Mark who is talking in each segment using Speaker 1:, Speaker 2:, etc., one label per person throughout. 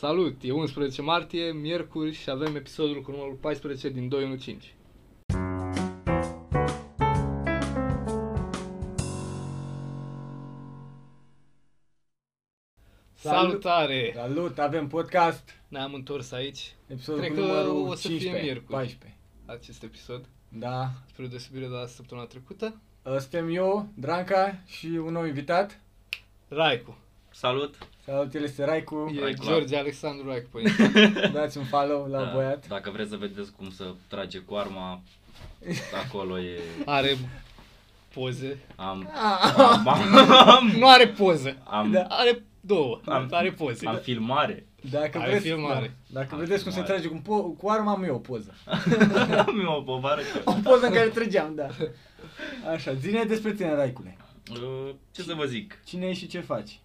Speaker 1: Salut! E 11 martie, miercuri și avem episodul cu numărul 14 din 215. Salutare!
Speaker 2: Salut, avem podcast,
Speaker 1: Ne-am întors aici,
Speaker 2: episodul
Speaker 1: Cred
Speaker 2: Cred
Speaker 1: că
Speaker 2: numărul
Speaker 1: o să fie
Speaker 2: 15,
Speaker 1: miercuri.
Speaker 2: 14.
Speaker 1: acest episod,
Speaker 2: Da,
Speaker 1: spre o deosebire de la săptămâna trecută.
Speaker 2: Ă, suntem eu, Dranca și un nou invitat.
Speaker 1: Raicu.
Speaker 3: Salut!
Speaker 2: Salut, el este Raicu,
Speaker 1: E
Speaker 3: Raicu,
Speaker 1: George Alexandru Raicu păi. pe
Speaker 2: dați un follow la
Speaker 3: Da,
Speaker 2: băiat.
Speaker 3: Dacă vreți să vedeți cum să trage cu arma, acolo e...
Speaker 1: Are poze.
Speaker 3: Am...
Speaker 1: Da.
Speaker 3: Am, am,
Speaker 1: Nu are poză.
Speaker 3: am,
Speaker 2: Da.
Speaker 1: Are două.
Speaker 3: Am-
Speaker 1: Are poze.
Speaker 3: am filmare.
Speaker 2: Dacă
Speaker 1: Are
Speaker 2: vreți,
Speaker 1: filmare.
Speaker 2: Da, dacă
Speaker 3: Are
Speaker 2: vedeți cum se
Speaker 3: filmare.
Speaker 2: trage cu, po- cu arma, am eu o poză.
Speaker 3: Am eu o povară că...
Speaker 2: O poză în care trăgeam, da. Așa, zine despre tine, Raicule.
Speaker 3: Uh, Ce să vă zic?
Speaker 2: Cine ești și ce faci?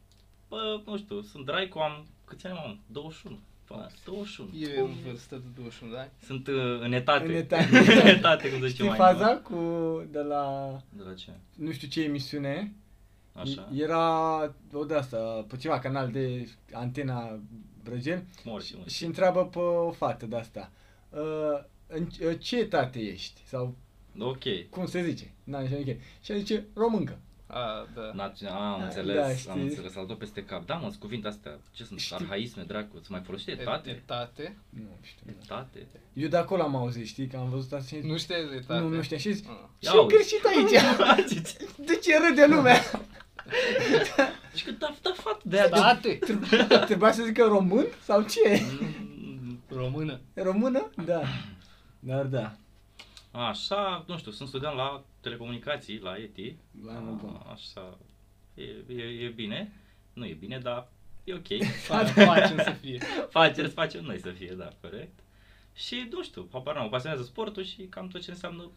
Speaker 3: Bă, nu știu, sunt Raico, am... Câți ani am? 21. Bă, 21.
Speaker 1: E în vârstă de 21 de ani.
Speaker 3: Sunt uh, în etate.
Speaker 2: În etate.
Speaker 3: în etate, cum să zicem
Speaker 2: Știi
Speaker 3: mai
Speaker 2: faza cu, de la,
Speaker 3: De la ce?
Speaker 2: nu știu ce emisiune,
Speaker 3: Așa.
Speaker 2: E- Era o de asta, pe ceva canal de antena Brăgeni
Speaker 3: Mor
Speaker 2: și,
Speaker 3: și
Speaker 2: și întreabă pe o fată de asta. "Ă, În în ce etate ești? Sau
Speaker 3: Ok.
Speaker 2: cum se zice? Na, așa nici. Și ea zice româncă.
Speaker 1: A, da.
Speaker 3: Naț- a, am
Speaker 2: Da,
Speaker 3: înțeles,
Speaker 2: știi.
Speaker 3: am înțeles, al dat peste cap. Da, mă, sunt cuvinte astea, ce sunt,
Speaker 2: Știi.
Speaker 3: arhaisme, dracu, se mai folosește etate?
Speaker 1: Etate.
Speaker 2: Nu știu.
Speaker 3: Etate?
Speaker 2: Eu de acolo am auzit, știi, că am văzut asta și
Speaker 1: Nu știi de etate.
Speaker 2: nu, nu știam. Și zic,
Speaker 1: Ah.
Speaker 3: Ia
Speaker 2: ce
Speaker 3: uite."
Speaker 2: greșit aici? De ce râde lumea?
Speaker 3: Și că da, da, fat de da.
Speaker 1: Etate.
Speaker 2: Trebuia să zică român sau ce?
Speaker 3: Mm,
Speaker 1: Română.
Speaker 2: Română? Da. Dar da.
Speaker 3: Așa, nu știu, sunt student la telecomunicații, la ETI.
Speaker 2: La anul bun.
Speaker 3: A, Așa, e, e, e bine. Nu e bine, dar e ok.
Speaker 1: Aia facem să fie.
Speaker 3: Facem, să facem noi să fie, da, corect. Și nu știu, habar n-am, mă pasionează sportul și cam tot ce înseamnă...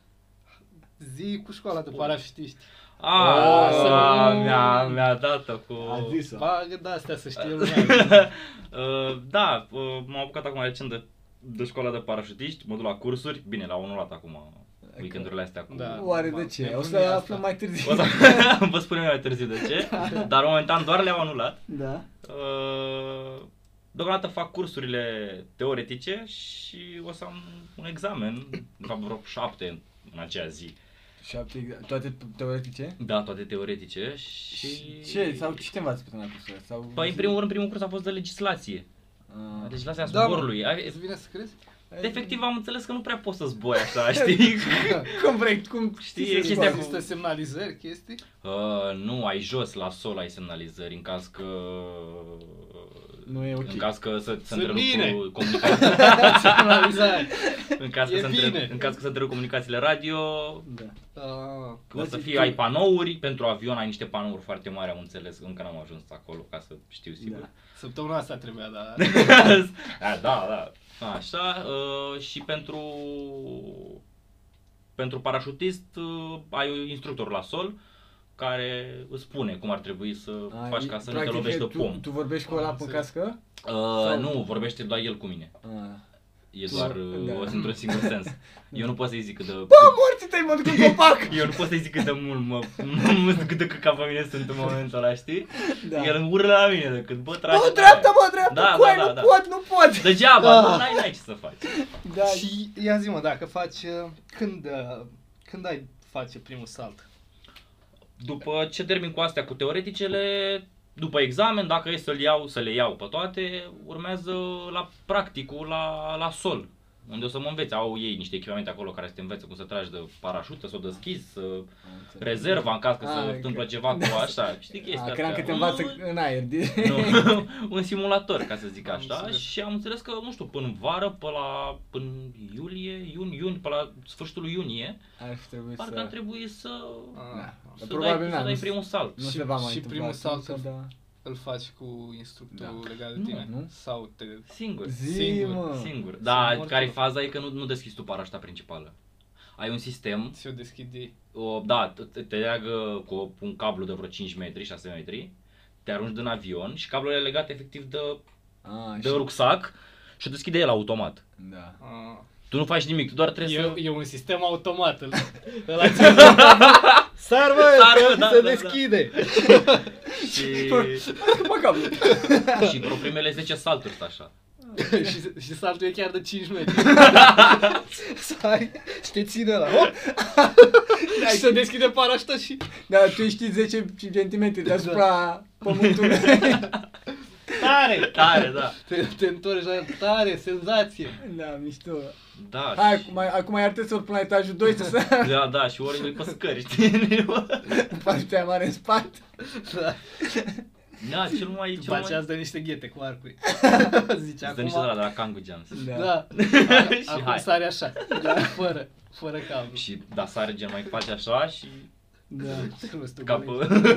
Speaker 1: Zi cu școala de parașutiști.
Speaker 3: A,
Speaker 2: O, să-
Speaker 3: a, mi-a, mi-a dat-o cu...
Speaker 2: A zis-o.
Speaker 1: Bagă de astea să știe lumea.
Speaker 3: Uh, da, uh, m-am apucat acum recent de, de școala de parașutiști, mă duc la cursuri, bine, la unul luat acum, weekendurile astea cu...
Speaker 1: Da.
Speaker 2: Adică, Oare de ce? O să
Speaker 1: Nebunia asta.
Speaker 2: aflăm mai târziu.
Speaker 3: O să vă spunem mai târziu de ce, dar momentan doar le-am anulat.
Speaker 2: Da.
Speaker 3: Uh, Deocamdată fac cursurile teoretice și o să am un examen, de fapt vreo șapte în acea zi.
Speaker 2: Șapte, exact. toate teoretice?
Speaker 3: Da, toate teoretice și...
Speaker 2: Ce? Sau ce te învață pe tine la cursul ăsta? Sau...
Speaker 3: Păi în primul rând, primul curs a fost de legislație.
Speaker 2: Ah.
Speaker 3: Legislația
Speaker 1: Da, mă.
Speaker 3: zborului. Ai-
Speaker 1: Îți vine să crezi?
Speaker 3: Efectiv am înțeles că nu prea poți să zbori așa, știi?
Speaker 2: Cum vrei, cum
Speaker 3: Știi,
Speaker 2: știi să
Speaker 3: chestia
Speaker 2: zbori?
Speaker 1: Da.
Speaker 3: cu-
Speaker 1: Există semnalizări, chestii?
Speaker 3: Uh, nu, ai jos la sol ai semnalizări în caz că...
Speaker 2: Nu e ok.
Speaker 3: În caz că să, să
Speaker 1: Sunt bine.
Speaker 3: întrerup comunicarea.
Speaker 1: Semnalizare.
Speaker 3: În caz,
Speaker 1: E
Speaker 3: că se
Speaker 1: bine.
Speaker 3: între, în caz că se întrerupă comunicațiile radio,
Speaker 2: Da.
Speaker 1: Ah,
Speaker 3: că o
Speaker 2: Dar
Speaker 3: să
Speaker 2: zic
Speaker 3: fie,
Speaker 2: tu-
Speaker 3: ai panouri, pentru avion ai niște panouri foarte mari, am înțeles, încă n-am ajuns acolo ca să știu sigur.
Speaker 2: Da.
Speaker 1: Săptămâna asta trebuia, da.
Speaker 3: Da, da, da. Așa, uh, și pentru pentru parașutist uh, ai un instructor la sol care îți spune cum ar trebui să
Speaker 2: Ai-
Speaker 3: faci ca să nu te
Speaker 2: practic,
Speaker 3: lovești de
Speaker 2: tu,
Speaker 3: pom.
Speaker 2: Tu vorbești cu
Speaker 1: Am
Speaker 2: ăla pe
Speaker 1: înțeles.
Speaker 2: cască?
Speaker 3: Uh, nu, vorbește doar el cu mine.
Speaker 2: Ah.
Speaker 3: E
Speaker 2: Tu-
Speaker 3: doar uh,
Speaker 2: da.
Speaker 3: o- într-un singur sens. Eu nu pot să-i zic cât de...
Speaker 2: Bă, morții tăi mă duc în copac!
Speaker 3: Eu nu pot să-i zic cât de mult mă, mă cât de cât ca pe mine sunt în momentul ăla, știi?
Speaker 2: Da.
Speaker 3: Da. El îmi urlă la mine decât, bă, trage
Speaker 2: Bă,
Speaker 3: tare.
Speaker 2: dreapta, bă, dreapta,
Speaker 3: Da,
Speaker 2: cu
Speaker 3: da,
Speaker 2: aia
Speaker 3: da,
Speaker 2: nu
Speaker 3: da.
Speaker 2: pot, nu pot!
Speaker 3: Degeaba,
Speaker 2: Da.
Speaker 3: nu n-ai, n-ai ce să faci.
Speaker 2: Da,
Speaker 1: Și ia zi mă, dacă faci, uh, când, uh, când ai face primul salt?
Speaker 3: După ce termin cu astea, cu teoreticele, după examen, dacă e să-l iau, să le iau pe toate, urmează la practicul la, la sol, unde o să mă înveți. Au ei niște echipamente acolo care să te învețe cum să tragi de parașută, să o deschizi, să... rezerva în caz că
Speaker 2: Ah,
Speaker 3: se
Speaker 2: ok.
Speaker 3: întâmplă ceva cu așa, știi chestia
Speaker 2: A, cream că te învață în aer. de-
Speaker 3: nu, un simulator, ca să zic
Speaker 1: Am
Speaker 3: așa,
Speaker 1: înțeles.
Speaker 3: și am înțeles că, nu știu, până în vară, până la până iulie, iuni, iuni, până la sfârșitul iunie,
Speaker 2: Ar fi trebuit
Speaker 3: parcă ar
Speaker 2: să...
Speaker 3: trebui să,
Speaker 1: Ah,
Speaker 2: Dar
Speaker 3: să,
Speaker 2: probabil
Speaker 3: dai,
Speaker 2: n-am.
Speaker 3: să dai primul salt.
Speaker 2: Nu
Speaker 1: Și-
Speaker 2: se va mai
Speaker 1: și
Speaker 2: întâmpla
Speaker 1: primul
Speaker 2: atunci,
Speaker 1: salt-
Speaker 2: da.
Speaker 1: Îl faci cu instructorul legat de
Speaker 3: Nu,
Speaker 1: tine?
Speaker 2: nu.
Speaker 1: Sau te...
Speaker 3: Singur,
Speaker 2: Zi,
Speaker 1: Singur,
Speaker 2: mă!
Speaker 3: singur.
Speaker 1: Să
Speaker 3: Da,
Speaker 1: mor
Speaker 3: care
Speaker 1: tot.
Speaker 3: faza e că nu, nu deschizi tu parașta principală. Ai un sistem,
Speaker 1: Ți-o deschidi?
Speaker 3: o, da, te- te leagă cu un cablu de vreo 5 metri, 6 metri, te arunci din avion și cablul e legat efectiv de
Speaker 2: Ah,
Speaker 3: de
Speaker 2: și-
Speaker 3: rucsac și o deschide el automat.
Speaker 2: Da.
Speaker 1: Ah. Deci
Speaker 3: Tu nu faci nimic, tu doar trebuie
Speaker 1: E,
Speaker 3: să...
Speaker 1: Da, e un sistem automat. Îl, îl
Speaker 2: Sar, bă,
Speaker 3: Sar,
Speaker 2: că
Speaker 3: bă, da,
Speaker 2: se
Speaker 3: da,
Speaker 2: deschide.
Speaker 3: Și,
Speaker 2: Mă, cap.
Speaker 3: și pro primele 10 salturi stă așa.
Speaker 1: și, și saltul e chiar de 5 metri. să ai și te ține la hop. și se deschide parașta și...
Speaker 2: Da, tu ești 10 cm
Speaker 1: Da.
Speaker 2: deasupra pământului.
Speaker 1: Tare!
Speaker 3: Tare, da.
Speaker 1: Te, te întorci la el, tare, senzație!
Speaker 2: Da, mișto.
Speaker 3: Da,
Speaker 2: Hai,
Speaker 3: și,
Speaker 2: acum, acum iar trebuie să urc până la etajul 2 să se
Speaker 3: da, da, și ori pe scări, știi?
Speaker 2: partea mare în spate.
Speaker 1: Da.
Speaker 3: Da, cel mai...
Speaker 1: După
Speaker 3: Cel
Speaker 1: aceea
Speaker 3: mai...
Speaker 1: îți dă niște ghete cu arcul. Zice
Speaker 3: Dă
Speaker 1: acum...
Speaker 3: niște de la, de la Kangu Jams.
Speaker 2: Da.
Speaker 1: Da.
Speaker 3: Și
Speaker 1: acum
Speaker 3: hai.
Speaker 1: sare așa. Da. Fără. Fără cablu.
Speaker 3: Și da, sare gen mai face așa și
Speaker 2: Da.
Speaker 1: Să nu stăm
Speaker 3: cap.
Speaker 1: bănuit.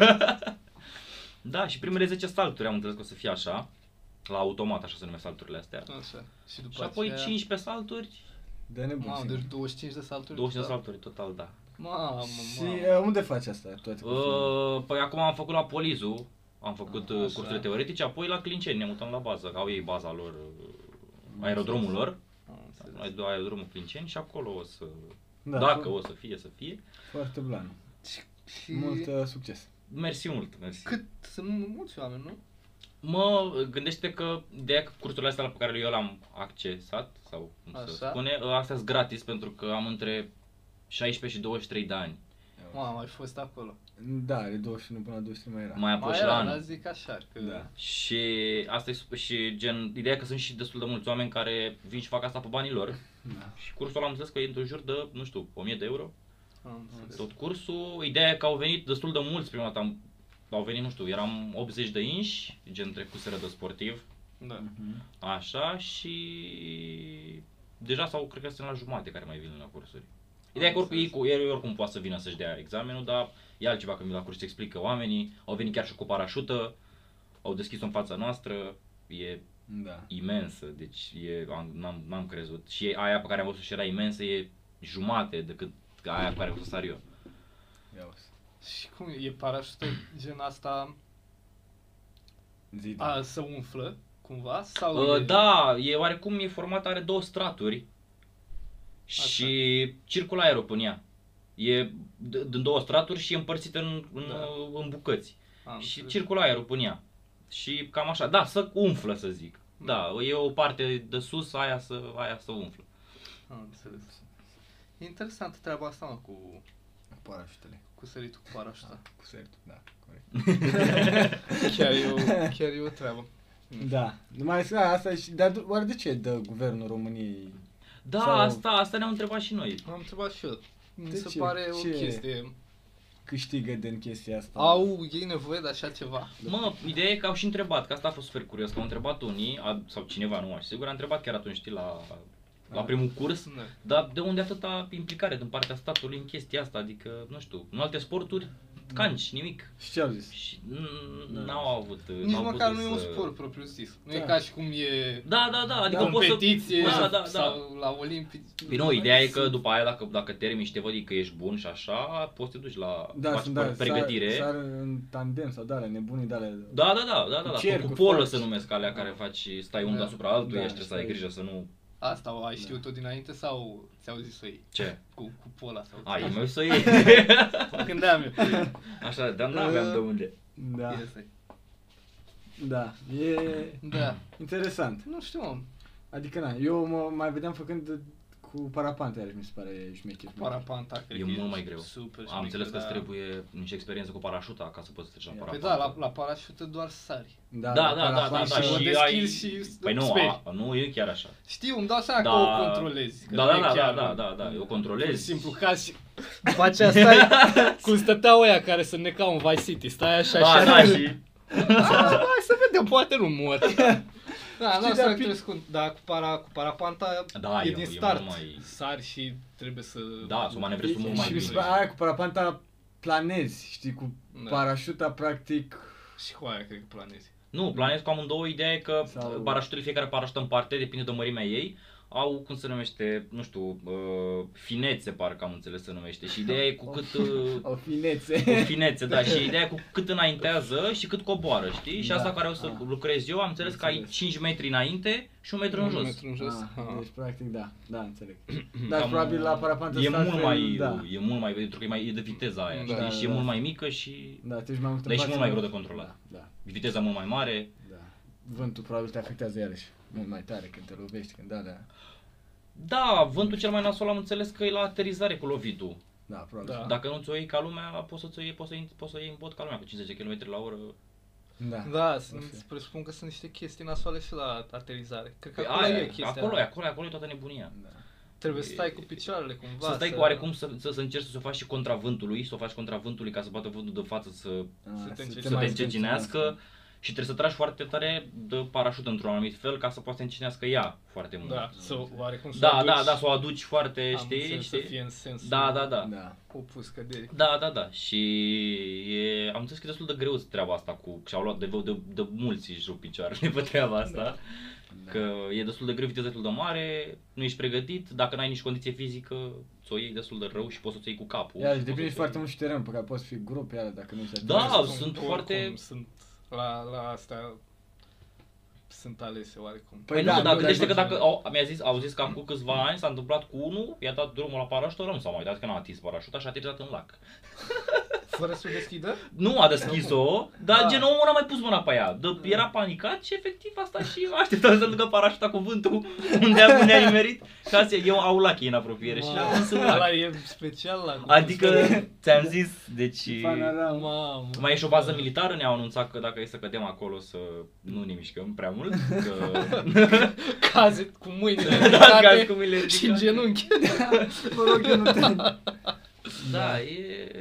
Speaker 3: da, și primele 10 salturi am înțeles că o să fie așa. La automat, așa se numesc salturile astea.
Speaker 1: Așa. Și după
Speaker 3: Și apoi
Speaker 1: aceea-
Speaker 3: 15 salturi,
Speaker 2: Da, ne
Speaker 1: Mamă,
Speaker 2: bun.
Speaker 1: deci
Speaker 2: Simon.
Speaker 1: 25 de salturi.
Speaker 3: 20 de salturi total, da.
Speaker 1: Mamă,
Speaker 2: Și
Speaker 1: mamă.
Speaker 2: uh, unde faci asta? Toate uh,
Speaker 3: Uh, păi acum am făcut la Polizu, am făcut
Speaker 1: Ah,
Speaker 3: uh,
Speaker 1: așa.
Speaker 3: cursurile teoretice, apoi la Clinceni ne mutăm la bază, că au ei baza lor, uh, aerodromul lor,
Speaker 1: Am înțeles.
Speaker 3: noi doi aerodromul Clinceni și acolo o să,
Speaker 2: da,
Speaker 3: dacă
Speaker 2: fo-
Speaker 3: o să fie, să fie.
Speaker 2: Foarte blană.
Speaker 1: Și
Speaker 2: Mult uh, succes.
Speaker 3: Mersi mult, mersi.
Speaker 1: cât sunt mulți oameni, nu?
Speaker 3: Mă gândește că de aia că cursurile astea pe care eu le-am accesat, sau cum
Speaker 1: Așa.
Speaker 3: se spune, ă, astea sunt gratis pentru că am între 16 și 23 de ani.
Speaker 1: Mamă, ai fost acolo.
Speaker 2: Da, are 21 până la 23 mai era.
Speaker 3: Mai apoi
Speaker 1: Mai
Speaker 3: și la
Speaker 1: era, dar
Speaker 3: anul.
Speaker 1: zic așa, că...
Speaker 2: Da.
Speaker 3: Și asta e sup- și gen, ideea e că sunt și destul de mulți oameni care vin și fac asta pe banii lor.
Speaker 2: Da.
Speaker 3: Și cursul ăla am înțeles că e în jur de, nu știu, 1000 de euro.
Speaker 1: Am înțeles.
Speaker 3: Tot cursul, ideea e că au venit destul de mulți prima dată. Am- Au venit, nu știu, eram 80 de inși, gen trecuseră de sportiv,
Speaker 1: Da.
Speaker 2: Mhm.
Speaker 3: Așa și deja sau cred că sunt la jumate care mai vin la cursuri. Ideea e că oricum, ei, cu- ei oricum poate să vină să-și dea examenul, dar e altceva când vin la curs se explică oamenii, au venit chiar și cu parașută, au deschis-o în fața noastră, e
Speaker 2: Da.
Speaker 3: imensă, deci e, am, n-am, n-am crezut. Și e- aia pe care am văzut și era imensă e jumate decât aia pe care am văzut sar eu.
Speaker 2: Ia o să.
Speaker 1: Și cum e parașută gen asta
Speaker 2: Zi, da.
Speaker 1: a, se umflă cumva? Sau e...
Speaker 3: Uh, da, e oarecum e format, are două straturi și circulă aerul până ea. E d- din două straturi și e împărțit în, în,
Speaker 1: Da.
Speaker 3: uh, în bucăți.
Speaker 1: Am
Speaker 3: și
Speaker 1: înțeles.
Speaker 3: circulă aerul până ea. Și cam așa, da, să umflă să zic.
Speaker 1: Mm.
Speaker 3: Da, e o parte de sus, aia să, aia să umflă.
Speaker 1: Am înțeles. E interesantă treaba asta, mă, cu,
Speaker 2: Parașutele.
Speaker 1: cu săritul cu parașuta.
Speaker 2: Cu sertul, da, corect.
Speaker 1: chiar, e o, chiar e o treabă.
Speaker 2: Da, numai să asta și, dar du- oare de ce dă guvernul României?
Speaker 3: Da,
Speaker 2: Sau-
Speaker 3: asta, asta ne-am întrebat și noi.
Speaker 1: Am întrebat și eu. Mi
Speaker 2: De
Speaker 1: se
Speaker 2: ce?
Speaker 1: pare o
Speaker 2: Ce?
Speaker 1: chestie.
Speaker 2: Câștigă din chestia asta.
Speaker 1: Au ei nevoie de așa ceva?
Speaker 3: Mă, ideea e că au și întrebat, că asta a fost super curios, că au întrebat unii, a, sau cineva, nu mai știu sigur, a întrebat chiar atunci, știi, la, la primul curs,
Speaker 1: Da.
Speaker 3: Dar de unde atâta implicare din partea statului în chestia asta? Adică, nu știu, în alte sporturi, canci, nimic.
Speaker 2: Și ce au zis?
Speaker 3: Și n- n-au avut...
Speaker 1: Nici
Speaker 3: n-au
Speaker 1: măcar nu
Speaker 3: putut
Speaker 1: e un
Speaker 3: să-
Speaker 1: sport propriu zis. Nu e
Speaker 2: Da.
Speaker 1: ca și cum e
Speaker 3: Da, da, da, adică
Speaker 1: da,
Speaker 3: poți
Speaker 1: competiție
Speaker 3: să... Da, da, da.
Speaker 1: sau la olimpici.
Speaker 3: Păi nu, ideea e că după aia, dacă, dacă termini și te văd că ești bun și așa, poți să te duci la faci
Speaker 2: da,
Speaker 3: pregătire.
Speaker 2: Sar, sar în tandem sau dale, nebunii dale.
Speaker 3: Da, da, da, da, da, da.
Speaker 2: Cercuri
Speaker 3: cu polă
Speaker 2: faci.
Speaker 3: se numesc alea care faci, stai unul
Speaker 1: Da.
Speaker 3: deasupra altuia
Speaker 2: Da,
Speaker 3: și trebuie să ai
Speaker 2: stai.
Speaker 3: grijă să nu...
Speaker 1: Asta o ai știut tot dinainte sau ți-au zis ei?
Speaker 3: Ce?
Speaker 1: Cu, cu pola sau
Speaker 3: Ai, Da. e mai să iei.
Speaker 1: mă gândeam eu.
Speaker 3: Așa, dar n-aveam de unde.
Speaker 2: Da,
Speaker 1: Este.
Speaker 2: da, e
Speaker 1: Da.
Speaker 2: interesant.
Speaker 1: Nu știu, mă.
Speaker 2: Adică, na, eu mă mai vedeam făcând cu parapante, iarăși mi se pare șmecher.
Speaker 1: Parapanta, cred
Speaker 3: E
Speaker 1: că
Speaker 3: mult mai greu.
Speaker 1: Super
Speaker 3: Am
Speaker 1: șmecher,
Speaker 3: înțeles că
Speaker 1: da.
Speaker 3: îți trebuie niște experiență cu parașuta ca să poți să treci la
Speaker 2: Păi
Speaker 1: Păi
Speaker 3: parașută.
Speaker 1: da, la, la parașută doar sari.
Speaker 2: Da,
Speaker 3: da, da, da, da,
Speaker 2: parapante-
Speaker 3: da,
Speaker 1: și o
Speaker 3: și
Speaker 1: deschizi
Speaker 3: ai...
Speaker 1: și
Speaker 3: Păi nu,
Speaker 1: speri.
Speaker 3: a, nu e chiar așa.
Speaker 1: Știu, îmi dau seama
Speaker 3: Da.
Speaker 1: că o controlezi. Că
Speaker 3: Da,
Speaker 1: nu
Speaker 3: da,
Speaker 1: e
Speaker 3: da, da,
Speaker 1: chiar
Speaker 3: da,
Speaker 1: un-
Speaker 3: da, da, eu
Speaker 1: Pur și
Speaker 3: controlez.
Speaker 1: simplu ca și... După aceea stai cum stăteau ăia care să ne în Vice City. Stai așa
Speaker 3: Da, da, și...
Speaker 1: Hai să vedem, poate nu mor. Da, nu,
Speaker 2: Știi, dar
Speaker 1: să
Speaker 2: pi-
Speaker 1: trebuie cu, da, cu, para, cu parapanta
Speaker 3: Da,
Speaker 1: e
Speaker 3: e-
Speaker 1: din
Speaker 3: e
Speaker 1: start.
Speaker 3: mult mai-
Speaker 1: Sari și trebuie să...
Speaker 3: Da, să manevrezi tu mult mai
Speaker 2: Și mi se
Speaker 3: bine.
Speaker 2: pare aia cu parapanta planezi, știi, cu
Speaker 1: Da.
Speaker 2: parașuta practic.
Speaker 1: Și cu aia cred că planezi.
Speaker 3: Nu, planez cu amândouă, ideea e că
Speaker 2: Sau-
Speaker 3: parașutele, fiecare parașută în parte, depinde de mărimea ei. au, cum se numește, nu știu, uh, finețe, parcă am înțeles se numește. Și ideea e cu cât... uh,
Speaker 2: O finețe.
Speaker 3: cu finețe, da, și ideea e cu cât înaintează și cât coboară, știi? Și
Speaker 2: Da,
Speaker 3: asta care o să
Speaker 2: a.
Speaker 3: lucrez eu, am înțeles că ai
Speaker 2: Înțeles.
Speaker 3: 5 metri înainte și un metru în
Speaker 1: Un
Speaker 3: jos.
Speaker 1: metru în jos.
Speaker 2: Ah,
Speaker 1: Ah.
Speaker 2: deci practic da, da, înțeleg. Dar
Speaker 3: Cam-
Speaker 2: probabil la parapantă
Speaker 3: E
Speaker 2: stat
Speaker 3: mult
Speaker 2: fel,
Speaker 3: mai, uh,
Speaker 2: da.
Speaker 3: e mult mai, pentru că e mai e de viteza aia,
Speaker 1: Da,
Speaker 3: știi? Și e
Speaker 2: da.
Speaker 3: mult mai mică și
Speaker 2: Da, tu ești mai mult în
Speaker 3: Dar deci e și
Speaker 2: față,
Speaker 3: mult mai greu de controlat.
Speaker 2: Da, da,
Speaker 3: viteza mult mai mare.
Speaker 2: da. Vântul probabil te afectează iarăși mult mai tare când te lovești, când da, da.
Speaker 3: Da, vântul cel mai nasol am înțeles că e la aterizare cu lovitul.
Speaker 2: Da, probabil.
Speaker 1: Da.
Speaker 3: Dacă nu ți-o iei ca lumea, poți să-ți o iei, poți să, iei- poți să iei în bot ca lumea cu 50 km la oră.
Speaker 2: Da.
Speaker 1: Da, sunt,
Speaker 2: Ok.
Speaker 1: presupun că sunt niște chestii nasoale și la aterizare. Cred că
Speaker 3: Păi
Speaker 1: acolo
Speaker 3: aia,
Speaker 1: e chestia.
Speaker 3: acolo, e, acolo, e, acolo e toată nebunia.
Speaker 2: da.
Speaker 1: Trebuie să stai cu picioarele cumva.
Speaker 3: Să stai cu oarecum să, să, să încerci să o faci și contra vântului, să o faci contra vântului ca să bată vântul de față să,
Speaker 2: Ah,
Speaker 1: Să te da. înceci-
Speaker 3: să te
Speaker 2: mai
Speaker 3: încetinească și trebuie să tragi foarte tare de parașut într-un anumit fel ca să poți să te încinească ea foarte mult.
Speaker 1: Da, să oarecum să
Speaker 3: da,
Speaker 1: aduci-
Speaker 3: da, da, să o aduci foarte,
Speaker 1: Am
Speaker 3: știi,
Speaker 1: înțeles,
Speaker 3: știi?
Speaker 1: Să fie în sensul
Speaker 3: Da, da, da.
Speaker 2: Da.
Speaker 1: opus căderii.
Speaker 3: Da, da, da. Și e, am înțeles că e destul de greu treaba asta cu și au luat de, de, de mulți își rup picioarele pe treaba asta. Da.
Speaker 2: Da.
Speaker 3: Că e destul de greu, viteza e destul de mare, nu ești pregătit, dacă n-ai nici condiție fizică, ți o iei destul de rău și poți să o iei cu capul.
Speaker 2: Iar
Speaker 3: și poți
Speaker 2: depinde
Speaker 3: să
Speaker 2: și
Speaker 3: o iei-
Speaker 2: foarte mult și teren, pe care poți fi grup iar dacă nu ești
Speaker 3: Da,
Speaker 2: atras.
Speaker 3: sunt
Speaker 1: oricum,
Speaker 3: foarte-
Speaker 1: Sunt la, la astea... Sunt alese oarecum.
Speaker 3: Păi,
Speaker 2: Păi
Speaker 3: nu,
Speaker 2: da,
Speaker 3: dar
Speaker 2: nu,
Speaker 3: gândește că
Speaker 1: dar-
Speaker 3: dacă au, mi-a zis, au zis că acum câțiva ani s-a întâmplat cu unul, i-a dat drumul la parașută, ăla nu s-a mai uitat că n-a atins parașuta și a aterizat în lac.
Speaker 1: Fără să o deschidă?
Speaker 3: Nu a deschis-o, dar
Speaker 1: Da.
Speaker 3: gen omul n-a mai pus mâna pe ea. Dă,
Speaker 2: Da.
Speaker 3: era panicat și efectiv asta și aștepta să ducă parașuta cu vântul unde a unde a nimerit. Și asta e, eu au lac ei în apropiere și a ajuns în lac.
Speaker 1: Ăla e special la
Speaker 3: Adică ți-am zis, deci
Speaker 2: Panorama.
Speaker 1: Mamă.
Speaker 3: mai e și o bază militară, ne-au anunțat că dacă e să cădem acolo să nu ne mișcăm prea mult, că
Speaker 1: Caze cu mâinile
Speaker 3: da,
Speaker 1: ridicate
Speaker 3: cum le
Speaker 1: și în genunchi.
Speaker 2: Mă rog, eu nu te...
Speaker 3: Da, e,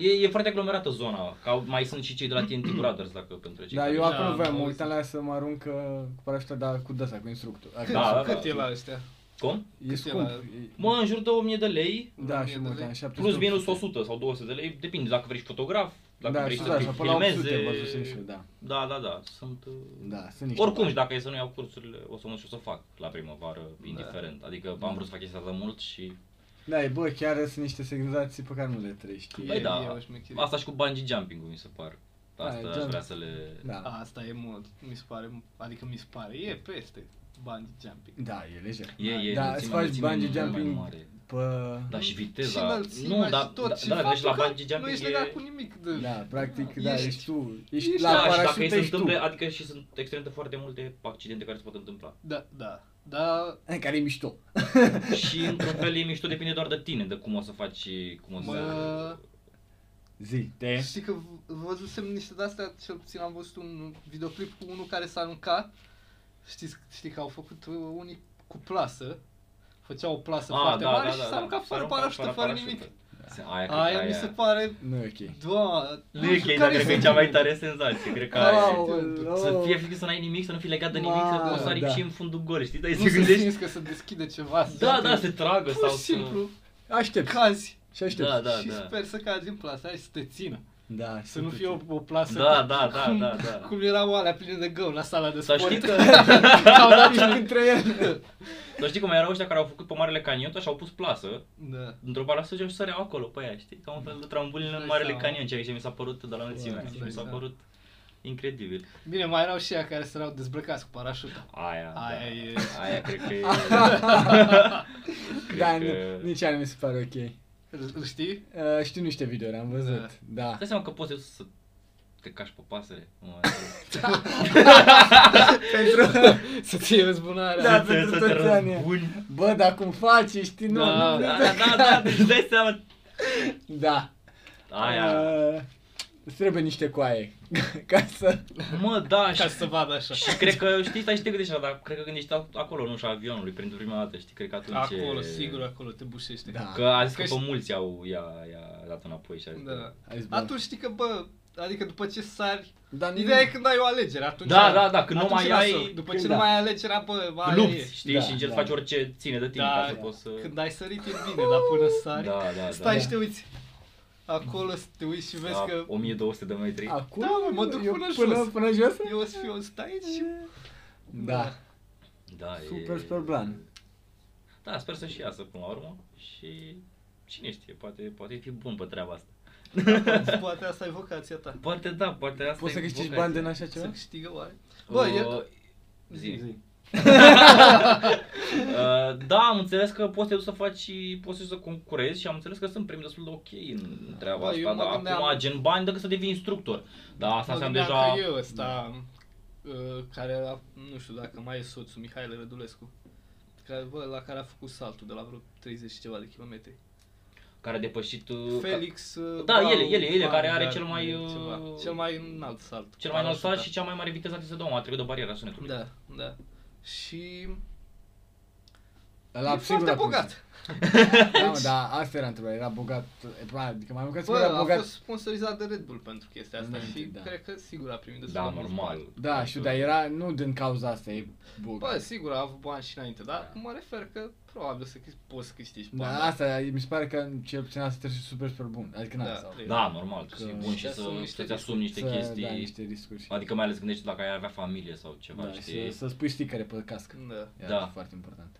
Speaker 3: e, e foarte aglomerată zona, că au- mai sunt și cei de la TNT Brothers, dacă pentru cei
Speaker 2: Da,
Speaker 3: care-
Speaker 2: eu
Speaker 1: Da,
Speaker 2: acolo voiam,
Speaker 1: am
Speaker 2: mă
Speaker 1: auzit.
Speaker 2: uitam la ea să mă arunc uh, cu parașuta, dar cu dăsa, cu instructor. Adică
Speaker 3: Da, da.
Speaker 1: Cât e la astea?
Speaker 3: Cum?
Speaker 2: E
Speaker 1: Cât e
Speaker 2: scump.
Speaker 1: la-
Speaker 2: e-
Speaker 3: Mă, în jur de 1000 de lei,
Speaker 2: Da, și
Speaker 1: 1000
Speaker 2: mă
Speaker 1: de
Speaker 2: uitam,
Speaker 1: lei.
Speaker 2: 700.
Speaker 3: Plus minus 100 sau 200 de lei, depinde dacă vrei și fotograf, dacă
Speaker 2: da,
Speaker 3: vrei
Speaker 2: și
Speaker 3: să
Speaker 2: da,
Speaker 3: fil-
Speaker 2: sau până la 800 văzusem și
Speaker 3: filmeze.
Speaker 2: eu, da.
Speaker 3: Da, da, da, sunt uh,
Speaker 2: Da, sunt niște
Speaker 3: oricum,
Speaker 2: bani.
Speaker 3: și dacă e să nu iau cursurile, o să mă duc și o să fac la primăvară, indiferent. Adică am vrut să fac chestia asta mult și
Speaker 2: Da, e bă, chiar sunt niște senzații pe care nu le trăiești.
Speaker 1: E-
Speaker 3: Băi,
Speaker 1: e
Speaker 3: da.
Speaker 1: o șmecherie.
Speaker 3: asta și cu bungee jumping mi se par.
Speaker 2: Da, e
Speaker 3: Asta aș
Speaker 2: gen-
Speaker 3: vrea să le...
Speaker 2: Da.
Speaker 1: Asta e mult, mi se pare, adică mi se pare, e peste bungee jumping.
Speaker 2: Da, e lejer.
Speaker 3: E, e,
Speaker 2: Da,
Speaker 3: înălțimea-
Speaker 2: să faci
Speaker 3: înălțimea
Speaker 2: bungee
Speaker 3: mult mai
Speaker 2: jumping.
Speaker 3: mare.
Speaker 2: Pă...
Speaker 3: Da, și
Speaker 1: și
Speaker 3: viteza.
Speaker 1: înălțimea
Speaker 3: Nu, da,
Speaker 1: și tot,
Speaker 3: da,
Speaker 1: și
Speaker 3: da, deci
Speaker 1: faptul
Speaker 3: la
Speaker 1: că
Speaker 3: bungee
Speaker 1: nu
Speaker 3: jumping
Speaker 1: ești legat
Speaker 3: e...
Speaker 1: cu nimic de...
Speaker 2: Da, practic,
Speaker 1: Da,
Speaker 2: da,
Speaker 1: ești-
Speaker 2: ești tu, ești
Speaker 1: ești
Speaker 2: la
Speaker 1: la-
Speaker 3: da, și dacă
Speaker 2: parașută,
Speaker 3: e să
Speaker 2: ești tu.
Speaker 3: întâmple, adică și sunt extrem de foarte multe accidente care se pot întâmpla.
Speaker 1: Da, da, da,
Speaker 2: Hai, Care e mișto.
Speaker 3: Și într-un fel e mișto, depinde doar de tine, de cum o să faci și cum o să...
Speaker 1: Mă-
Speaker 2: Zi, te.
Speaker 1: știi că v- văzusem niște de-astea, cel puțin am văzut un videoclip cu unul care s-a aruncat, știți, știi că au făcut uh, unii cu plasă, făceau o plasă
Speaker 3: Ah,
Speaker 1: foarte
Speaker 3: da,
Speaker 1: mare
Speaker 3: da,
Speaker 1: și
Speaker 3: da,
Speaker 1: s-a
Speaker 3: da.
Speaker 1: aruncat fără parașută, fără nimic.
Speaker 3: Se- Aia, cred că
Speaker 1: Aia mi se pare,
Speaker 2: Nu e ok.
Speaker 1: doamne,
Speaker 3: Nu e ok, dar cred că e cea mai tare senzație, cred că aia e.
Speaker 2: Aoleu.
Speaker 3: Să fie frică să n-ai nimic, să nu fii legat de nimic, să
Speaker 2: Ma,
Speaker 3: poți să
Speaker 2: da.
Speaker 3: aripi și în fundul gol, știi? Dar
Speaker 1: Nu
Speaker 3: se
Speaker 1: se
Speaker 3: gândești...
Speaker 1: simți că se deschide ceva. se
Speaker 3: Da,
Speaker 1: aprinde.
Speaker 3: da, se tragă
Speaker 1: Pur
Speaker 3: sau...
Speaker 1: și simplu,
Speaker 2: Aștept
Speaker 1: cazi.
Speaker 2: și aștept.
Speaker 3: Da, da.
Speaker 1: și sper să cazi în plasa aia și să te țină.
Speaker 2: Da,
Speaker 1: Să nu fie o, o plasă
Speaker 3: Da,
Speaker 1: cu-
Speaker 3: da, da,
Speaker 1: cum,
Speaker 3: da, da.
Speaker 1: cum erau alea pline de găuri la sala de
Speaker 3: Să
Speaker 1: sport.
Speaker 3: știi că-
Speaker 1: Au dat
Speaker 2: Da, Ești
Speaker 1: prin-
Speaker 2: între ele.
Speaker 3: Dar știi cum erau ăștia care au făcut pe Marele Canion și au pus plasă,
Speaker 1: Da.
Speaker 3: într-o parasă și săreau acolo pe aia, știi? Ca un fel de trambulină în
Speaker 1: Dai
Speaker 3: Marele
Speaker 1: Da. seama.
Speaker 3: Canion, ceea ce mi s-a părut de la înălțime.
Speaker 2: Bă,
Speaker 3: Mi s-a
Speaker 1: da.
Speaker 3: părut incredibil.
Speaker 1: Bine, mai erau și ea care s-erau dezbrăcați cu parașuta.
Speaker 3: Aia,
Speaker 1: Aia
Speaker 3: da.
Speaker 1: e-
Speaker 3: Aia cred că e... cred
Speaker 2: Da,
Speaker 3: că...
Speaker 2: nu, nici aia nu mi se pare ok.
Speaker 1: Îl îl știi?
Speaker 2: Uh, știu niște videouri, am
Speaker 1: Da.
Speaker 2: văzut. Da.
Speaker 3: Îți dai seama că poți să te cași pe pasăre? în momentul ăla?
Speaker 2: Pentru...
Speaker 1: Să ții răzbunarea.
Speaker 2: Da,
Speaker 3: Să te-
Speaker 2: pentru
Speaker 3: să te
Speaker 2: toți anii.
Speaker 3: răzbuni.
Speaker 2: Bă, dar cum faci, știi, nu,
Speaker 1: Da,
Speaker 2: nu,
Speaker 3: Da,
Speaker 2: nu.
Speaker 3: da, da, da, deci îți dai seama.
Speaker 2: Da.
Speaker 3: Aia.
Speaker 2: Uh, îți trebuie niște coaie ca să...
Speaker 3: Mă, da,
Speaker 1: Ca
Speaker 3: și,
Speaker 1: să vadă așa.
Speaker 3: și cred că, știi, stai și te gândești, la- dar cred că când ești acolo, nu și avionului, pentru prima dată, știi, cred că atunci e-
Speaker 1: Acolo, sigur, acolo te bușește.
Speaker 2: Da.
Speaker 3: Că a zis că
Speaker 1: Că
Speaker 3: pe
Speaker 1: și-
Speaker 3: mulți au, i-a, i-a dat înapoi și a zis
Speaker 1: da.
Speaker 3: că-
Speaker 2: Ai zis, bă,
Speaker 1: Atunci știi că, bă, adică după ce sari,
Speaker 2: Dar nu-
Speaker 1: ideea e când ai o alegere, atunci
Speaker 3: Da, da, da, când nu
Speaker 1: atunci
Speaker 3: mai
Speaker 1: lasă.
Speaker 3: ai-
Speaker 1: după
Speaker 2: când
Speaker 1: ce
Speaker 2: da.
Speaker 1: nu mai ai alegerea, bă, aia
Speaker 3: Lupți,
Speaker 1: e.
Speaker 3: știi,
Speaker 2: Da,
Speaker 3: și încerci
Speaker 2: da.
Speaker 3: să faci orice ține de tine
Speaker 1: Da,
Speaker 3: ca să
Speaker 1: da.
Speaker 3: poți să...
Speaker 1: Când ai sărit e bine, dar până sari,
Speaker 3: Da, da,
Speaker 1: stai
Speaker 3: da.
Speaker 1: și te uiți. Acolo să te uiți și vezi
Speaker 3: La
Speaker 1: că
Speaker 3: 1200 de metri.
Speaker 2: Acum?
Speaker 1: Da, mă duc
Speaker 2: eu
Speaker 1: până
Speaker 2: Până,
Speaker 1: jos.
Speaker 2: până jos?
Speaker 1: eu o să fiu stai aici și...
Speaker 2: Da.
Speaker 3: Da, e-
Speaker 2: Super, super plan.
Speaker 3: Da, sper să și iasă până la urmă și cine știe, poate, poate fi bun pe treaba asta.
Speaker 1: Poate asta e vocația ta.
Speaker 3: Poate da, poate asta
Speaker 2: Poți să
Speaker 3: e
Speaker 2: câștigi
Speaker 3: vocația.
Speaker 2: bani din așa
Speaker 1: Să
Speaker 2: ceva?
Speaker 1: câștigă oare. Bă, e...
Speaker 3: Uh, zi. Uh, da, am înțeles că poți să te duci să faci, poți să te duci să concurezi și am înțeles că sunt primi destul de ok în în treaba
Speaker 1: Bă, Da, eu
Speaker 3: asta,
Speaker 1: mă
Speaker 3: dar
Speaker 1: gândeam-
Speaker 3: acum gen bani decât să devii instructor. Da, asta
Speaker 1: Mă
Speaker 3: înseamnă
Speaker 1: gândeam
Speaker 3: deja...
Speaker 1: Că eu ăsta, uh, care, a, nu știu dacă mai e soțul, Mihail Rădulescu, care, bă, la care a făcut saltul de la vreo 30 și ceva de kilometri.
Speaker 3: Care a depășit... uh,
Speaker 1: Felix... uh,
Speaker 3: Da,
Speaker 1: Brau-
Speaker 3: el, el, el,
Speaker 1: Brau-
Speaker 3: care are
Speaker 1: Brau-
Speaker 3: cel mai, uh,
Speaker 1: ceva. Cel mai înalt salt.
Speaker 3: Cel mai înalt salt
Speaker 1: Parașuta.
Speaker 3: și cea mai mare viteză de se a trecut de bariera sunetului.
Speaker 1: Da, da. Și...
Speaker 2: Ăla
Speaker 1: e
Speaker 2: sigur
Speaker 1: foarte
Speaker 2: a prins.
Speaker 1: bogat.
Speaker 2: Da, mă, dar asta era întrebarea, era bogat, e, bă, adică mai mult că
Speaker 1: Bă,
Speaker 2: era
Speaker 1: a
Speaker 2: bogat.
Speaker 1: fost sponsorizat de Red Bull pentru chestia asta
Speaker 2: Înainte,
Speaker 1: și
Speaker 2: da.
Speaker 1: cred că sigur a primit destul
Speaker 3: Da,
Speaker 1: de mulți
Speaker 3: normal.
Speaker 1: bani.
Speaker 2: Da, știu, dar era nu din cauza asta, e bogat.
Speaker 1: Bă, sigur a avut bani și înainte, dar
Speaker 3: Da.
Speaker 1: mă refer că probabil să câș- poți să câștigi bani.
Speaker 2: Da, asta mi se pare că cel puțin asta trebuie să fii super, super bun. Adică n-am
Speaker 1: Da,
Speaker 2: sau-
Speaker 1: trebuie.
Speaker 3: Da, normal, trebuie să
Speaker 2: Că-
Speaker 3: fii bun
Speaker 1: și
Speaker 3: și să,
Speaker 1: asumi niște
Speaker 3: să-ți asumi niște
Speaker 2: să-
Speaker 3: chestii.
Speaker 2: Da, niște riscuri. și-
Speaker 3: Adică mai ales gândește dacă ai avea familie sau ceva,
Speaker 2: Da,
Speaker 3: știi?
Speaker 2: și să, să spui sticăre pe cască.
Speaker 1: Da,
Speaker 2: Era
Speaker 3: Da.
Speaker 2: foarte important.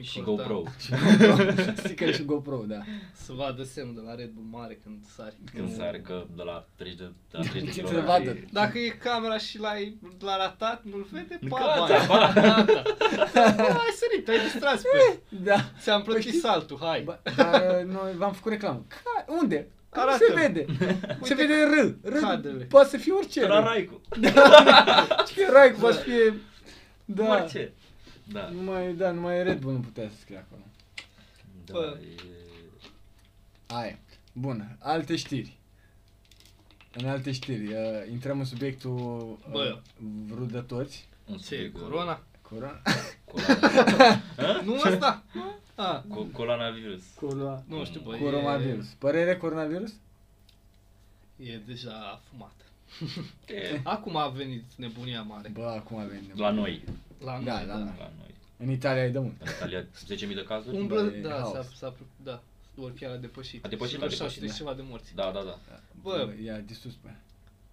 Speaker 3: Și
Speaker 1: important.
Speaker 3: GoPro.
Speaker 2: Și GoPro, sticăre și GoPro, da.
Speaker 1: Să vadă semnul de la Red Bull mare când sari.
Speaker 3: Când sare că de la 30 de, de, la 30 de
Speaker 2: Să
Speaker 3: kilometri-
Speaker 2: vadă.
Speaker 1: Dacă e camera și l-ai, l-a ratat, nu-l vede, pa,
Speaker 3: Gata,
Speaker 1: bani.
Speaker 3: da, pa.
Speaker 1: Gata. Bă, Ai sărit, te-ai distras pe.
Speaker 2: Da.
Speaker 1: Ți-am
Speaker 2: Păi
Speaker 1: plătit
Speaker 2: știi-
Speaker 1: saltul, hai.
Speaker 2: Ba- Dar uh, noi v-am făcut reclamă. Ca, unde? Că nu
Speaker 1: Arată.
Speaker 2: se vede. se vede râ. râ.
Speaker 1: cadrele.
Speaker 2: Poate să fie orice.
Speaker 3: De la
Speaker 2: râ.
Speaker 3: Raicu.
Speaker 2: Să fie Rai, poate să fie... Da.
Speaker 3: Da. Orice. Da.
Speaker 2: Numai, da, numai Red Bull nu putea să scrie acolo.
Speaker 3: da
Speaker 1: Bă.
Speaker 3: e...
Speaker 2: Aia. Bun, alte știri. În alte știri, uh, intrăm în subiectul uh,
Speaker 1: Bă.
Speaker 2: rudătoți.
Speaker 3: Un
Speaker 1: Ce e,
Speaker 3: subiect, uh,
Speaker 1: corona?
Speaker 2: Corona.
Speaker 3: Coloana,
Speaker 1: Nu asta? A,
Speaker 3: co- colonavirus.
Speaker 2: Corona.
Speaker 1: nu știu, bă,
Speaker 2: Coronavirus. Părere coronavirus?
Speaker 1: E, e deja fumat.
Speaker 3: E
Speaker 1: Acum a venit nebunia mare.
Speaker 2: Bă, acum venim.
Speaker 3: La noi.
Speaker 1: La
Speaker 2: Da,
Speaker 1: noi,
Speaker 2: da, da.
Speaker 3: La noi.
Speaker 2: În Italia e de mult.
Speaker 3: În Italia 10.000 de cazuri.
Speaker 1: Umblă,
Speaker 2: Bă, e
Speaker 1: da,
Speaker 2: haos.
Speaker 1: s-a, s-a, apro- da, ori chiar a depășit.
Speaker 3: A depășit,
Speaker 1: Și
Speaker 3: a
Speaker 1: așa,
Speaker 3: depășit,
Speaker 1: și de
Speaker 3: da.
Speaker 1: ceva de morți.
Speaker 3: Da, da, da.
Speaker 1: Bă.
Speaker 2: Ia, de sus pe aia.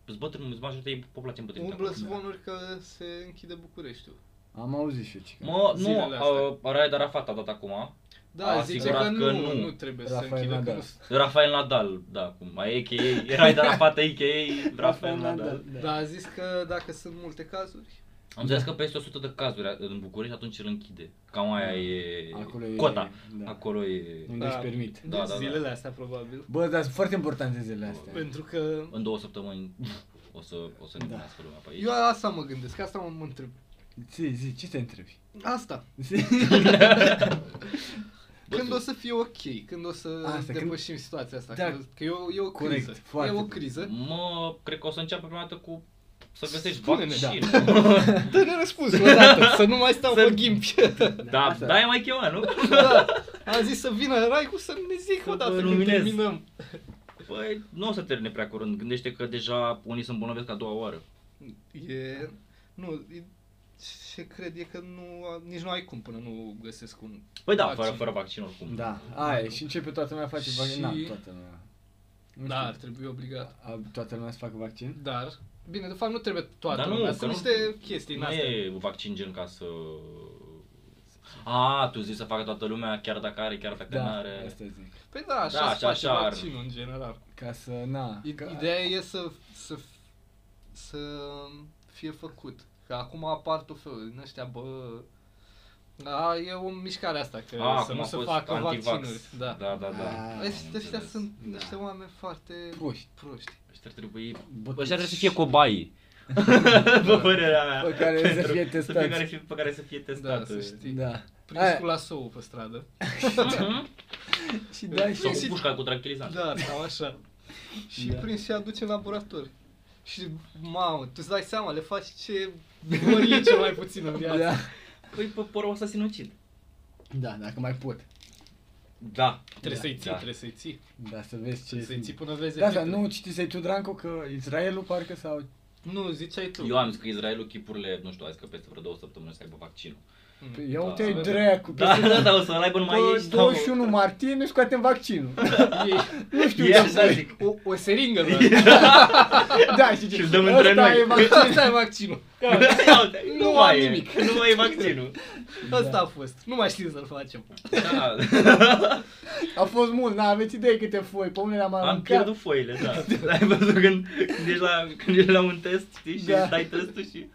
Speaker 3: Îți bătrân, îți bagi tăi populația îmbătrânită.
Speaker 1: Umblă
Speaker 3: acum. da.
Speaker 1: zvonuri că se închide Bucureștiul.
Speaker 2: Am auzit și eu ce.
Speaker 3: Mă,
Speaker 1: Zilele
Speaker 3: nu,
Speaker 1: astea.
Speaker 3: a, Raed Arafat a dat acum.
Speaker 1: Da,
Speaker 3: A
Speaker 1: zice
Speaker 3: asigurat
Speaker 1: că,
Speaker 3: că
Speaker 1: nu,
Speaker 3: nu.
Speaker 1: nu trebuie să
Speaker 2: Rafael
Speaker 1: închidă, că
Speaker 2: Nadal.
Speaker 1: nu
Speaker 3: Rafael Nadal, da, cum, a a.k.a. Raed Arafat, a.k.a. Rafael Nadal.
Speaker 1: Dar Da, a zis că dacă sunt multe cazuri,
Speaker 3: Am înțeles că peste 100 de cazuri în București, atunci îl închide. Cam aia e
Speaker 2: Da. Acolo e-
Speaker 3: cota.
Speaker 2: da.
Speaker 3: Acolo e...
Speaker 2: Unde
Speaker 1: Da.
Speaker 2: își permit.
Speaker 1: da,
Speaker 3: Da, da, da.
Speaker 1: zilele astea probabil,
Speaker 2: Bă, dar sunt foarte importante zilele astea.
Speaker 1: pentru că
Speaker 3: În două săptămâni o să, o să
Speaker 2: Da.
Speaker 3: ne primească lumea pe aici.
Speaker 1: eu asta mă gândesc, asta mă, mă întreb.
Speaker 2: Zi, zi, ce te întrebi?
Speaker 1: Asta,
Speaker 2: Zi.
Speaker 3: Bă,
Speaker 1: când
Speaker 3: tu-
Speaker 1: o să fie ok, când o să
Speaker 2: Asta,
Speaker 1: asta,
Speaker 2: când-
Speaker 1: depășim când... situația asta,
Speaker 2: Da.
Speaker 1: da. că, că e o, e o
Speaker 2: Corect,
Speaker 1: criză,
Speaker 2: foarte
Speaker 1: e o
Speaker 2: bun.
Speaker 1: criză.
Speaker 3: Mă, cred că o să înceapă prima dată cu să găsești
Speaker 1: Spune-ne, da.
Speaker 3: vaccinul.
Speaker 1: Dă-ne răspuns odată, să nu mai stau
Speaker 3: Să-
Speaker 1: pe ghimpi.
Speaker 3: Da,
Speaker 2: Asta.
Speaker 3: da, e mai chemat, nu?
Speaker 1: da, am zis să vină Raicu să ne zică
Speaker 3: Să
Speaker 1: odată
Speaker 3: vă
Speaker 1: când
Speaker 3: luminez.
Speaker 1: terminăm.
Speaker 3: Păi, nu o să termine prea curând. Gândește că deja unii se îmbolnăvesc a doua oară.
Speaker 1: E... Nu, e... ce cred e că nu, nici nu ai cum până nu găsesc un...
Speaker 3: Păi da,
Speaker 1: vaccin.
Speaker 3: fără, fără vaccin oricum.
Speaker 2: Da, aia e, și începe toată lumea face
Speaker 1: Și-
Speaker 2: vaccin. Na, toată lumea. Nu
Speaker 1: Da, ar
Speaker 2: știu.
Speaker 1: trebui obligat.
Speaker 2: A, toată lumea să facă vaccin?
Speaker 1: Dar, bine, de fapt nu trebuie toată
Speaker 3: Dar nu,
Speaker 1: lumea,
Speaker 3: că
Speaker 1: sunt
Speaker 3: nu-
Speaker 1: niște chestii în
Speaker 3: Nu
Speaker 1: astea.
Speaker 3: e vaccin gen ca să... A, tu zici să facă toată lumea chiar dacă are, chiar dacă nu
Speaker 2: Da,
Speaker 3: are.
Speaker 2: asta zic.
Speaker 1: Păi da, așa
Speaker 3: Da,
Speaker 1: da,
Speaker 3: așa,
Speaker 1: se face
Speaker 3: așa ar-
Speaker 1: vaccinul în general.
Speaker 2: Ca să, na,
Speaker 1: I-
Speaker 2: ca,
Speaker 1: Ideea e să, să, să fie făcut. Că acum apar tot felul din ăștia, bă... Da, e o mișcare asta, că
Speaker 3: A,
Speaker 1: să
Speaker 3: cum
Speaker 1: nu
Speaker 3: a
Speaker 1: se
Speaker 3: fost
Speaker 1: facă
Speaker 3: antivax.
Speaker 1: vaccinuri. Da.
Speaker 3: da, da. da.
Speaker 2: A,
Speaker 1: Ăștia- Ăștia
Speaker 3: Înțeles.
Speaker 1: sunt
Speaker 2: Da.
Speaker 1: niște oameni foarte
Speaker 2: puști.
Speaker 1: proști.
Speaker 3: Ăștia ar trebui...
Speaker 2: Bătuți.
Speaker 3: Ăștia trebuie să fie cobai. După părerea mea.
Speaker 2: Pe care să
Speaker 3: Pentru-
Speaker 2: fie
Speaker 3: Pe
Speaker 2: testați.
Speaker 3: care, fi- pe care să fie
Speaker 1: Da,
Speaker 3: testat. uh.
Speaker 1: să știi. Da.
Speaker 2: Da.
Speaker 1: Prins cu lasou pe stradă.
Speaker 2: Și da, și
Speaker 3: Sau cu
Speaker 1: Prins-
Speaker 3: pușca cu tranquilizant.
Speaker 1: Păi, Da, sau așa. și
Speaker 2: Da.
Speaker 1: prins și aduce în laborator. Și, mamă, tu îți dai seama, le faci ce vor ei cel mai puțin în viață.
Speaker 2: da.
Speaker 3: Păi, pe poră o să sinucid.
Speaker 2: da, dacă mai pot.
Speaker 3: Da.
Speaker 1: Trebuie
Speaker 2: Da,
Speaker 1: să-i ții,
Speaker 3: da.
Speaker 1: trebuie să-i ții.
Speaker 2: Da, să vezi ce...
Speaker 1: Trebuie să-i ții până vezi
Speaker 2: Da, dar
Speaker 1: efectele. Mm.
Speaker 2: nu citisei tu, Dranco, că Israelul parcă sau...
Speaker 1: Nu, ziceai tu.
Speaker 3: Eu am zis că Israelul chipurile, nu știu, azi că peste vreo două săptămâni o să aibă vaccinul.
Speaker 1: Mm.
Speaker 2: Păi, ia
Speaker 3: Da,
Speaker 2: uite
Speaker 3: se
Speaker 2: ai
Speaker 3: vede.
Speaker 2: dracu.
Speaker 3: Da, da, da, o să-l aibă numai ei
Speaker 2: Pe
Speaker 3: și
Speaker 2: 21 martie ne scoatem vaccinul.
Speaker 1: E-
Speaker 2: Nu știu
Speaker 3: Ia
Speaker 2: ce
Speaker 3: să
Speaker 2: să
Speaker 3: zic.
Speaker 1: O, o seringă, bă.
Speaker 2: Da, și
Speaker 3: Și
Speaker 2: ce?
Speaker 3: îl dăm între
Speaker 2: Ăsta
Speaker 3: noi.
Speaker 2: e vac-
Speaker 1: Asta e vaccinul.
Speaker 3: Ia uite,
Speaker 1: Nu
Speaker 3: Nu mai
Speaker 1: am
Speaker 3: e,
Speaker 1: nimic.
Speaker 3: nu mai e vaccinul.
Speaker 1: Asta a fost. Nu mai știm să-l facem.
Speaker 3: Da,
Speaker 2: A fost mult, n aveți idee câte foi, pe unele am
Speaker 3: am
Speaker 2: aruncat.
Speaker 3: pierdut foile, da. Ai văzut când, când, ești la, când ești la un test, știi, și
Speaker 2: Da.
Speaker 3: da. dai testul și...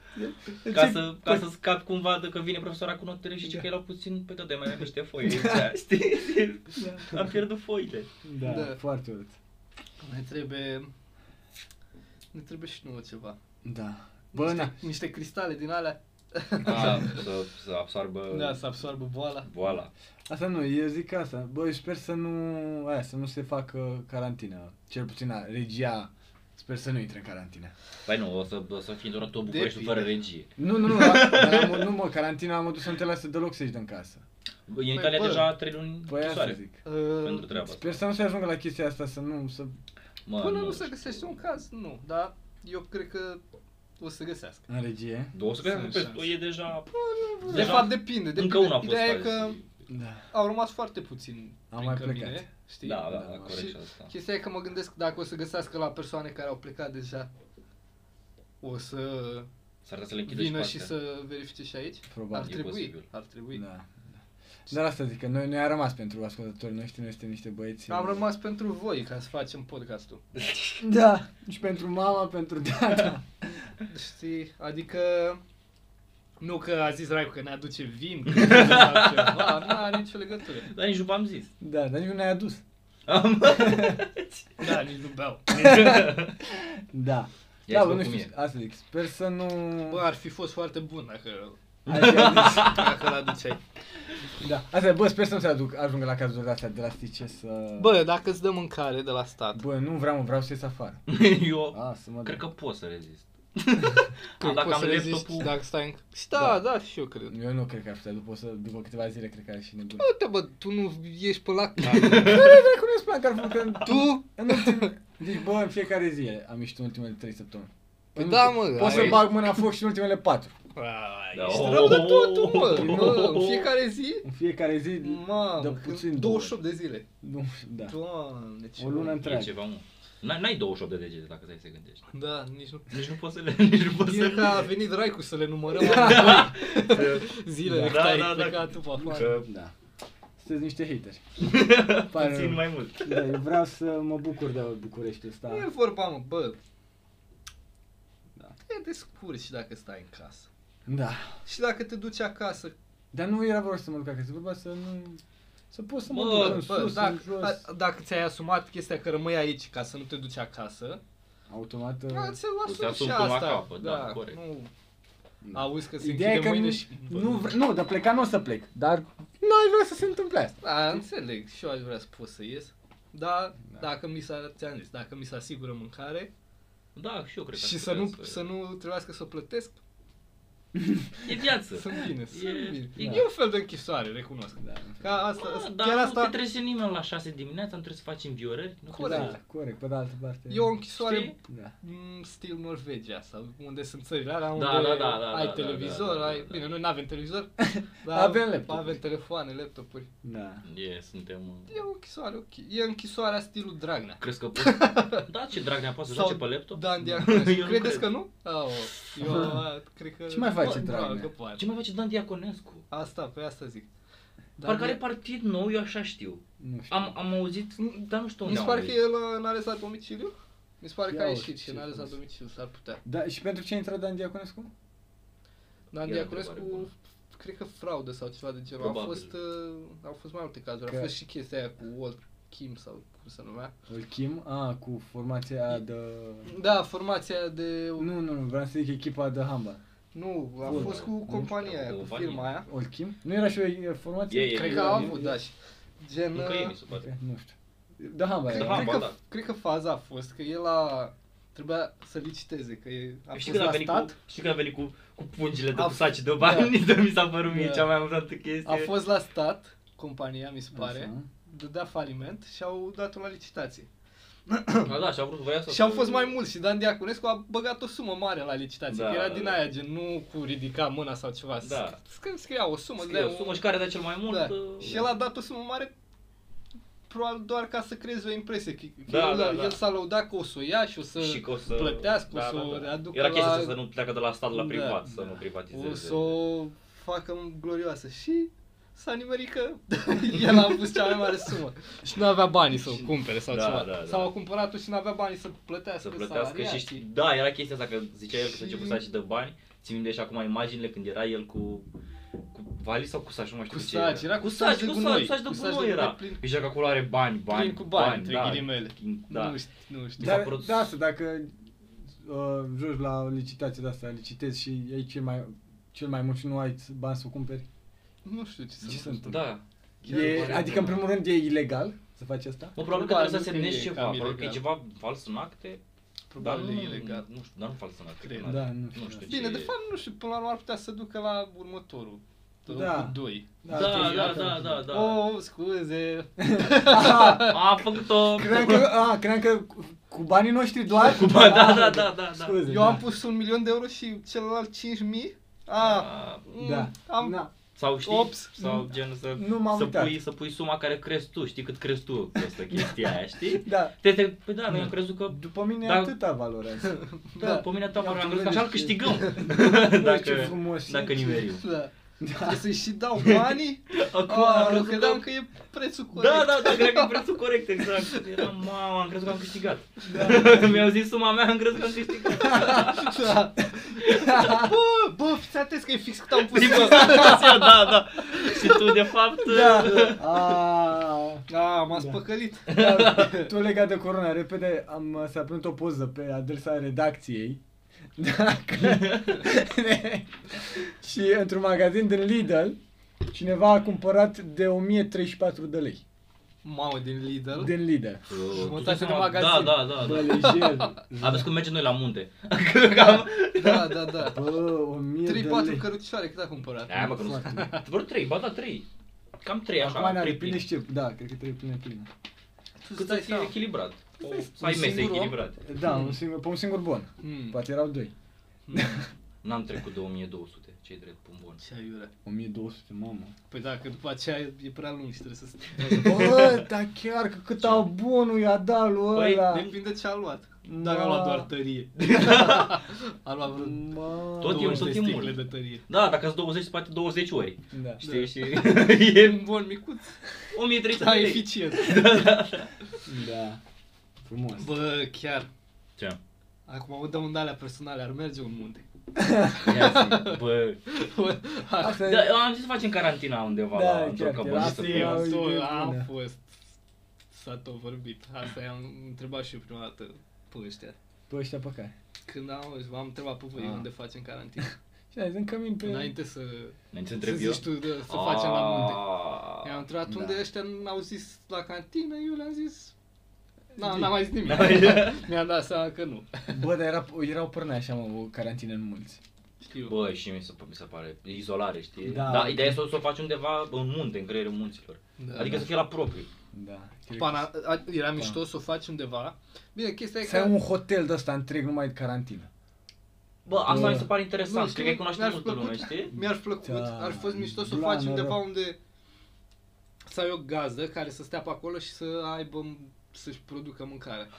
Speaker 2: Deci
Speaker 3: Ca
Speaker 2: e-
Speaker 3: să, ca să scap cumva de că vine profesora cu notele
Speaker 1: Da.
Speaker 3: și zice că erau puțin pe tot de mai avea niște foi. Știi? Am pierdut foile.
Speaker 2: Da,
Speaker 1: Da.
Speaker 2: foarte urât.
Speaker 1: Ne trebuie... Ne trebuie și nouă ceva.
Speaker 2: Da. Bă, na.
Speaker 1: Niște cristale din alea.
Speaker 3: A, Da, să, să absorbă
Speaker 1: Da, să absorbă boala.
Speaker 3: boala.
Speaker 2: Asta nu, eu zic asta. Bă, eu sper să nu, aia, să nu se facă carantină. Cel puțin a, regia sper să nu intre în carantină.
Speaker 3: Păi nu, o să, o să fie doar tot București
Speaker 1: Depinde.
Speaker 3: fără regie.
Speaker 2: Nu, nu, nu, la, dar la, nu mă, carantina am adus să nu te lasă deloc să ieși din casă.
Speaker 3: În Italia
Speaker 1: Păi bă.
Speaker 3: deja trei luni
Speaker 2: Păi asta
Speaker 3: închisoare.
Speaker 2: zic.
Speaker 3: Pentru
Speaker 1: Uh,
Speaker 3: treaba asta.
Speaker 2: Sper să nu se ajungă la chestia asta, să nu, să...
Speaker 3: Mă,
Speaker 1: Până nu se găsește un caz, nu. Dar eu cred că o să găsească.
Speaker 2: În regie.
Speaker 3: 200 de
Speaker 1: Sunt
Speaker 3: pe
Speaker 1: șanse.
Speaker 3: e deja...
Speaker 1: De
Speaker 3: Deja-
Speaker 1: fapt, depinde. depinde.
Speaker 3: Încă una a fost
Speaker 1: Ideea e
Speaker 3: azi.
Speaker 1: că
Speaker 2: Da.
Speaker 1: au rămas foarte puțin
Speaker 2: Au
Speaker 1: prin
Speaker 2: mai
Speaker 1: cămine,
Speaker 2: plecat.
Speaker 1: Știi?
Speaker 3: Da, da,
Speaker 2: Da,
Speaker 3: da,
Speaker 1: și-
Speaker 3: corect asta.
Speaker 1: Chestia e că mă gândesc dacă o să găsească la persoane care au plecat deja, o să
Speaker 3: S-ar putea să le închidă și
Speaker 1: vină
Speaker 3: pe
Speaker 1: și
Speaker 3: astea.
Speaker 1: să verifice și aici. Ar
Speaker 2: Probabil.
Speaker 3: E
Speaker 1: trebui,
Speaker 3: posibil.
Speaker 1: ar trebui.
Speaker 2: Da. Dar asta zic, că noi, noi a rămas pentru ascultătorii noștri, noi suntem niște băieți.
Speaker 1: Am rămas pentru voi ca să facem podcastul.
Speaker 2: Da, și pentru mama, pentru tata.
Speaker 1: Știi? Adică... Nu că a zis Raicu că ne aduce vin, că ne aduce altceva, nu are nicio legătură.
Speaker 3: Dar nici nu v-am zis.
Speaker 2: Da, dar nici nu ne-ai adus.
Speaker 3: Am...
Speaker 1: Da, nici nu beau.
Speaker 2: Da.
Speaker 3: Ia
Speaker 2: da,
Speaker 3: să
Speaker 2: bă,
Speaker 3: văd
Speaker 2: nu
Speaker 3: cum
Speaker 2: știu,
Speaker 3: e.
Speaker 2: asta zic, sper să nu...
Speaker 1: Bă, ar fi fost foarte bun dacă,
Speaker 2: Ai fi adus.
Speaker 1: dacă l-aduceai.
Speaker 2: da, asta e, bă, sper să nu se aduc, ajungă la cazuri astea drastice să...
Speaker 1: Bă, dacă îți dă mâncare de la stat,
Speaker 2: Bă, nu vreau, mă, vreau să ies afară.
Speaker 3: Eu
Speaker 2: A, să mă da.
Speaker 3: cred
Speaker 2: duc.
Speaker 3: că pot să rezist.
Speaker 1: Ah, da. Că
Speaker 3: Dacă
Speaker 1: poți
Speaker 3: am
Speaker 1: să reziști
Speaker 3: laptopul-
Speaker 1: dacă stai în... Și da,
Speaker 2: Da.
Speaker 1: da, și eu cred.
Speaker 2: Eu nu cred că ar putea, după, o să, după câteva zile cred că ar și nebun.
Speaker 1: Uite bă, tu nu ești pe la
Speaker 2: Care dracu nu-ți plan că ar făcut în-
Speaker 1: Tu?
Speaker 2: În ultim... Deci, bă, în fiecare zi am ieșit în ultimele 3 săptămâni.
Speaker 1: Păi
Speaker 2: În
Speaker 1: da,
Speaker 2: ultim-
Speaker 1: mă,
Speaker 2: Pot
Speaker 1: ai-
Speaker 2: să bag mâna în foc și în ultimele 4.
Speaker 3: Da,
Speaker 1: Ești
Speaker 3: o,
Speaker 1: rău de
Speaker 3: o,
Speaker 1: totul,
Speaker 3: o,
Speaker 1: mă.
Speaker 2: o,
Speaker 1: Bă,
Speaker 2: o,
Speaker 1: în
Speaker 2: o.
Speaker 1: fiecare zi?
Speaker 2: În fiecare zi,
Speaker 3: Mm.
Speaker 1: Mamă,
Speaker 2: dă
Speaker 1: când-
Speaker 2: puțin
Speaker 1: 28 de zile.
Speaker 2: Nu, da.
Speaker 1: Doamne, ce...
Speaker 2: O lună
Speaker 1: rău.
Speaker 3: E
Speaker 2: întreagă.
Speaker 3: ceva, mă. N-ai n-ai 28 de degete dacă stai să gândești.
Speaker 1: Da, nici nu...
Speaker 3: Nici nu poți să le... Nici nu poți să
Speaker 1: Bine că a
Speaker 3: le...
Speaker 1: venit Raicu să le numărăm amândoi zilele
Speaker 3: Da,
Speaker 1: cât ai
Speaker 3: da, da.
Speaker 1: plecat tu pe afară.
Speaker 3: Că
Speaker 2: Da. Sunteți niște hateri. Pare
Speaker 3: puțin
Speaker 2: rău.
Speaker 3: mai mult.
Speaker 2: Da, eu vreau să mă bucur de Bucureștiul
Speaker 1: Nu e
Speaker 2: ăsta.
Speaker 1: vorba, mă, bă.
Speaker 2: Da.
Speaker 1: Te descurci și dacă stai în casă.
Speaker 2: Da.
Speaker 1: Și dacă te duci acasă,
Speaker 2: Dar nu era vorba să mă duc acasă, vorba să nu... Să pot să mă
Speaker 3: Bă,
Speaker 2: duc în
Speaker 1: Bă, da,
Speaker 2: sus, în
Speaker 1: dacă,
Speaker 2: jos.
Speaker 1: a- dacă ți-ai asumat chestia că rămâi aici ca să nu te duci acasă,
Speaker 2: Automat... uh,
Speaker 1: da, se
Speaker 3: îți
Speaker 1: va și
Speaker 3: asumi până la
Speaker 1: asta.
Speaker 3: capăt, da, corect.
Speaker 1: Nu,
Speaker 2: Da.
Speaker 1: auzi că se
Speaker 2: Ideea e
Speaker 1: închide
Speaker 2: că
Speaker 1: mâine
Speaker 2: nu,
Speaker 1: și...
Speaker 2: nu, vre- nu, dar pleca nu o să plec, dar nu ai vrea să se întâmple asta.
Speaker 1: Da, înțeleg, și eu aș vrea să pot să ies. Dar
Speaker 2: Da.
Speaker 1: dacă mi s-a, ți-am zis, dacă mi se asigură mâncare
Speaker 3: Da, și eu cred că
Speaker 1: și
Speaker 3: aș
Speaker 1: să
Speaker 3: putea
Speaker 1: nu, să nu trebuiască să o plătesc,
Speaker 3: E viață.
Speaker 1: sunt bine, sunt bine.
Speaker 3: e-
Speaker 1: E un fel de închisoare, recunosc.
Speaker 2: Da,
Speaker 1: Ca asta,
Speaker 3: Da,
Speaker 1: asta-
Speaker 3: dar
Speaker 1: chiar
Speaker 3: nu
Speaker 1: asta
Speaker 3: te trezi nimeni la 6 dimineața, nu trebuie să faci înviorări. Nu
Speaker 1: Corect.
Speaker 3: trebuie
Speaker 2: da, corect, pe de altă parte.
Speaker 1: e o închisoare
Speaker 3: Știi?
Speaker 2: Da.
Speaker 1: Mm, stil Norvegia sau unde sunt țările alea unde
Speaker 3: Da, da, da, da,
Speaker 1: ai
Speaker 3: da,
Speaker 1: televizor,
Speaker 3: da, da, da,
Speaker 1: ai...
Speaker 3: da.
Speaker 1: Bine, noi nu avem televizor,
Speaker 2: Avem laptopuri.
Speaker 1: avem telefoane, laptopuri.
Speaker 2: Da.
Speaker 3: să- E, suntem... uh,
Speaker 1: E o închisoare, ok. E închisoarea stilul Dragnea.
Speaker 3: Crezi că poți... Da, ce Dragnea poate să
Speaker 1: Sau
Speaker 3: joace pe laptop?
Speaker 1: Dan
Speaker 3: Eu
Speaker 1: Diaconu.
Speaker 3: nu
Speaker 1: Credeți
Speaker 3: cred.
Speaker 1: că nu? Au, eu a, cred că...
Speaker 2: Ce mai face
Speaker 1: Bă,
Speaker 2: Dragnea?
Speaker 1: dragă, poate.
Speaker 3: Ce mai face Dan Diaconescu?
Speaker 1: Asta, pe asta zic. Dar
Speaker 3: Parcă
Speaker 1: e-
Speaker 3: are partid nou, eu așa știu.
Speaker 2: Nu știu.
Speaker 3: Am, am auzit, dar nu știu
Speaker 1: Mi
Speaker 3: unde
Speaker 1: se
Speaker 3: am
Speaker 1: pare că
Speaker 3: auzit.
Speaker 1: el uh, n-a ales la domiciliu? Mi se pare că
Speaker 2: Da, Ia
Speaker 1: a
Speaker 2: uite
Speaker 1: ieșit și
Speaker 2: ce
Speaker 1: n-a ales la
Speaker 2: frumos.
Speaker 1: domiciliu, s-ar putea.
Speaker 2: Da, și pentru ce a intrat Dan Diaconescu?
Speaker 1: Dan
Speaker 3: E o întrebare
Speaker 1: Diaconescu,
Speaker 3: bună.
Speaker 1: cred că fraudă sau ceva de genul. Au
Speaker 3: Probabil.
Speaker 1: fost, uh, au fost mai multe cazuri.
Speaker 2: Că-
Speaker 1: A fost și chestia aia cu Walt Kim sau cum se numea.
Speaker 2: Îl chem, a, Ah, cu formația de...
Speaker 1: Da, formația aia de...
Speaker 2: Nu, nu, nu, vreau să zic echipa de handball.
Speaker 1: Nu, a
Speaker 2: Bun.
Speaker 1: fost cu
Speaker 2: Nu
Speaker 1: compania
Speaker 3: știu,
Speaker 1: aia, cu
Speaker 3: compania.
Speaker 1: firma aia.
Speaker 2: Îl chem? Nu era și o e, formație?
Speaker 3: E, e,
Speaker 1: Cred
Speaker 3: e,
Speaker 1: că
Speaker 3: e,
Speaker 1: au
Speaker 3: e,
Speaker 1: avut, da, și gen...
Speaker 3: Încă e, mi
Speaker 1: uh,
Speaker 3: se
Speaker 2: Ok,
Speaker 3: pare.
Speaker 2: Nu știu. De handball
Speaker 1: Cred,
Speaker 3: Da,
Speaker 2: era.
Speaker 1: cred,
Speaker 3: ba,
Speaker 1: că,
Speaker 3: da.
Speaker 1: cred că faza a fost că el a trebuia să liciteze, că e, a
Speaker 3: Știi
Speaker 1: fost
Speaker 3: când a
Speaker 1: la
Speaker 3: venit
Speaker 1: stat,
Speaker 3: cu, știi când a venit cu, cu pungile de
Speaker 1: A
Speaker 3: cu
Speaker 1: f-
Speaker 3: saci de bani? Da. mi s-a părut mie
Speaker 2: Da.
Speaker 3: cea mai amuzantă chestie.
Speaker 1: a fost la stat, compania mi se pare,
Speaker 2: Așa.
Speaker 1: dădea faliment și au dat-o la licitație.
Speaker 3: Da, da, și-a vrut, voia să...
Speaker 1: Și au fost mai mulți și Dan Diaconescu a băgat o sumă mare la licitație,
Speaker 3: Da,
Speaker 1: da, că era
Speaker 3: da,
Speaker 1: din
Speaker 3: da.
Speaker 1: aia, gen, nu cu ridica mâna sau ceva,
Speaker 3: Da.
Speaker 1: da. scria o sumă,
Speaker 3: Scrie o
Speaker 1: dea
Speaker 3: sumă și care dea cel mai mult...
Speaker 1: da.
Speaker 3: uh,
Speaker 1: Și el a dat o sumă mare probabil doar ca să creeze o impresie, că că
Speaker 3: Da,
Speaker 1: el,
Speaker 3: da, da.
Speaker 1: el s-a lăudat că o să o ia și o să,
Speaker 3: și că o să da,
Speaker 1: plătească, o să o readucă
Speaker 3: Era chestia
Speaker 1: la-
Speaker 3: asta să nu pleacă de la stat la
Speaker 1: Da,
Speaker 3: privat,
Speaker 1: da.
Speaker 3: să nu privatizeze.
Speaker 1: o, să o facă glorioasă și s-a nimerit că el a pus cea mai mare sumă și nu avea banii să o cumpere sau
Speaker 3: Da,
Speaker 1: ceva.
Speaker 3: da, da.
Speaker 1: Sau a cumpărat-o și nu avea banii să plătească,
Speaker 3: să plătească și
Speaker 1: salariații.
Speaker 3: știi, da, era chestia asta că zicea el că
Speaker 1: Și-
Speaker 3: se început să și de bani. Țin minte și acum imaginile când era el cu cu vali sau cu saci, nu mai știu
Speaker 1: Cu
Speaker 3: cu ce
Speaker 1: saci, era cu
Speaker 3: cu
Speaker 1: saci
Speaker 3: saci,
Speaker 1: de
Speaker 3: cu
Speaker 1: gunoi,
Speaker 3: saci, saci de
Speaker 1: cu saci de
Speaker 3: gunoi
Speaker 1: gunoi
Speaker 3: era.
Speaker 1: plin-
Speaker 3: Și era că acolo are bani, bani,
Speaker 1: Plin cu bani, între
Speaker 3: da.
Speaker 1: ghilimele.
Speaker 3: Da.
Speaker 1: Nu știu, nu știu.
Speaker 3: s-a
Speaker 2: Dar,
Speaker 3: părut-
Speaker 2: da, asta, dacă uh, joci la o licitație de asta, licitezi și ai cel mai, cel mai mult și nu ai bani să o cumperi,
Speaker 1: Nu știu ce,
Speaker 2: ce se
Speaker 1: să
Speaker 2: întâmplă?
Speaker 3: Da.
Speaker 1: Chiar
Speaker 2: E,
Speaker 1: pare
Speaker 2: adică, în primul rând, e ilegal să faci asta?
Speaker 3: Mă, probabil că
Speaker 1: Probabil
Speaker 3: trebuie să
Speaker 1: că e
Speaker 3: semnezi ceva,
Speaker 1: cam
Speaker 3: probabil că e
Speaker 1: ilegal.
Speaker 3: ceva fals în acte, dar
Speaker 1: Probabil
Speaker 3: Da, nu,
Speaker 1: e ilegal.
Speaker 3: nu știu, dar nu fals în acte.
Speaker 1: Cred.
Speaker 3: că n-are.
Speaker 2: Da, nu știu.
Speaker 3: nu știu
Speaker 1: Bine,
Speaker 3: ce
Speaker 1: de
Speaker 3: e.
Speaker 1: fapt nu știu, până la urmă ar putea să ducă la următorul.
Speaker 2: Da.
Speaker 1: Da. Cu 2.
Speaker 3: Da, da,
Speaker 2: ok,
Speaker 3: da,
Speaker 2: ok.
Speaker 3: da, da,
Speaker 1: Da. Oh, scuze.
Speaker 2: Aha,
Speaker 3: A făcut-o...
Speaker 2: cream că, a, cream că cu- cu banii noștri doar? Cu
Speaker 3: Bă, da, da, da, da, da.
Speaker 2: Scuze,
Speaker 1: Eu am pus un milion de euro și celălalt 5.000. A, mm,
Speaker 3: A,
Speaker 2: Da,
Speaker 1: am-
Speaker 2: da.
Speaker 3: Sau știi,
Speaker 1: Ops.
Speaker 3: sau gen să,
Speaker 2: Nu m-am
Speaker 3: să,
Speaker 2: uitat.
Speaker 3: pui, să pui suma care crezi tu, știi cât crezi tu că este chestia aia, știi?
Speaker 2: Da.
Speaker 3: Te, te, păi da, noi am crezut că,
Speaker 2: După mine
Speaker 3: Da.
Speaker 2: atâta valorează.
Speaker 3: da, pe mine ta
Speaker 2: Ia
Speaker 3: am
Speaker 2: tu
Speaker 3: crezut că
Speaker 2: vezi
Speaker 3: așa îl
Speaker 2: ce-
Speaker 3: câștigăm,
Speaker 2: ce
Speaker 3: dacă,
Speaker 2: frumos e.
Speaker 3: dacă nimeriu.
Speaker 1: da. Trebuie să-i și dau banii.
Speaker 3: Acum am
Speaker 1: A, eu
Speaker 3: crezut
Speaker 1: credeam
Speaker 3: că...
Speaker 1: că e prețul corect.
Speaker 3: Da, da, da, cred că e prețul corect, exact. Eram, mamă, am crezut că am câștigat.
Speaker 2: Da.
Speaker 3: Mi-au zis suma mea, am crezut că am câștigat.
Speaker 1: da. Bă, bă, fiți atenți că e fix cât am pus.
Speaker 3: Tipul, da, da. Și tu, de fapt, uh,
Speaker 2: Da. A,
Speaker 1: A, m-a
Speaker 2: Da.
Speaker 1: spăcălit.
Speaker 2: da. Tu legat de corona, repede am s-a prins o poză pe adresa redacției. Dacă... și într-un magazin din Lidl, cineva a cumpărat de 1034 de lei.
Speaker 1: Mamă, din Lidl.
Speaker 2: Din Lidl.
Speaker 1: Jumătate de
Speaker 3: Da,
Speaker 1: magazin.
Speaker 3: Da, da,
Speaker 2: Bă,
Speaker 3: da.
Speaker 2: lejer.
Speaker 3: Aveți cum mergem noi la munte. Că cam...
Speaker 1: Da, da, da.
Speaker 2: Bă, 1000
Speaker 1: 3-4
Speaker 2: de lei.
Speaker 1: cărucioare, cât a cumpărat?
Speaker 3: Da, mă, că nu
Speaker 2: Foarte
Speaker 3: sunt. Vreo trei, ba da, trei. Cam trei, așa.
Speaker 2: Acum ne-ar
Speaker 3: trei
Speaker 2: prinde
Speaker 3: pline.
Speaker 2: și ce? Da, cred că trebuie pline pline.
Speaker 1: Tu
Speaker 3: Cât
Speaker 1: stai
Speaker 3: să fie
Speaker 1: seama.
Speaker 3: echilibrat. O,
Speaker 1: stai
Speaker 3: Să ai
Speaker 1: un
Speaker 3: mese
Speaker 1: singur om?
Speaker 3: echilibrat.
Speaker 2: Da, un singur, pe un singur bon.
Speaker 1: Mm.
Speaker 2: Poate erau doi.
Speaker 3: N-am trecut de 1200, ce drept, pun bun.
Speaker 1: Ce aiure.
Speaker 2: 1200, mamă.
Speaker 1: Păi da, că după aceea e prea lung și trebuie să stai.
Speaker 2: Bă, dar chiar că cât au bonul i-a dat lui
Speaker 3: Păi,
Speaker 2: ăla.
Speaker 1: Depinde ce a luat. Dacă a
Speaker 2: Ma-
Speaker 1: luat doar tărie. a luat vreo
Speaker 2: Mă,
Speaker 3: Tot e-
Speaker 1: 20 de
Speaker 3: tot e mult.
Speaker 1: sticle de tărie.
Speaker 3: Da, dacă sunt 20, se poate 20 ori.
Speaker 2: Da.
Speaker 1: Da.
Speaker 3: Știi,
Speaker 1: E
Speaker 3: și e Deci,
Speaker 1: un bon micuț,
Speaker 3: 1300
Speaker 1: dar
Speaker 3: de lei.
Speaker 1: eficient.
Speaker 2: Da. Frumos.
Speaker 1: Bă, chiar.
Speaker 3: Ce?
Speaker 1: Acum mă dăm un alea personale, ar merge un munte.
Speaker 3: Ia zi, Bă,
Speaker 1: Bă, a-
Speaker 2: Asta
Speaker 3: da,
Speaker 2: e...
Speaker 3: eu am zis să facem carantina undeva
Speaker 2: Da,
Speaker 3: la într-o
Speaker 2: chiar, chiar,
Speaker 3: căpătă.
Speaker 2: asta
Speaker 3: să
Speaker 2: e
Speaker 3: fie.
Speaker 2: o idee
Speaker 1: Tot
Speaker 2: bună.
Speaker 1: am fost. S-a tot vorbit. Asta i-am întrebat și eu prima dată pe ăștia.
Speaker 2: Bă, ăștia pe care?
Speaker 1: Când am, v-am întrebat pe voi
Speaker 2: Ah. Păi-
Speaker 1: unde facem carantină.
Speaker 2: Și ai zis, în cămin pe...
Speaker 1: Înainte să
Speaker 3: Ne ce
Speaker 1: Să
Speaker 3: întreb eu? Ah.
Speaker 1: zici tu de, să facem la munte.
Speaker 3: Aaaa.
Speaker 1: I-am întrebat
Speaker 2: da.
Speaker 1: unde ăștia n-au zis la cantină, eu le-am zis...
Speaker 2: Zi.
Speaker 1: N-am, n-am mai zis nimic. Mi-am dat seama că nu.
Speaker 2: Bă, dar era, erau până așa, mă, o carantină în mulți.
Speaker 1: Știu.
Speaker 3: Bă, și mi se, mi se pare izolare, știi?
Speaker 2: Da.
Speaker 3: Da, Dar ideea e să, să o faci undeva în munte, în creierul munților.
Speaker 1: da,
Speaker 3: Da, adică da. să fie la propriu.
Speaker 2: Da. cred
Speaker 1: Pana,
Speaker 2: că-
Speaker 1: a, era mișto să o faci undeva. Bine, chestia e
Speaker 2: Să ai
Speaker 1: că...
Speaker 2: un hotel de ăsta întreg, numai de carantină.
Speaker 3: Bă, asta
Speaker 2: Bă.
Speaker 3: mi se pare interesant,
Speaker 1: Nu,
Speaker 3: cred că ai
Speaker 1: știu,
Speaker 3: cunoaște
Speaker 1: mi-ar
Speaker 3: multă
Speaker 1: plăcut.
Speaker 3: lume, știi?
Speaker 1: Mi-ar fi plăcut,
Speaker 2: Da,
Speaker 1: ar fi fost mișto să o
Speaker 2: la
Speaker 1: faci
Speaker 2: noroc.
Speaker 1: undeva unde să ai o gazdă care să stea pe acolo și să aibă, să-și producă mâncare.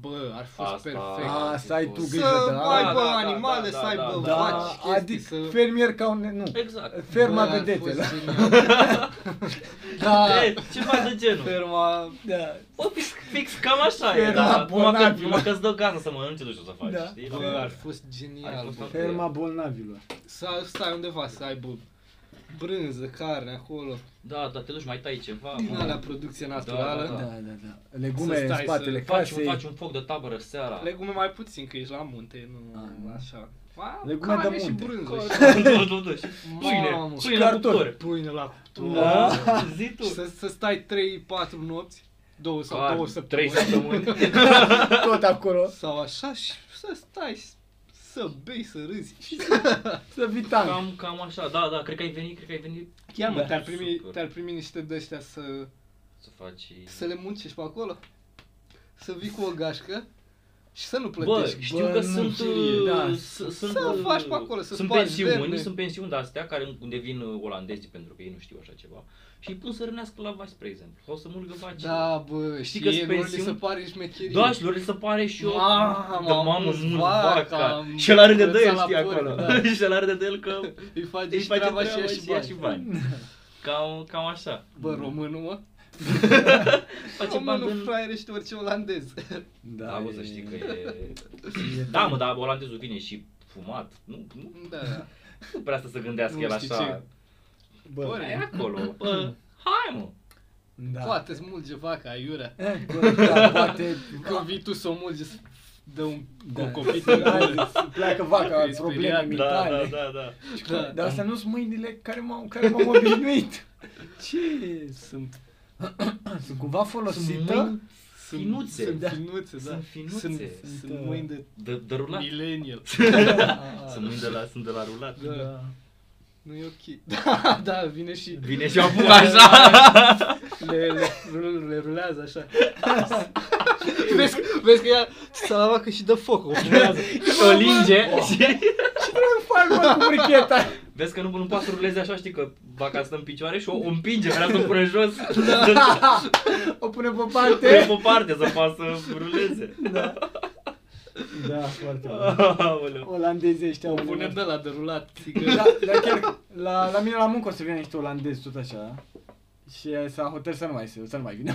Speaker 1: Bă, ar fi fost
Speaker 3: Asta-
Speaker 1: perfect.
Speaker 2: A, să ai tu
Speaker 3: Să
Speaker 2: grijă
Speaker 1: Să
Speaker 2: de
Speaker 1: aibă
Speaker 3: Da, da, da,
Speaker 1: animale,
Speaker 3: da,
Speaker 1: să
Speaker 3: da,
Speaker 1: aibă
Speaker 3: da.
Speaker 2: Da,
Speaker 1: vaci, chestii,
Speaker 2: adică
Speaker 1: să...
Speaker 2: fermier ca un... Nu.
Speaker 3: Exact.
Speaker 2: Ferma
Speaker 1: Bă, ar fi
Speaker 2: vedetelor.
Speaker 1: fost genial. Da,
Speaker 3: E, ceva de genul.
Speaker 1: ferma...
Speaker 2: Da.
Speaker 3: Bă, fix, fix cam așa e,
Speaker 2: Ferma
Speaker 3: da. Numai că,
Speaker 2: bolnavilor.
Speaker 3: numai că îți dă gază să mănânci, nu știu ce să faci,
Speaker 2: Da.
Speaker 3: știi?
Speaker 1: Bă, ar fi fost genial.
Speaker 3: Ar fi fost
Speaker 1: bă.
Speaker 2: Ferma bolnavilor.
Speaker 1: Să stai undeva, să aibă brânză, carne acolo,
Speaker 3: Da, da, te duci, mai tai ceva.
Speaker 1: din
Speaker 3: mă.
Speaker 1: alea producție
Speaker 3: Da,
Speaker 1: naturală.
Speaker 2: Da,
Speaker 3: da.
Speaker 2: da, da. Legume
Speaker 1: Să
Speaker 2: în
Speaker 1: stai
Speaker 2: spatele
Speaker 1: să
Speaker 3: Faci, un-
Speaker 2: casei.
Speaker 3: faci un foc de tabără seara.
Speaker 1: Legume mai puțin, că ești la munte, nu
Speaker 3: Ah,
Speaker 2: A,
Speaker 3: da.
Speaker 2: nu.
Speaker 1: așa. Ma,
Speaker 2: Legume de
Speaker 1: carne și
Speaker 2: munte.
Speaker 1: brânză. și-
Speaker 3: Păi, Nu, nu, nu, și Pâine,
Speaker 1: Mamă.
Speaker 3: pâine la
Speaker 2: Cartofi.
Speaker 3: cuptor.
Speaker 1: Pâine la cuptor.
Speaker 2: Da.
Speaker 3: Zi tu.
Speaker 1: Și Să, să stai 3-4 nopți, două sau
Speaker 3: Clar,
Speaker 1: două
Speaker 3: Trei
Speaker 1: săptămâni.
Speaker 3: săptămâni.
Speaker 2: Tot acolo.
Speaker 1: Sau așa și să stai și să bei, să râzi.
Speaker 2: Să vii tank.
Speaker 3: Cam, cam așa, da, da, cred că ai venit, cred că ai venit
Speaker 1: Chiar mă,
Speaker 2: Da.
Speaker 1: te-ar primi,
Speaker 3: Super.
Speaker 1: te-ar primi niște de ăștia să,
Speaker 3: să faci...
Speaker 1: să le muncești pe acolo. să vii cu o gașcă și să nu
Speaker 3: Bă,
Speaker 1: plătești.
Speaker 3: știu
Speaker 2: Bă,
Speaker 3: că
Speaker 2: nu,
Speaker 3: sunt,
Speaker 2: serie, da.
Speaker 3: uh, s- sunt,
Speaker 1: Să
Speaker 3: uh,
Speaker 1: faci pe acolo, să
Speaker 3: sunt
Speaker 1: spargi
Speaker 3: pensiuni,
Speaker 1: lemne.
Speaker 3: sunt pensiuni de astea care unde vin uh, olandezii pentru că ei nu știu așa ceva și îi pun să rânească la vaci, spre exemplu, sau să mulgă vaci.
Speaker 1: Da, bă,
Speaker 3: Știi
Speaker 1: știi
Speaker 3: că
Speaker 1: că e, nu li
Speaker 3: pensiuni?
Speaker 1: se pare șmecherie.
Speaker 3: Da, și lor li se pare și eu,
Speaker 1: Mamă,
Speaker 3: da, mamă,
Speaker 1: mulți
Speaker 3: mult
Speaker 1: vaca,
Speaker 3: vaca.
Speaker 1: am
Speaker 3: Și el râde de el,
Speaker 1: curățat
Speaker 3: știi,
Speaker 1: la porc,
Speaker 3: acolo.
Speaker 1: da.
Speaker 3: Și el râde de el că
Speaker 1: Îi face
Speaker 3: îi
Speaker 1: și
Speaker 3: face
Speaker 1: treaba
Speaker 3: treaba
Speaker 1: și ea și
Speaker 3: și ea și
Speaker 1: bani.
Speaker 3: bani. Cam, cam așa.
Speaker 1: Bă, românul, mă.
Speaker 3: Face bani
Speaker 1: Românul
Speaker 3: în...
Speaker 1: fraier și orice olandez.
Speaker 2: Da,
Speaker 3: Da, bă,
Speaker 2: e-
Speaker 3: să știi că e...
Speaker 2: e
Speaker 3: Da, mă, dar olandezul vine și fumat. Nu, nu,
Speaker 1: Da.
Speaker 3: nu prea să se gândească
Speaker 1: Nu
Speaker 3: el
Speaker 1: știi ce.
Speaker 3: așa.
Speaker 2: Bă,
Speaker 1: Ori-
Speaker 3: Bă, e acolo. Bă, hai, mă.
Speaker 2: da.
Speaker 1: Poate îți mulge vaca, aiurea.
Speaker 2: Eh, bă, da, poate...
Speaker 1: Că vii tu să o mulgi, să dă un
Speaker 2: Da.
Speaker 1: cocopit în gură.
Speaker 2: Da, pleacă vaca,
Speaker 1: E
Speaker 2: probleme
Speaker 1: speriat,
Speaker 3: Da,
Speaker 2: mentale.
Speaker 3: da, da, da.
Speaker 1: Da.
Speaker 2: Dar astea nu sunt mâinile care m-au, care m-au obișnuit. Ce?
Speaker 1: Sunt,
Speaker 2: Sunt cumva
Speaker 3: Sunt
Speaker 2: folosită?
Speaker 3: mâini
Speaker 1: sunt
Speaker 3: Finuțe.
Speaker 1: Sunt
Speaker 2: Da.
Speaker 1: finuțe, da.
Speaker 3: Sunt finuțe.
Speaker 1: Sunt,
Speaker 3: Sunt, Ah,
Speaker 1: sunt
Speaker 2: uh,
Speaker 1: mâini de
Speaker 3: de, de rulat.
Speaker 1: millennial.
Speaker 2: Da.
Speaker 3: Sunt mâini de la, sunt de la rulat.
Speaker 1: Da.
Speaker 2: Da.
Speaker 1: Nu e ok. Da, da, vine și
Speaker 3: Vine și acum așa.
Speaker 1: le, le, rul- le rulează așa. vezi, vezi că ea salava că și dă foc, o rulează.
Speaker 3: Și o linge și...
Speaker 2: Nu fac mă cu bricheta.
Speaker 3: Vezi că nu, nu poate să ruleze așa, știi că vaca stă în picioare și o o împinge, vrea să o pune jos.
Speaker 1: Da.
Speaker 2: O pune pe
Speaker 3: Pe
Speaker 2: parte.
Speaker 3: pe parte să poată să ruleze.
Speaker 2: Da. Da, foarte bun.
Speaker 3: Aoleu.
Speaker 2: Olandezii ăștia au
Speaker 1: O pune de la de rulat,
Speaker 2: Da,
Speaker 1: țigă.
Speaker 2: dar chiar la, la mine la muncă o să vină niște olandezi tot așa. Și s-a hotărât să nu mai se, să nu mai vină.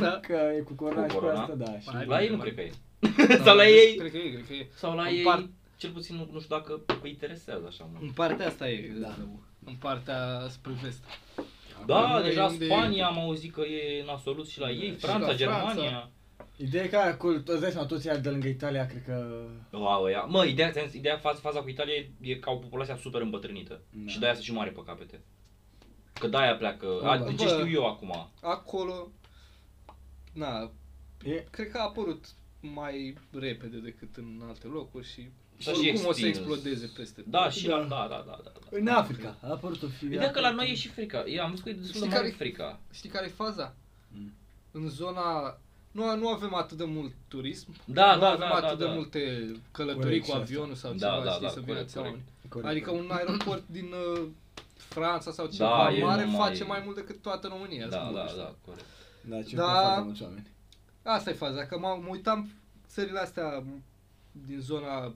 Speaker 1: Da.
Speaker 2: Că e cu corona
Speaker 3: Cu
Speaker 2: și cu
Speaker 3: corona?
Speaker 2: asta, da. Și...
Speaker 1: Mai-
Speaker 3: La ei nu cred că e. Sau la ei.
Speaker 1: Da. Cred că e, cred că e.
Speaker 3: Sau la
Speaker 1: În
Speaker 3: ei,
Speaker 1: part-
Speaker 3: cel puțin nu, nu știu dacă îi interesează așa mult.
Speaker 1: În partea asta e.
Speaker 2: Da.
Speaker 1: În partea spre vest.
Speaker 3: Da,
Speaker 1: Acolo e
Speaker 3: deja
Speaker 1: unde-
Speaker 3: Spania am auzit că e nasolut și la ei,
Speaker 1: Și
Speaker 3: Franța,
Speaker 1: la
Speaker 3: Germania.
Speaker 1: Franța.
Speaker 2: Ideea e că acolo, îți dai seama, toți ăia de lângă Italia, cred că...
Speaker 3: Wow, ea. Mă, ideea, ți-am zis, ideea faza, faza cu Italia e- e ca o populație super îmbătrânită.
Speaker 2: Da.
Speaker 3: Și de-aia se și mare pe capete. Că de-aia pleacă.
Speaker 2: Da,
Speaker 3: A,
Speaker 2: da.
Speaker 3: din ce
Speaker 1: Bă.
Speaker 3: știu eu acum?
Speaker 1: Acolo, na,
Speaker 2: E,
Speaker 1: cred că a apărut mai repede decât în alte locuri și
Speaker 3: S-a și
Speaker 1: oricum o să
Speaker 3: extins.
Speaker 1: explodeze peste tot.
Speaker 3: Da, și
Speaker 2: Da.
Speaker 3: la... Da, da, da, da. da.
Speaker 2: În Africa, a apărut o fire.
Speaker 3: Ideea că la noi e și frica. Eu am văzut că e destul de
Speaker 1: Știi
Speaker 3: mare
Speaker 1: care-
Speaker 3: frica.
Speaker 1: Știi care e faza?
Speaker 2: Mm.
Speaker 1: În zona... Nu, nu avem atât de mult turism,
Speaker 3: Da,
Speaker 1: nu
Speaker 3: da,
Speaker 1: avem
Speaker 3: da,
Speaker 1: atât de
Speaker 3: da, da.
Speaker 1: multe călătorii
Speaker 2: Corect,
Speaker 1: cu
Speaker 2: și asta.
Speaker 1: avionul sau
Speaker 3: Da,
Speaker 1: ceva,
Speaker 3: da,
Speaker 1: știi,
Speaker 3: da,
Speaker 1: să vină
Speaker 3: corect,
Speaker 1: ți oameni.
Speaker 3: corect.
Speaker 2: Corect.
Speaker 1: Adică un aeroport din uh, Franța sau
Speaker 3: Da,
Speaker 1: ceva
Speaker 3: e
Speaker 1: mare
Speaker 3: mult mai-
Speaker 1: face mai mult decât toată România.
Speaker 3: Da,
Speaker 1: spun
Speaker 3: da,
Speaker 1: ăștia.
Speaker 3: da, corect.
Speaker 2: Da, ce
Speaker 1: Da.
Speaker 2: da. foarte mulți oameni.
Speaker 1: Asta e faza, că mă mă uitam țările astea din zona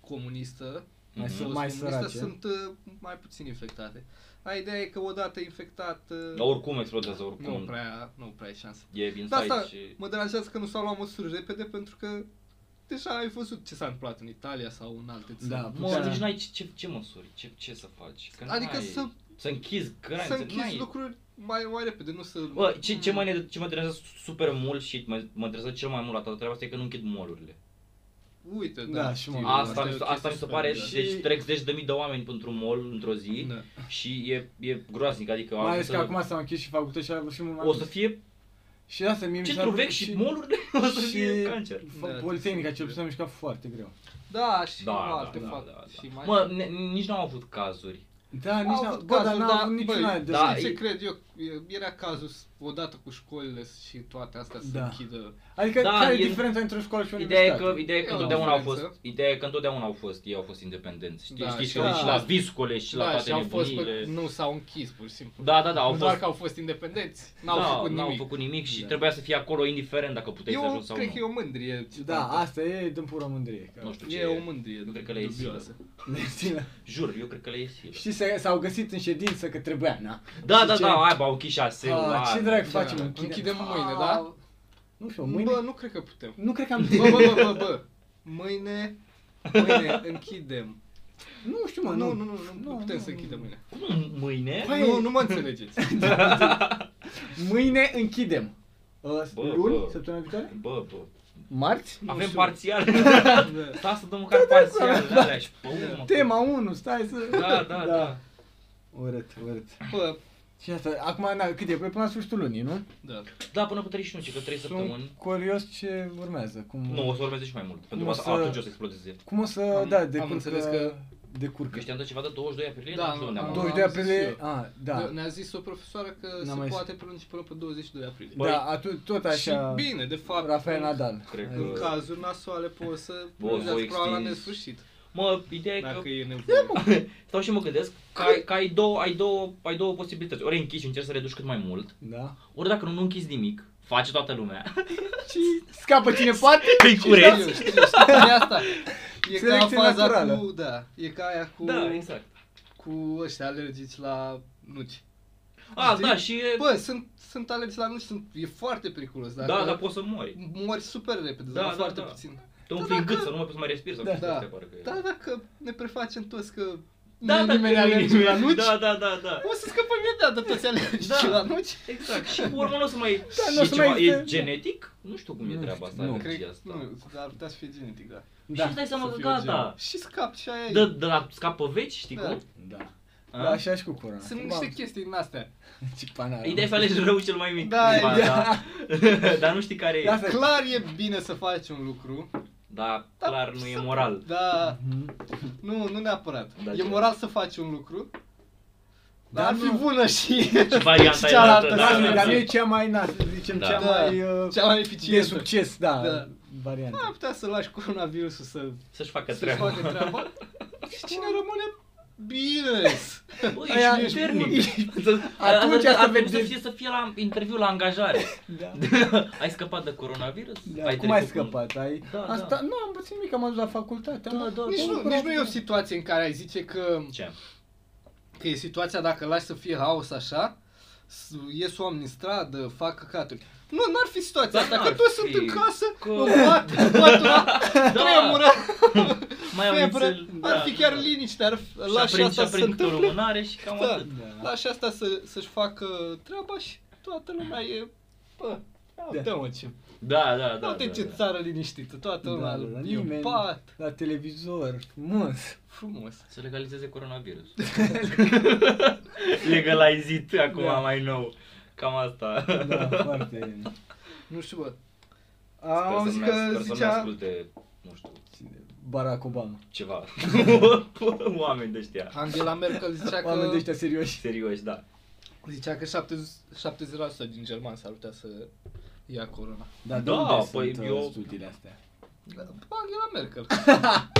Speaker 1: comunistă,
Speaker 2: Mai
Speaker 3: Mhm.
Speaker 2: sunt
Speaker 1: mai
Speaker 2: sărace.
Speaker 1: sunt uh, mai puțin infectate. Dar ideea e că odată infectat uh,
Speaker 3: Dar oricum explodează,
Speaker 1: nu
Speaker 3: oricum.
Speaker 1: prea, nu prea ai șanse.
Speaker 3: E
Speaker 1: Da,
Speaker 3: inside
Speaker 1: asta
Speaker 3: și...
Speaker 1: mă deranjează că nu s-au luat măsuri repede pentru că deja ai văzut ce s-a întâmplat în Italia sau în alte țări.
Speaker 2: Da,
Speaker 3: Mă,
Speaker 2: Da.
Speaker 3: deci n-ai ce, ce, ce măsuri, ce, ce să faci? Că
Speaker 1: Adică
Speaker 3: n-ai-
Speaker 1: să-
Speaker 3: să închizi granițe,
Speaker 1: Să închizi
Speaker 3: n-ai.
Speaker 1: lucruri mai, mai repede, nu să...
Speaker 3: Bă, ce,
Speaker 1: Mm.
Speaker 3: ce, mă, ne- ce mă interesează super mult și mă, mă interesează cel mai mult la toată treaba asta e că nu închid molurile.
Speaker 1: Uite, da.
Speaker 2: Da, și mă-
Speaker 1: știu,
Speaker 3: Asta,
Speaker 1: e
Speaker 3: mi,
Speaker 1: o
Speaker 3: se- asta mi se
Speaker 1: chestie
Speaker 3: pare,
Speaker 1: super,
Speaker 2: Și-
Speaker 3: deci trec zeci de mii de oameni într-un mol într-o zi
Speaker 1: Da.
Speaker 3: și e, e groaznic, adică
Speaker 2: Mai
Speaker 3: o
Speaker 2: ales că
Speaker 3: să,
Speaker 2: acum s-au închis și facultăți și au și mult mai
Speaker 3: o să
Speaker 2: mult.
Speaker 3: fie
Speaker 2: Și asta mie mi s-a
Speaker 3: centru vechi și molurile o să
Speaker 2: și
Speaker 3: fie cancer.
Speaker 2: fa-
Speaker 1: Da,
Speaker 2: Politehnica
Speaker 1: da.
Speaker 2: cel puțin a mișcat foarte greu.
Speaker 1: Da, și
Speaker 3: Da, da,
Speaker 1: alte
Speaker 3: da,
Speaker 1: fac-
Speaker 3: da, da.
Speaker 1: și mai...
Speaker 3: Mă, ne, nici n-au avut cazuri.
Speaker 2: Da, nici
Speaker 1: Au
Speaker 2: n-a,
Speaker 1: avut
Speaker 2: bă, dar
Speaker 1: cazuri,
Speaker 2: n-a
Speaker 1: dar,
Speaker 2: avut
Speaker 1: băi,
Speaker 2: niciuna de
Speaker 3: da,
Speaker 1: Știi ce
Speaker 3: e-
Speaker 1: cred eu? E- Era cazul s- odată cu școlile și toate astea să
Speaker 2: Da.
Speaker 1: închidă.
Speaker 2: Adică
Speaker 3: Da,
Speaker 2: care e
Speaker 3: e-
Speaker 2: diferența între o școală și o
Speaker 3: Ideea e
Speaker 2: universitate?
Speaker 3: că, ideea e că
Speaker 1: E o
Speaker 3: întotdeauna au
Speaker 1: diferență.
Speaker 3: fost, ideea e că întotdeauna au fost, ei au fost independenți. Știi,
Speaker 1: Da,
Speaker 3: știi
Speaker 1: și
Speaker 3: și,
Speaker 2: au
Speaker 3: și la
Speaker 1: fost-
Speaker 3: viscole și la
Speaker 1: da,
Speaker 3: toate
Speaker 1: și au fost,
Speaker 3: nebunile.
Speaker 1: pe, nu s-au închis pur și simplu.
Speaker 3: Da, da, da, au
Speaker 1: Doar
Speaker 3: fost
Speaker 1: că au fost independenți, n-au
Speaker 3: da,
Speaker 1: făcut
Speaker 3: n-au
Speaker 1: nimic.
Speaker 3: făcut nimic și
Speaker 2: Da.
Speaker 3: trebuia să fie acolo indiferent dacă puteai să
Speaker 1: eu
Speaker 3: ajungi sau
Speaker 1: cred
Speaker 3: nu.
Speaker 1: că e o mândrie.
Speaker 2: Da, asta e din pură mândrie. Că...
Speaker 3: Nu știu ce
Speaker 1: E o mândrie
Speaker 3: Eu cred că le iei
Speaker 1: dubioasă.
Speaker 3: Jur, eu cred că le e silă.
Speaker 2: Știi, se- s-au găsit în ședință că trebuia, na.
Speaker 3: Da,
Speaker 2: Și
Speaker 3: da,
Speaker 2: ce-
Speaker 3: da, hai, bă, închis șaseul,
Speaker 2: Ah,
Speaker 3: hai.
Speaker 2: ce drag
Speaker 1: Da,
Speaker 2: facem? Ah.
Speaker 1: da. Închidem mâine, da?
Speaker 2: Nu știu, mâine?
Speaker 1: Bă, nu cred că putem.
Speaker 2: Nu cred că am
Speaker 1: Bă, bă, bă, bă, bă. Mâine, mâine închidem.
Speaker 2: Nu știu,
Speaker 1: Nu,
Speaker 2: mă,
Speaker 1: nu,
Speaker 2: nu.
Speaker 1: nu, nu, nu putem să închidem mâine.
Speaker 3: Cum Mm, mâine?
Speaker 2: Păi-
Speaker 1: Nu, nu mă înțelegeți.
Speaker 2: Mâine închidem. Uh,
Speaker 3: Bă,
Speaker 2: luni,
Speaker 3: bă.
Speaker 2: săptămâna viitoare?
Speaker 3: Bă, bă,
Speaker 2: Marți? Nu
Speaker 3: avem
Speaker 2: știu.
Speaker 3: parțial.
Speaker 1: Da.
Speaker 3: Stai să dăm măcar parțial
Speaker 2: da.
Speaker 3: alea și pe urmă.
Speaker 2: Tema 1, stai să...
Speaker 3: Da, da, da.
Speaker 2: Urât, urât.
Speaker 1: Bă,
Speaker 2: Și asta, acum, na, cât e? Păi până la sfârșitul lunii, nu?
Speaker 1: da.
Speaker 3: Da, până pe 31, ce că 3
Speaker 2: Sunt
Speaker 3: săptămâni.
Speaker 2: curios ce urmează, cum...
Speaker 3: Nu, o să urmeze și mai mult, pentru
Speaker 2: Nu
Speaker 3: că
Speaker 2: o să-
Speaker 3: atunci o să explodeze.
Speaker 2: Cum o să,
Speaker 1: Am-
Speaker 2: da, de
Speaker 1: am
Speaker 2: când
Speaker 1: înțeles
Speaker 2: că...
Speaker 1: că
Speaker 2: de curcă.
Speaker 3: Că știam de ceva de 22 aprilie,
Speaker 1: Da,
Speaker 3: dar nu știu
Speaker 1: nu,
Speaker 3: unde am
Speaker 1: am-
Speaker 3: auzit.
Speaker 2: 22
Speaker 1: am zis
Speaker 2: aprilie,
Speaker 1: eu.
Speaker 2: a, da,
Speaker 1: Ne-a zis o profesoară că
Speaker 2: N-am
Speaker 1: se
Speaker 2: mai-
Speaker 1: poate prelungi până pe 22 aprilie.
Speaker 3: Băi,
Speaker 2: da, atu- tot așa,
Speaker 1: Și bine, de fapt,
Speaker 2: Rafael Nadal. Adică,
Speaker 3: cred
Speaker 1: în
Speaker 3: că-
Speaker 1: cazuri nasoale poți să
Speaker 3: Bă,
Speaker 1: prelungeați
Speaker 3: voi
Speaker 1: proba la
Speaker 3: extins.
Speaker 1: nesfârșit,
Speaker 3: Mă, ideea e că
Speaker 1: dacă e nevoie.
Speaker 3: stau și mă gândesc că, ai, că ai, două, ai, două, ai două posibilități. Ori închizi și încerci să reduci cât mai mult,
Speaker 2: Da. Cu
Speaker 3: ori dacă nu, nu închizi nimic, face toată lumea.
Speaker 2: Și scapă cine poate.
Speaker 3: Îi
Speaker 1: Știu,
Speaker 3: Păi, curezi.
Speaker 1: știu, știu, e asta. E ca
Speaker 2: Selecție
Speaker 1: faza
Speaker 2: naturală.
Speaker 1: cu, da, e ca aia cu,
Speaker 3: Da, exact.
Speaker 1: cu ăștia alergici la nuci.
Speaker 3: A,
Speaker 1: Știi?
Speaker 3: da, și e-
Speaker 1: Bă, sunt, sunt alergici la nuci, sunt, e foarte periculos. Dacă
Speaker 3: da, dar poți să mori.
Speaker 1: mori super repede, da,
Speaker 3: Da,
Speaker 1: dar
Speaker 3: da,
Speaker 1: foarte
Speaker 3: da.
Speaker 1: puțin.
Speaker 3: Te umfli
Speaker 1: Da,
Speaker 3: în gât
Speaker 1: dacă-
Speaker 3: să nu mai poți să mai respiri sau
Speaker 2: Da.
Speaker 3: da, da.
Speaker 1: Da.
Speaker 3: Se pare că e.
Speaker 1: Da, dacă ne prefacem toți că
Speaker 3: da,
Speaker 1: nu e nimeni
Speaker 3: da,
Speaker 1: alergic la nuci,
Speaker 3: Da, da, da, da.
Speaker 1: o să scăpăm imediat de toți alergici
Speaker 3: Da.
Speaker 1: la nuci.
Speaker 3: Exact. Și cu urmă nu o să mai...
Speaker 2: Da,
Speaker 3: și
Speaker 2: n-o să
Speaker 3: ceva,
Speaker 2: mai
Speaker 3: e
Speaker 2: existe-
Speaker 3: genetic? Nu știu cum e
Speaker 2: Nu
Speaker 3: treaba
Speaker 2: știu,
Speaker 3: asta,
Speaker 2: nu.
Speaker 3: alergia asta.
Speaker 1: nu, dar ar putea să fie genetic, da.
Speaker 3: Da. Și
Speaker 2: Da.
Speaker 3: îți dai seama
Speaker 1: Să
Speaker 3: că
Speaker 1: fie
Speaker 3: gata.
Speaker 1: gen. Și scap și aia e.
Speaker 3: De, de la scapă veci, știi
Speaker 1: Da.
Speaker 3: cum?
Speaker 2: Da.
Speaker 3: A?
Speaker 2: Da, așa și cu corona.
Speaker 1: Sunt
Speaker 2: Bam,
Speaker 1: niște chestii din astea.
Speaker 2: Ce panar.
Speaker 3: Ideea e să alegi rău cel mai mic.
Speaker 1: Da,
Speaker 3: cumva,
Speaker 1: e- Da.
Speaker 3: da. Dar nu știi care e.
Speaker 2: Lasă.
Speaker 1: Clar e bine să faci un lucru.
Speaker 3: Da,
Speaker 1: dar
Speaker 3: clar nu e
Speaker 1: să-
Speaker 3: moral.
Speaker 1: Da,
Speaker 2: Mhm.
Speaker 1: nu, nu neapărat.
Speaker 3: Da,
Speaker 1: e
Speaker 3: ce?
Speaker 1: moral să faci un lucru. Dar
Speaker 2: Dar
Speaker 1: ar fi
Speaker 2: Da, nu-
Speaker 1: bună și
Speaker 3: Și varianta e
Speaker 1: cealaltă, da,
Speaker 3: dată,
Speaker 2: Da,
Speaker 1: da,
Speaker 2: dar nu
Speaker 1: da.
Speaker 2: e cea mai nas, zicem,
Speaker 3: Da.
Speaker 2: cea
Speaker 1: Da,
Speaker 2: mai uh,
Speaker 1: cea mai
Speaker 2: de
Speaker 1: eficientă.
Speaker 2: succes, da,
Speaker 1: Da.
Speaker 2: variantă.
Speaker 1: Ar putea să lași coronavirusul să
Speaker 3: Să-și facă
Speaker 1: să
Speaker 3: treaba.
Speaker 1: facă treaba. Și cine rămâne? Bine!
Speaker 3: Bă,
Speaker 2: Aia
Speaker 3: ești
Speaker 2: ești
Speaker 3: puternic.
Speaker 2: Atunci
Speaker 3: Asta
Speaker 2: să
Speaker 3: ar trebui să
Speaker 2: vedem.
Speaker 3: fie, să fie la interviu la angajare.
Speaker 2: Da.
Speaker 3: ai scăpat de coronavirus?
Speaker 2: Da, cum ai
Speaker 3: trecut în-
Speaker 2: scăpat? Ai...
Speaker 3: Da, da.
Speaker 2: Asta, nu, am puțin mic, am ajuns la facultate. am
Speaker 3: Da,
Speaker 2: luat-
Speaker 3: da,
Speaker 1: Nici nu,
Speaker 2: am
Speaker 1: nici nu e o situație în care ai zice că,
Speaker 3: Ce?
Speaker 1: că e situația dacă lași să fie haos așa, s- ies oameni în stradă, fac căcaturi. Nu, n-ar fi situația
Speaker 3: Da,
Speaker 1: asta, că
Speaker 3: n-ar
Speaker 1: toți
Speaker 3: fi.
Speaker 1: sunt în casă,
Speaker 3: Că- Da.
Speaker 1: că... în pat, în patura, tremură,
Speaker 3: mai au
Speaker 1: febră,
Speaker 3: nițel,
Speaker 1: ar
Speaker 3: da,
Speaker 1: fi chiar
Speaker 3: da.
Speaker 1: liniște, ar fi-
Speaker 3: Și
Speaker 1: lași asta
Speaker 3: aprind-
Speaker 1: să
Speaker 3: și
Speaker 1: se
Speaker 3: aprind câte o
Speaker 1: întâmple,
Speaker 3: lumânare și cam
Speaker 1: Da.
Speaker 3: atât.
Speaker 2: Da.
Speaker 1: lași asta să, să-și facă treaba și toată lumea e, bă,
Speaker 2: Da.
Speaker 1: da. Dă-mă ce,
Speaker 3: Da, da, da.
Speaker 1: da, uite
Speaker 3: da,
Speaker 1: ce
Speaker 3: da.
Speaker 1: țară liniștită, toată
Speaker 2: Da,
Speaker 1: lumea
Speaker 2: da, da,
Speaker 1: e în
Speaker 2: nimeni-
Speaker 1: pat,
Speaker 2: La televizor, frumos.
Speaker 1: frumos.
Speaker 3: Să legalizeze coronavirus. Legalize it acum
Speaker 2: Da.
Speaker 3: mai nou. Cam asta.
Speaker 2: Da, foarte.
Speaker 1: Nu știu, bă,
Speaker 2: Am
Speaker 3: Sper
Speaker 2: auzit
Speaker 3: să nu
Speaker 2: că
Speaker 3: ne- sper să ne
Speaker 2: zicea
Speaker 3: asculte, nu știu,
Speaker 2: Barack Obama.
Speaker 3: ceva. Oameni de ăștia.
Speaker 1: Angela Merkel zicea că...
Speaker 2: Oameni de ăștia serioși.
Speaker 3: Serios, da.
Speaker 1: Zicea că 70, 70% din germani s-ar putea să ia corona.
Speaker 2: Dar
Speaker 3: Da,
Speaker 2: da, de
Speaker 3: păi
Speaker 2: păi sunt
Speaker 3: eu-
Speaker 2: eu... studiile astea?
Speaker 1: Da, Angela Merkel.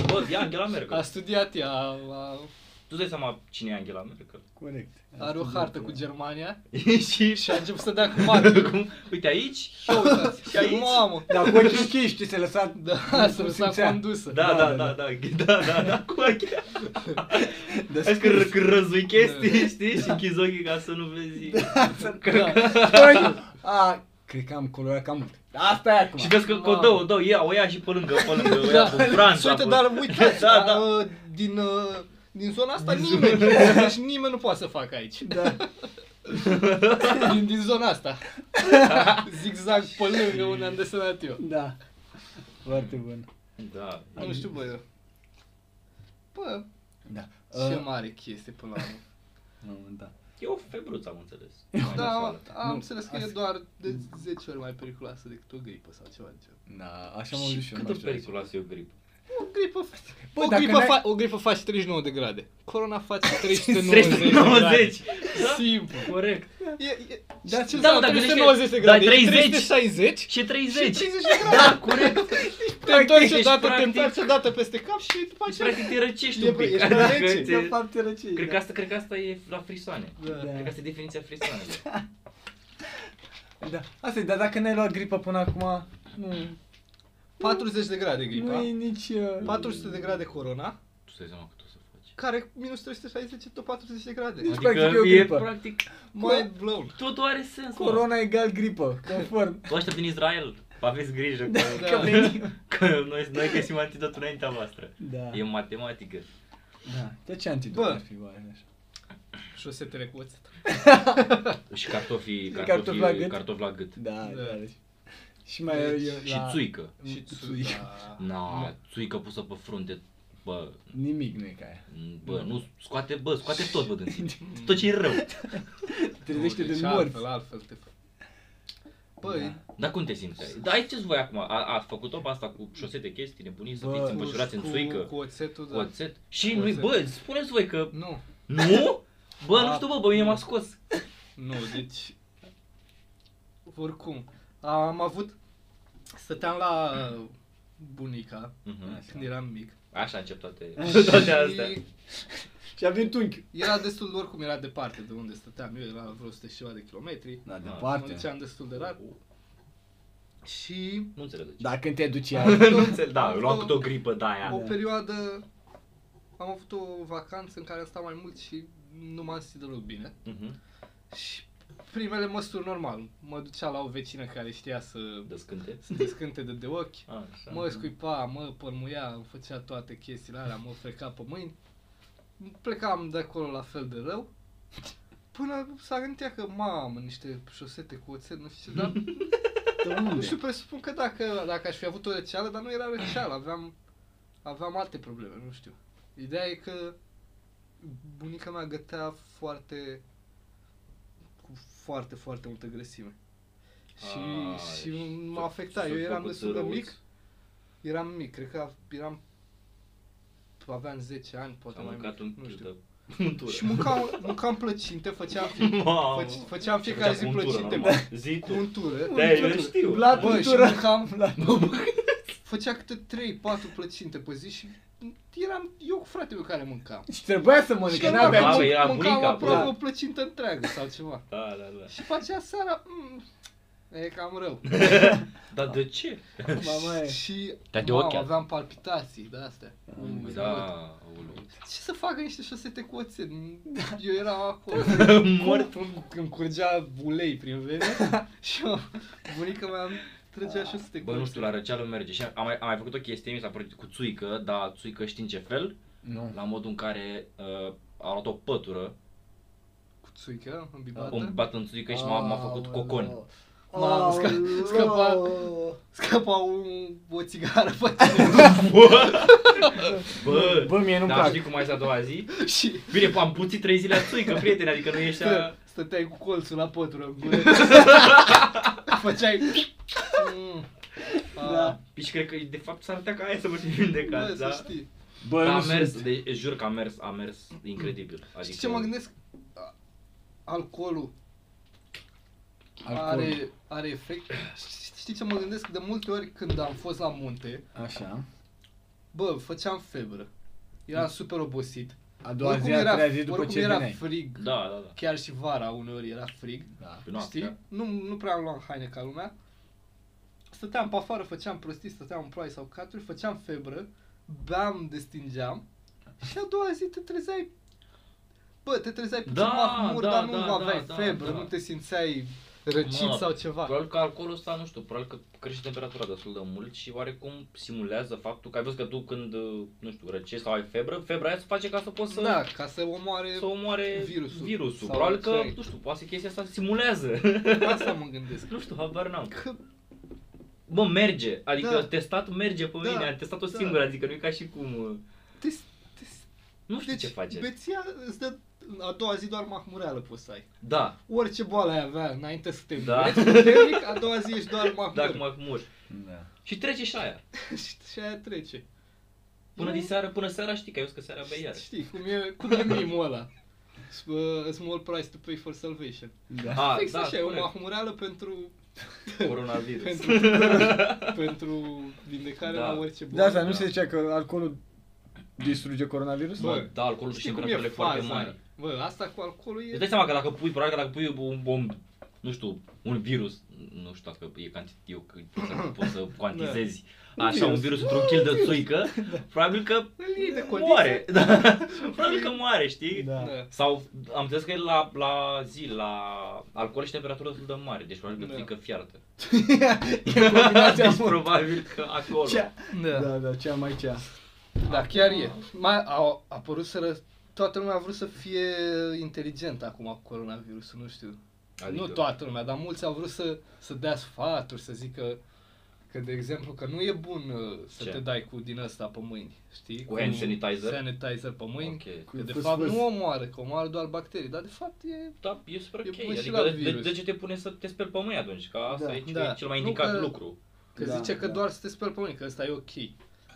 Speaker 3: Bă, e Angela
Speaker 1: A
Speaker 3: Merkel.
Speaker 1: studiat ea, a,
Speaker 3: Tu îți dai seama cine e Angela Merkel?
Speaker 2: Corect.
Speaker 1: are o hartă cu Germania
Speaker 3: și
Speaker 1: și a început să dea cu mapele.
Speaker 3: Cum? Uite aici.
Speaker 1: Și
Speaker 3: Și aici?
Speaker 1: Mamă!
Speaker 2: Dar cu ochii închiși, știi, se lăsa...
Speaker 1: Da, să s-a
Speaker 2: simțea.
Speaker 1: condusă.
Speaker 3: Da, da, da, da, da, da, da, cu ochii.
Speaker 2: De
Speaker 3: Hai că
Speaker 2: scurs.
Speaker 3: ră- când răzui chestii, știi, și închizi ochii ca să nu vezi.
Speaker 1: Da.
Speaker 2: A, cred că am colorat cam mult. Asta e acum.
Speaker 3: Și vezi că cu
Speaker 1: Mamă.
Speaker 3: două, două, ia, o ia și pe lângă, pe lângă, o ia
Speaker 1: Da.
Speaker 3: pe Franța.
Speaker 1: Uite,
Speaker 3: pe-
Speaker 1: dar uitați,
Speaker 3: Da, da.
Speaker 1: a, din, a, din zona asta
Speaker 3: Din
Speaker 1: nimeni, deci nimeni nu poate să facă aici.
Speaker 2: Da.
Speaker 1: Din, din zona asta. Zigzag pe lângă unde am desenat eu.
Speaker 2: Da. Foarte bun.
Speaker 3: Da.
Speaker 1: Nu știu, bă, eu. Bă,
Speaker 2: Da.
Speaker 1: Ce
Speaker 2: Uh,
Speaker 1: mare chestie până la urmă.
Speaker 2: nu, da.
Speaker 3: E o februță, am înțeles.
Speaker 1: Da,
Speaker 3: Mai nasoală.
Speaker 1: am
Speaker 2: Nu,
Speaker 1: înțeles că e
Speaker 2: asta-
Speaker 1: doar de 10 ori mai periculoasă decât o gripă sau ceva de genul.
Speaker 2: Da, așa am auzit
Speaker 3: Și
Speaker 2: și eu.
Speaker 3: cât
Speaker 2: nu știu
Speaker 3: de
Speaker 2: de ce.
Speaker 3: periculoasă e o gripă?
Speaker 1: O gripă,
Speaker 2: Bă,
Speaker 1: o,
Speaker 2: dacă
Speaker 1: gripă
Speaker 2: n-ai-
Speaker 1: fa- o gripă face 39 de grade. Corona face 390 de grade.
Speaker 3: 390!
Speaker 1: Da. Simplu.
Speaker 3: Da? Corect.
Speaker 1: E, e,
Speaker 2: Da,
Speaker 1: da, ce
Speaker 3: da, mă,
Speaker 1: da,
Speaker 3: dar gândește-
Speaker 1: 390 de
Speaker 3: da,
Speaker 1: grade, e
Speaker 3: 30.
Speaker 1: 360
Speaker 3: Și
Speaker 1: și
Speaker 3: 30!
Speaker 1: 50 de grade.
Speaker 3: Da, corect.
Speaker 1: Te întorci o
Speaker 3: ești
Speaker 1: dată, te
Speaker 3: practic-
Speaker 1: întorci o dată peste cap și după
Speaker 3: Deci,
Speaker 1: aceea...
Speaker 3: practic te răcești
Speaker 1: E
Speaker 3: un
Speaker 1: pe-
Speaker 3: pic.
Speaker 1: ești
Speaker 3: adică
Speaker 1: pe rece,
Speaker 3: te-
Speaker 2: De fapt, e răcii.
Speaker 3: Cred
Speaker 2: da.
Speaker 3: că asta, cred că asta e la frisoane.
Speaker 1: Da.
Speaker 3: Cred că asta e definiția frisoanelor.
Speaker 2: Da. Asta e, dar dacă n-ai luat gripă până acum, nu,
Speaker 1: 40 de grade
Speaker 2: nu e
Speaker 1: gripa,
Speaker 2: nici... Uh,
Speaker 1: 400 de grade corona,
Speaker 3: Tu stai seama că tu o să faci.
Speaker 1: care minus 360 tot 40 de grade.
Speaker 2: Deci,
Speaker 3: Adică
Speaker 2: practic, e o
Speaker 3: e
Speaker 2: gripă.
Speaker 3: practic
Speaker 1: Mind blown.
Speaker 3: totul are sens. Corona.
Speaker 2: corona egal gripă, conform.
Speaker 3: Vă ăștia din Israel, aveți grijă că,
Speaker 1: Da.
Speaker 3: că, că noi, noi găsim antidotul înaintea voastră.
Speaker 2: Da.
Speaker 3: E matematică.
Speaker 2: Da. De ce antidot
Speaker 1: Bă.
Speaker 2: ar fi oare așa?
Speaker 1: Șosetele cu oțet.
Speaker 3: Și cartofii, cartofii,
Speaker 2: Cartofi
Speaker 3: cartofi
Speaker 2: la
Speaker 3: la
Speaker 2: gât.
Speaker 3: gât. Cartofi la gât.
Speaker 2: Da,
Speaker 1: Da.
Speaker 2: da. deci. Și mai e
Speaker 1: Deci,
Speaker 2: e
Speaker 3: Și
Speaker 2: la...
Speaker 3: țuică.
Speaker 1: Și
Speaker 2: Țui.
Speaker 1: tu,
Speaker 3: Na,
Speaker 2: Da.
Speaker 3: țuică pusă pe frunte. Bă,
Speaker 2: Nimic nu e ca aia.
Speaker 3: bă, nu, scoate, bă, scoate tot, bă, din Tot ce e rău.
Speaker 2: Trezește de
Speaker 1: deci
Speaker 2: morți. Da.
Speaker 1: Altfel, altfel te Băi,
Speaker 3: Dar cum te simți? Dar aici ce voi acum? A, a făcut-o pe asta cu șosete chestii nebunii, să
Speaker 2: Bă,
Speaker 3: fiți
Speaker 1: cu-
Speaker 3: împășurați în
Speaker 1: cu-
Speaker 3: țuică,
Speaker 1: Cu oțetul,
Speaker 3: cu
Speaker 1: da.
Speaker 3: oțet. Și
Speaker 1: Cu
Speaker 3: nu
Speaker 1: oțet.
Speaker 3: bă, spuneți voi că...
Speaker 1: Nu,
Speaker 3: Nu? Bă, nu
Speaker 1: A,
Speaker 3: știu, bă, bă, mine m-a scos.
Speaker 1: nu, deci... Oricum, am avut... Stăteam la bunica
Speaker 3: Mhm.
Speaker 1: când eram mic.
Speaker 3: Așa încep toate, toate astea.
Speaker 1: Și
Speaker 2: Și a venit unchi.
Speaker 1: era destul, oricum era departe de unde stăteam. Eu era vreo 100 și ceva de kilometri.
Speaker 2: Da,
Speaker 1: Mă
Speaker 2: departe.
Speaker 1: duceam destul de rar. Și
Speaker 3: Nu înțeleg de ce.
Speaker 2: Da, când te duci iar.
Speaker 3: Nu înțeleg, da, eu luam câte o gripă de
Speaker 1: o
Speaker 3: aia.
Speaker 1: perioadă am avut o vacanță în care am stat mai mult și nu m-am simțit deloc bine.
Speaker 3: Mhm.
Speaker 1: Și primele măsuri normal. Mă ducea la o vecină care știa să,
Speaker 3: Da. Descânte.
Speaker 1: să descânte de, de ochi.
Speaker 3: Așa.
Speaker 1: Mă scuipa, mă părmuia, îmi făcea toate chestiile alea, mă freca pe mâini. Plecam de acolo la fel de rău. Până s-a gândit ea că, mamă, niște șosete cu oțet, nu știu ce, dar
Speaker 2: De
Speaker 1: nu
Speaker 2: unde?
Speaker 1: știu, presupun că dacă, dacă aș fi avut o răceală, dar nu era răceală, aveam, aveam alte probleme, nu știu. Ideea e că bunica mea gătea foarte, cu foarte, foarte multă grăsime. Și,
Speaker 3: Ai,
Speaker 1: și m-a
Speaker 3: s-a-
Speaker 1: afectat,
Speaker 3: s-a
Speaker 1: eu eram
Speaker 3: făcut
Speaker 1: destul de
Speaker 3: răuț.
Speaker 1: mic, eram mic, cred că eram, aveam 10 ani, poate
Speaker 3: Am
Speaker 1: mai
Speaker 3: mâncat un
Speaker 1: mic, nu
Speaker 3: pic
Speaker 1: știu.
Speaker 3: de muntură.
Speaker 1: Și mâncam, mâncam plăcinte, făceam,
Speaker 3: Mamă.
Speaker 1: făce- făceam fiecare zi
Speaker 3: Muntură,
Speaker 1: plăcinte,
Speaker 3: normal.
Speaker 1: bă,
Speaker 3: Zi tu.
Speaker 1: cu untură.
Speaker 3: Da, eu știu.
Speaker 2: La
Speaker 1: Bă, și
Speaker 2: Cultura.
Speaker 1: mâncam,
Speaker 2: La
Speaker 1: făcea câte 3-4 plăcinte pe zi și eram eu cu fratele meu care mâncam.
Speaker 2: Și trebuia să mănânc,
Speaker 1: Și
Speaker 2: că
Speaker 1: el
Speaker 2: n-aveam
Speaker 3: Mamă,
Speaker 1: mânca-
Speaker 2: ce-
Speaker 3: era
Speaker 1: mâncam
Speaker 3: bunica,
Speaker 1: aproape
Speaker 2: bă.
Speaker 1: o plăcintă întreagă sau ceva.
Speaker 3: Da, da, da.
Speaker 1: Și pe aceea seara, mm, e cam rău.
Speaker 3: Dar de ce?
Speaker 2: Mama e.
Speaker 1: și
Speaker 3: Dar de
Speaker 1: mamă,
Speaker 3: ochi,
Speaker 1: aveam palpitații de astea. Mm,
Speaker 3: Da,
Speaker 1: mult.
Speaker 3: aoleu.
Speaker 1: Ce să facă niște șosete cu oțet? Eu eram acolo.
Speaker 3: Mort.
Speaker 1: Cum- Îmi curgea ulei prin vene și eu, bunica mea îmi trăgea șosete cu
Speaker 3: Bă, nu știu, la
Speaker 1: oțet.
Speaker 3: răceală merge. Și am mai, am mai făcut o chestie, mi s-a părut cu țuică, dar țuică știi în ce fel?
Speaker 2: Nu.
Speaker 3: La modul în care uh, a luat o pătură,
Speaker 1: Cu țuică,
Speaker 3: o
Speaker 1: îmbibată.
Speaker 3: bat în țuică și m-a, m-a făcut cocon.
Speaker 1: Mamă, sca-
Speaker 2: Aoleu.
Speaker 1: scăpa. Scăpa un, o țigară pe tine.
Speaker 3: Bă,
Speaker 2: Bă, mie nu-mi
Speaker 3: dar
Speaker 2: plac.
Speaker 3: știi cum ai stat a doua zi?
Speaker 1: și
Speaker 3: Bine, p- am puțit trei zile la țuică, prieteni, adică nu ești a...
Speaker 1: stă, stăteai cu colțul la pătură în gură. Făceai... Mm. A,
Speaker 2: Da.
Speaker 3: Și Deci cred că de fapt s-ar putea ca aia să mă fi vindecat,
Speaker 1: Bă,
Speaker 3: da?
Speaker 1: să știi.
Speaker 2: Bă,
Speaker 3: Dar
Speaker 2: nu
Speaker 3: a mers,
Speaker 2: sunt.
Speaker 3: de, jur că a mers, a mers incredibil. Adică,
Speaker 1: Știi ce mă gândesc? A- Alcoolul
Speaker 2: Alcool.
Speaker 1: are, are efect. Știi- Știi ce mă gândesc? De multe ori când am fost la munte,
Speaker 2: Așa.
Speaker 1: bă, făceam febră. Eram super obosit.
Speaker 2: Mm. A doua zi, a treia zi după
Speaker 1: oricum
Speaker 2: ce
Speaker 1: era
Speaker 2: veneai.
Speaker 1: frig.
Speaker 3: Da, da, da.
Speaker 1: Chiar și vara uneori era frig.
Speaker 2: Da.
Speaker 3: Pe noaptea.
Speaker 1: Știi? Nu, nu prea am luat haine ca lumea. Stăteam pe afară, făceam prostii, stăteam în ploaie sau caturi, făceam febră, beam, destingeam și a doua zi te trezeai Bă, te trezeai puțin
Speaker 3: Da,
Speaker 1: mahmur,
Speaker 3: da,
Speaker 1: dar nu
Speaker 3: da,
Speaker 1: aveai
Speaker 3: da,
Speaker 1: febră,
Speaker 3: da.
Speaker 1: nu te simțeai răcit
Speaker 3: Mă,
Speaker 1: sau ceva.
Speaker 3: Probabil că alcoolul ăsta, nu știu, probabil că crește temperatura destul de mult și oarecum simulează faptul că ai văzut că tu când, uh, nu știu, răcești sau ai febră, febra aia se face ca să poți să,
Speaker 1: Da, ca să omoare,
Speaker 3: să omoare
Speaker 1: Virusul.
Speaker 3: virusul. virusul.
Speaker 1: Sau
Speaker 3: Probabil că,
Speaker 1: ce ai.
Speaker 3: nu știu, poate să chestia asta simulează.
Speaker 1: asta mă gândesc.
Speaker 3: nu știu, habar n-am.
Speaker 1: Că,
Speaker 3: Bă, merge, adică
Speaker 1: Da.
Speaker 3: testat merge pe
Speaker 1: Da,
Speaker 3: mine, am testat-o
Speaker 1: da.
Speaker 3: singură, adică nu e ca și cum... uh,
Speaker 1: te, te,
Speaker 3: Nu știu
Speaker 1: deci,
Speaker 3: ce face.
Speaker 1: beția îți dă a doua zi doar mahmureală poți să ai.
Speaker 3: Da,
Speaker 1: Orice boală ai avea înainte să te
Speaker 3: Da.
Speaker 1: îmbreți, puternic, a doua zi ești doar mahmur.
Speaker 3: dacă mă mor.
Speaker 2: Da.
Speaker 3: Și trece și aia.
Speaker 1: și, și aia trece.
Speaker 3: Până
Speaker 1: Nu?
Speaker 3: din seară, până seara știi că ai văzut că seara bei iar.
Speaker 1: Știi, cum e, cum e mimul ăla. Uh, small price to pay for salvation.
Speaker 2: Da.
Speaker 3: A,
Speaker 1: Fix
Speaker 3: da,
Speaker 1: așa, e o
Speaker 3: corect.
Speaker 1: mahmureală pentru,
Speaker 3: Coronavirus.
Speaker 1: pentru, pentru vindecare
Speaker 3: Da.
Speaker 1: la orice
Speaker 2: De
Speaker 1: boală.
Speaker 2: asta nu
Speaker 3: Da.
Speaker 2: se zicea că alcoolul distruge coronavirus?
Speaker 1: Bă,
Speaker 3: Bă, da, alcoolul
Speaker 1: Știi
Speaker 3: și
Speaker 1: cum e
Speaker 3: temperaturile foarte mari.
Speaker 1: faza? Bă, asta cu alcoolul
Speaker 3: Îți
Speaker 1: e...
Speaker 3: dai seama că dacă pui, probabil că dacă pui un, un nu știu, un virus, nu știu dacă e canti, eu că poți să, poți să cuantizezi
Speaker 2: Da. Un
Speaker 3: așa un
Speaker 2: virus.
Speaker 3: virus într-un kil de țuică, probabil că
Speaker 1: Îl iei de condiție.
Speaker 3: moare. Da. probabil că moare, știi?
Speaker 2: Da.
Speaker 1: Da.
Speaker 3: Sau am înțeles că e la, la zi, la alcool și temperatură destul de mare, deci probabil că
Speaker 1: Da.
Speaker 3: țuică fiartă.
Speaker 2: E combinația
Speaker 3: deci
Speaker 2: mult.
Speaker 3: probabil că acolo.
Speaker 2: Cea.
Speaker 1: Da.
Speaker 2: Da, da, cea mai cea.
Speaker 1: Da, chiar e. Mai au apărut să ră... Toată lumea a vrut să fie inteligentă acum cu coronavirusul,
Speaker 3: Adică-
Speaker 1: nu știu. Adică... Nu toată lumea, dar mulți au vrut să, să dea sfaturi, să zică că Că, de exemplu, că nu e bun uh, să
Speaker 3: Ce?
Speaker 1: te dai cu din ăsta pe mâini, știi?
Speaker 3: Cu hand sanitizer?
Speaker 1: Sanitizer pe mâini.
Speaker 3: Ok.
Speaker 1: Că de
Speaker 2: Fâs,
Speaker 1: fapt
Speaker 2: fâs.
Speaker 1: nu omoară, că omoară doar bacterii, dar de fapt e...
Speaker 3: Da, e super
Speaker 1: E
Speaker 3: ok.
Speaker 1: pus și
Speaker 3: Adică
Speaker 1: la
Speaker 3: de, de,
Speaker 1: virus.
Speaker 3: de, ce te pune să te speli pe mâini atunci? Că asta
Speaker 2: Da.
Speaker 3: e,
Speaker 1: Da.
Speaker 3: e cel mai
Speaker 1: Nu
Speaker 3: indicat
Speaker 1: că-
Speaker 3: lucru.
Speaker 1: Că
Speaker 2: Da,
Speaker 1: zice că
Speaker 2: da.
Speaker 1: doar să te speli pe mâini, că ăsta e ok.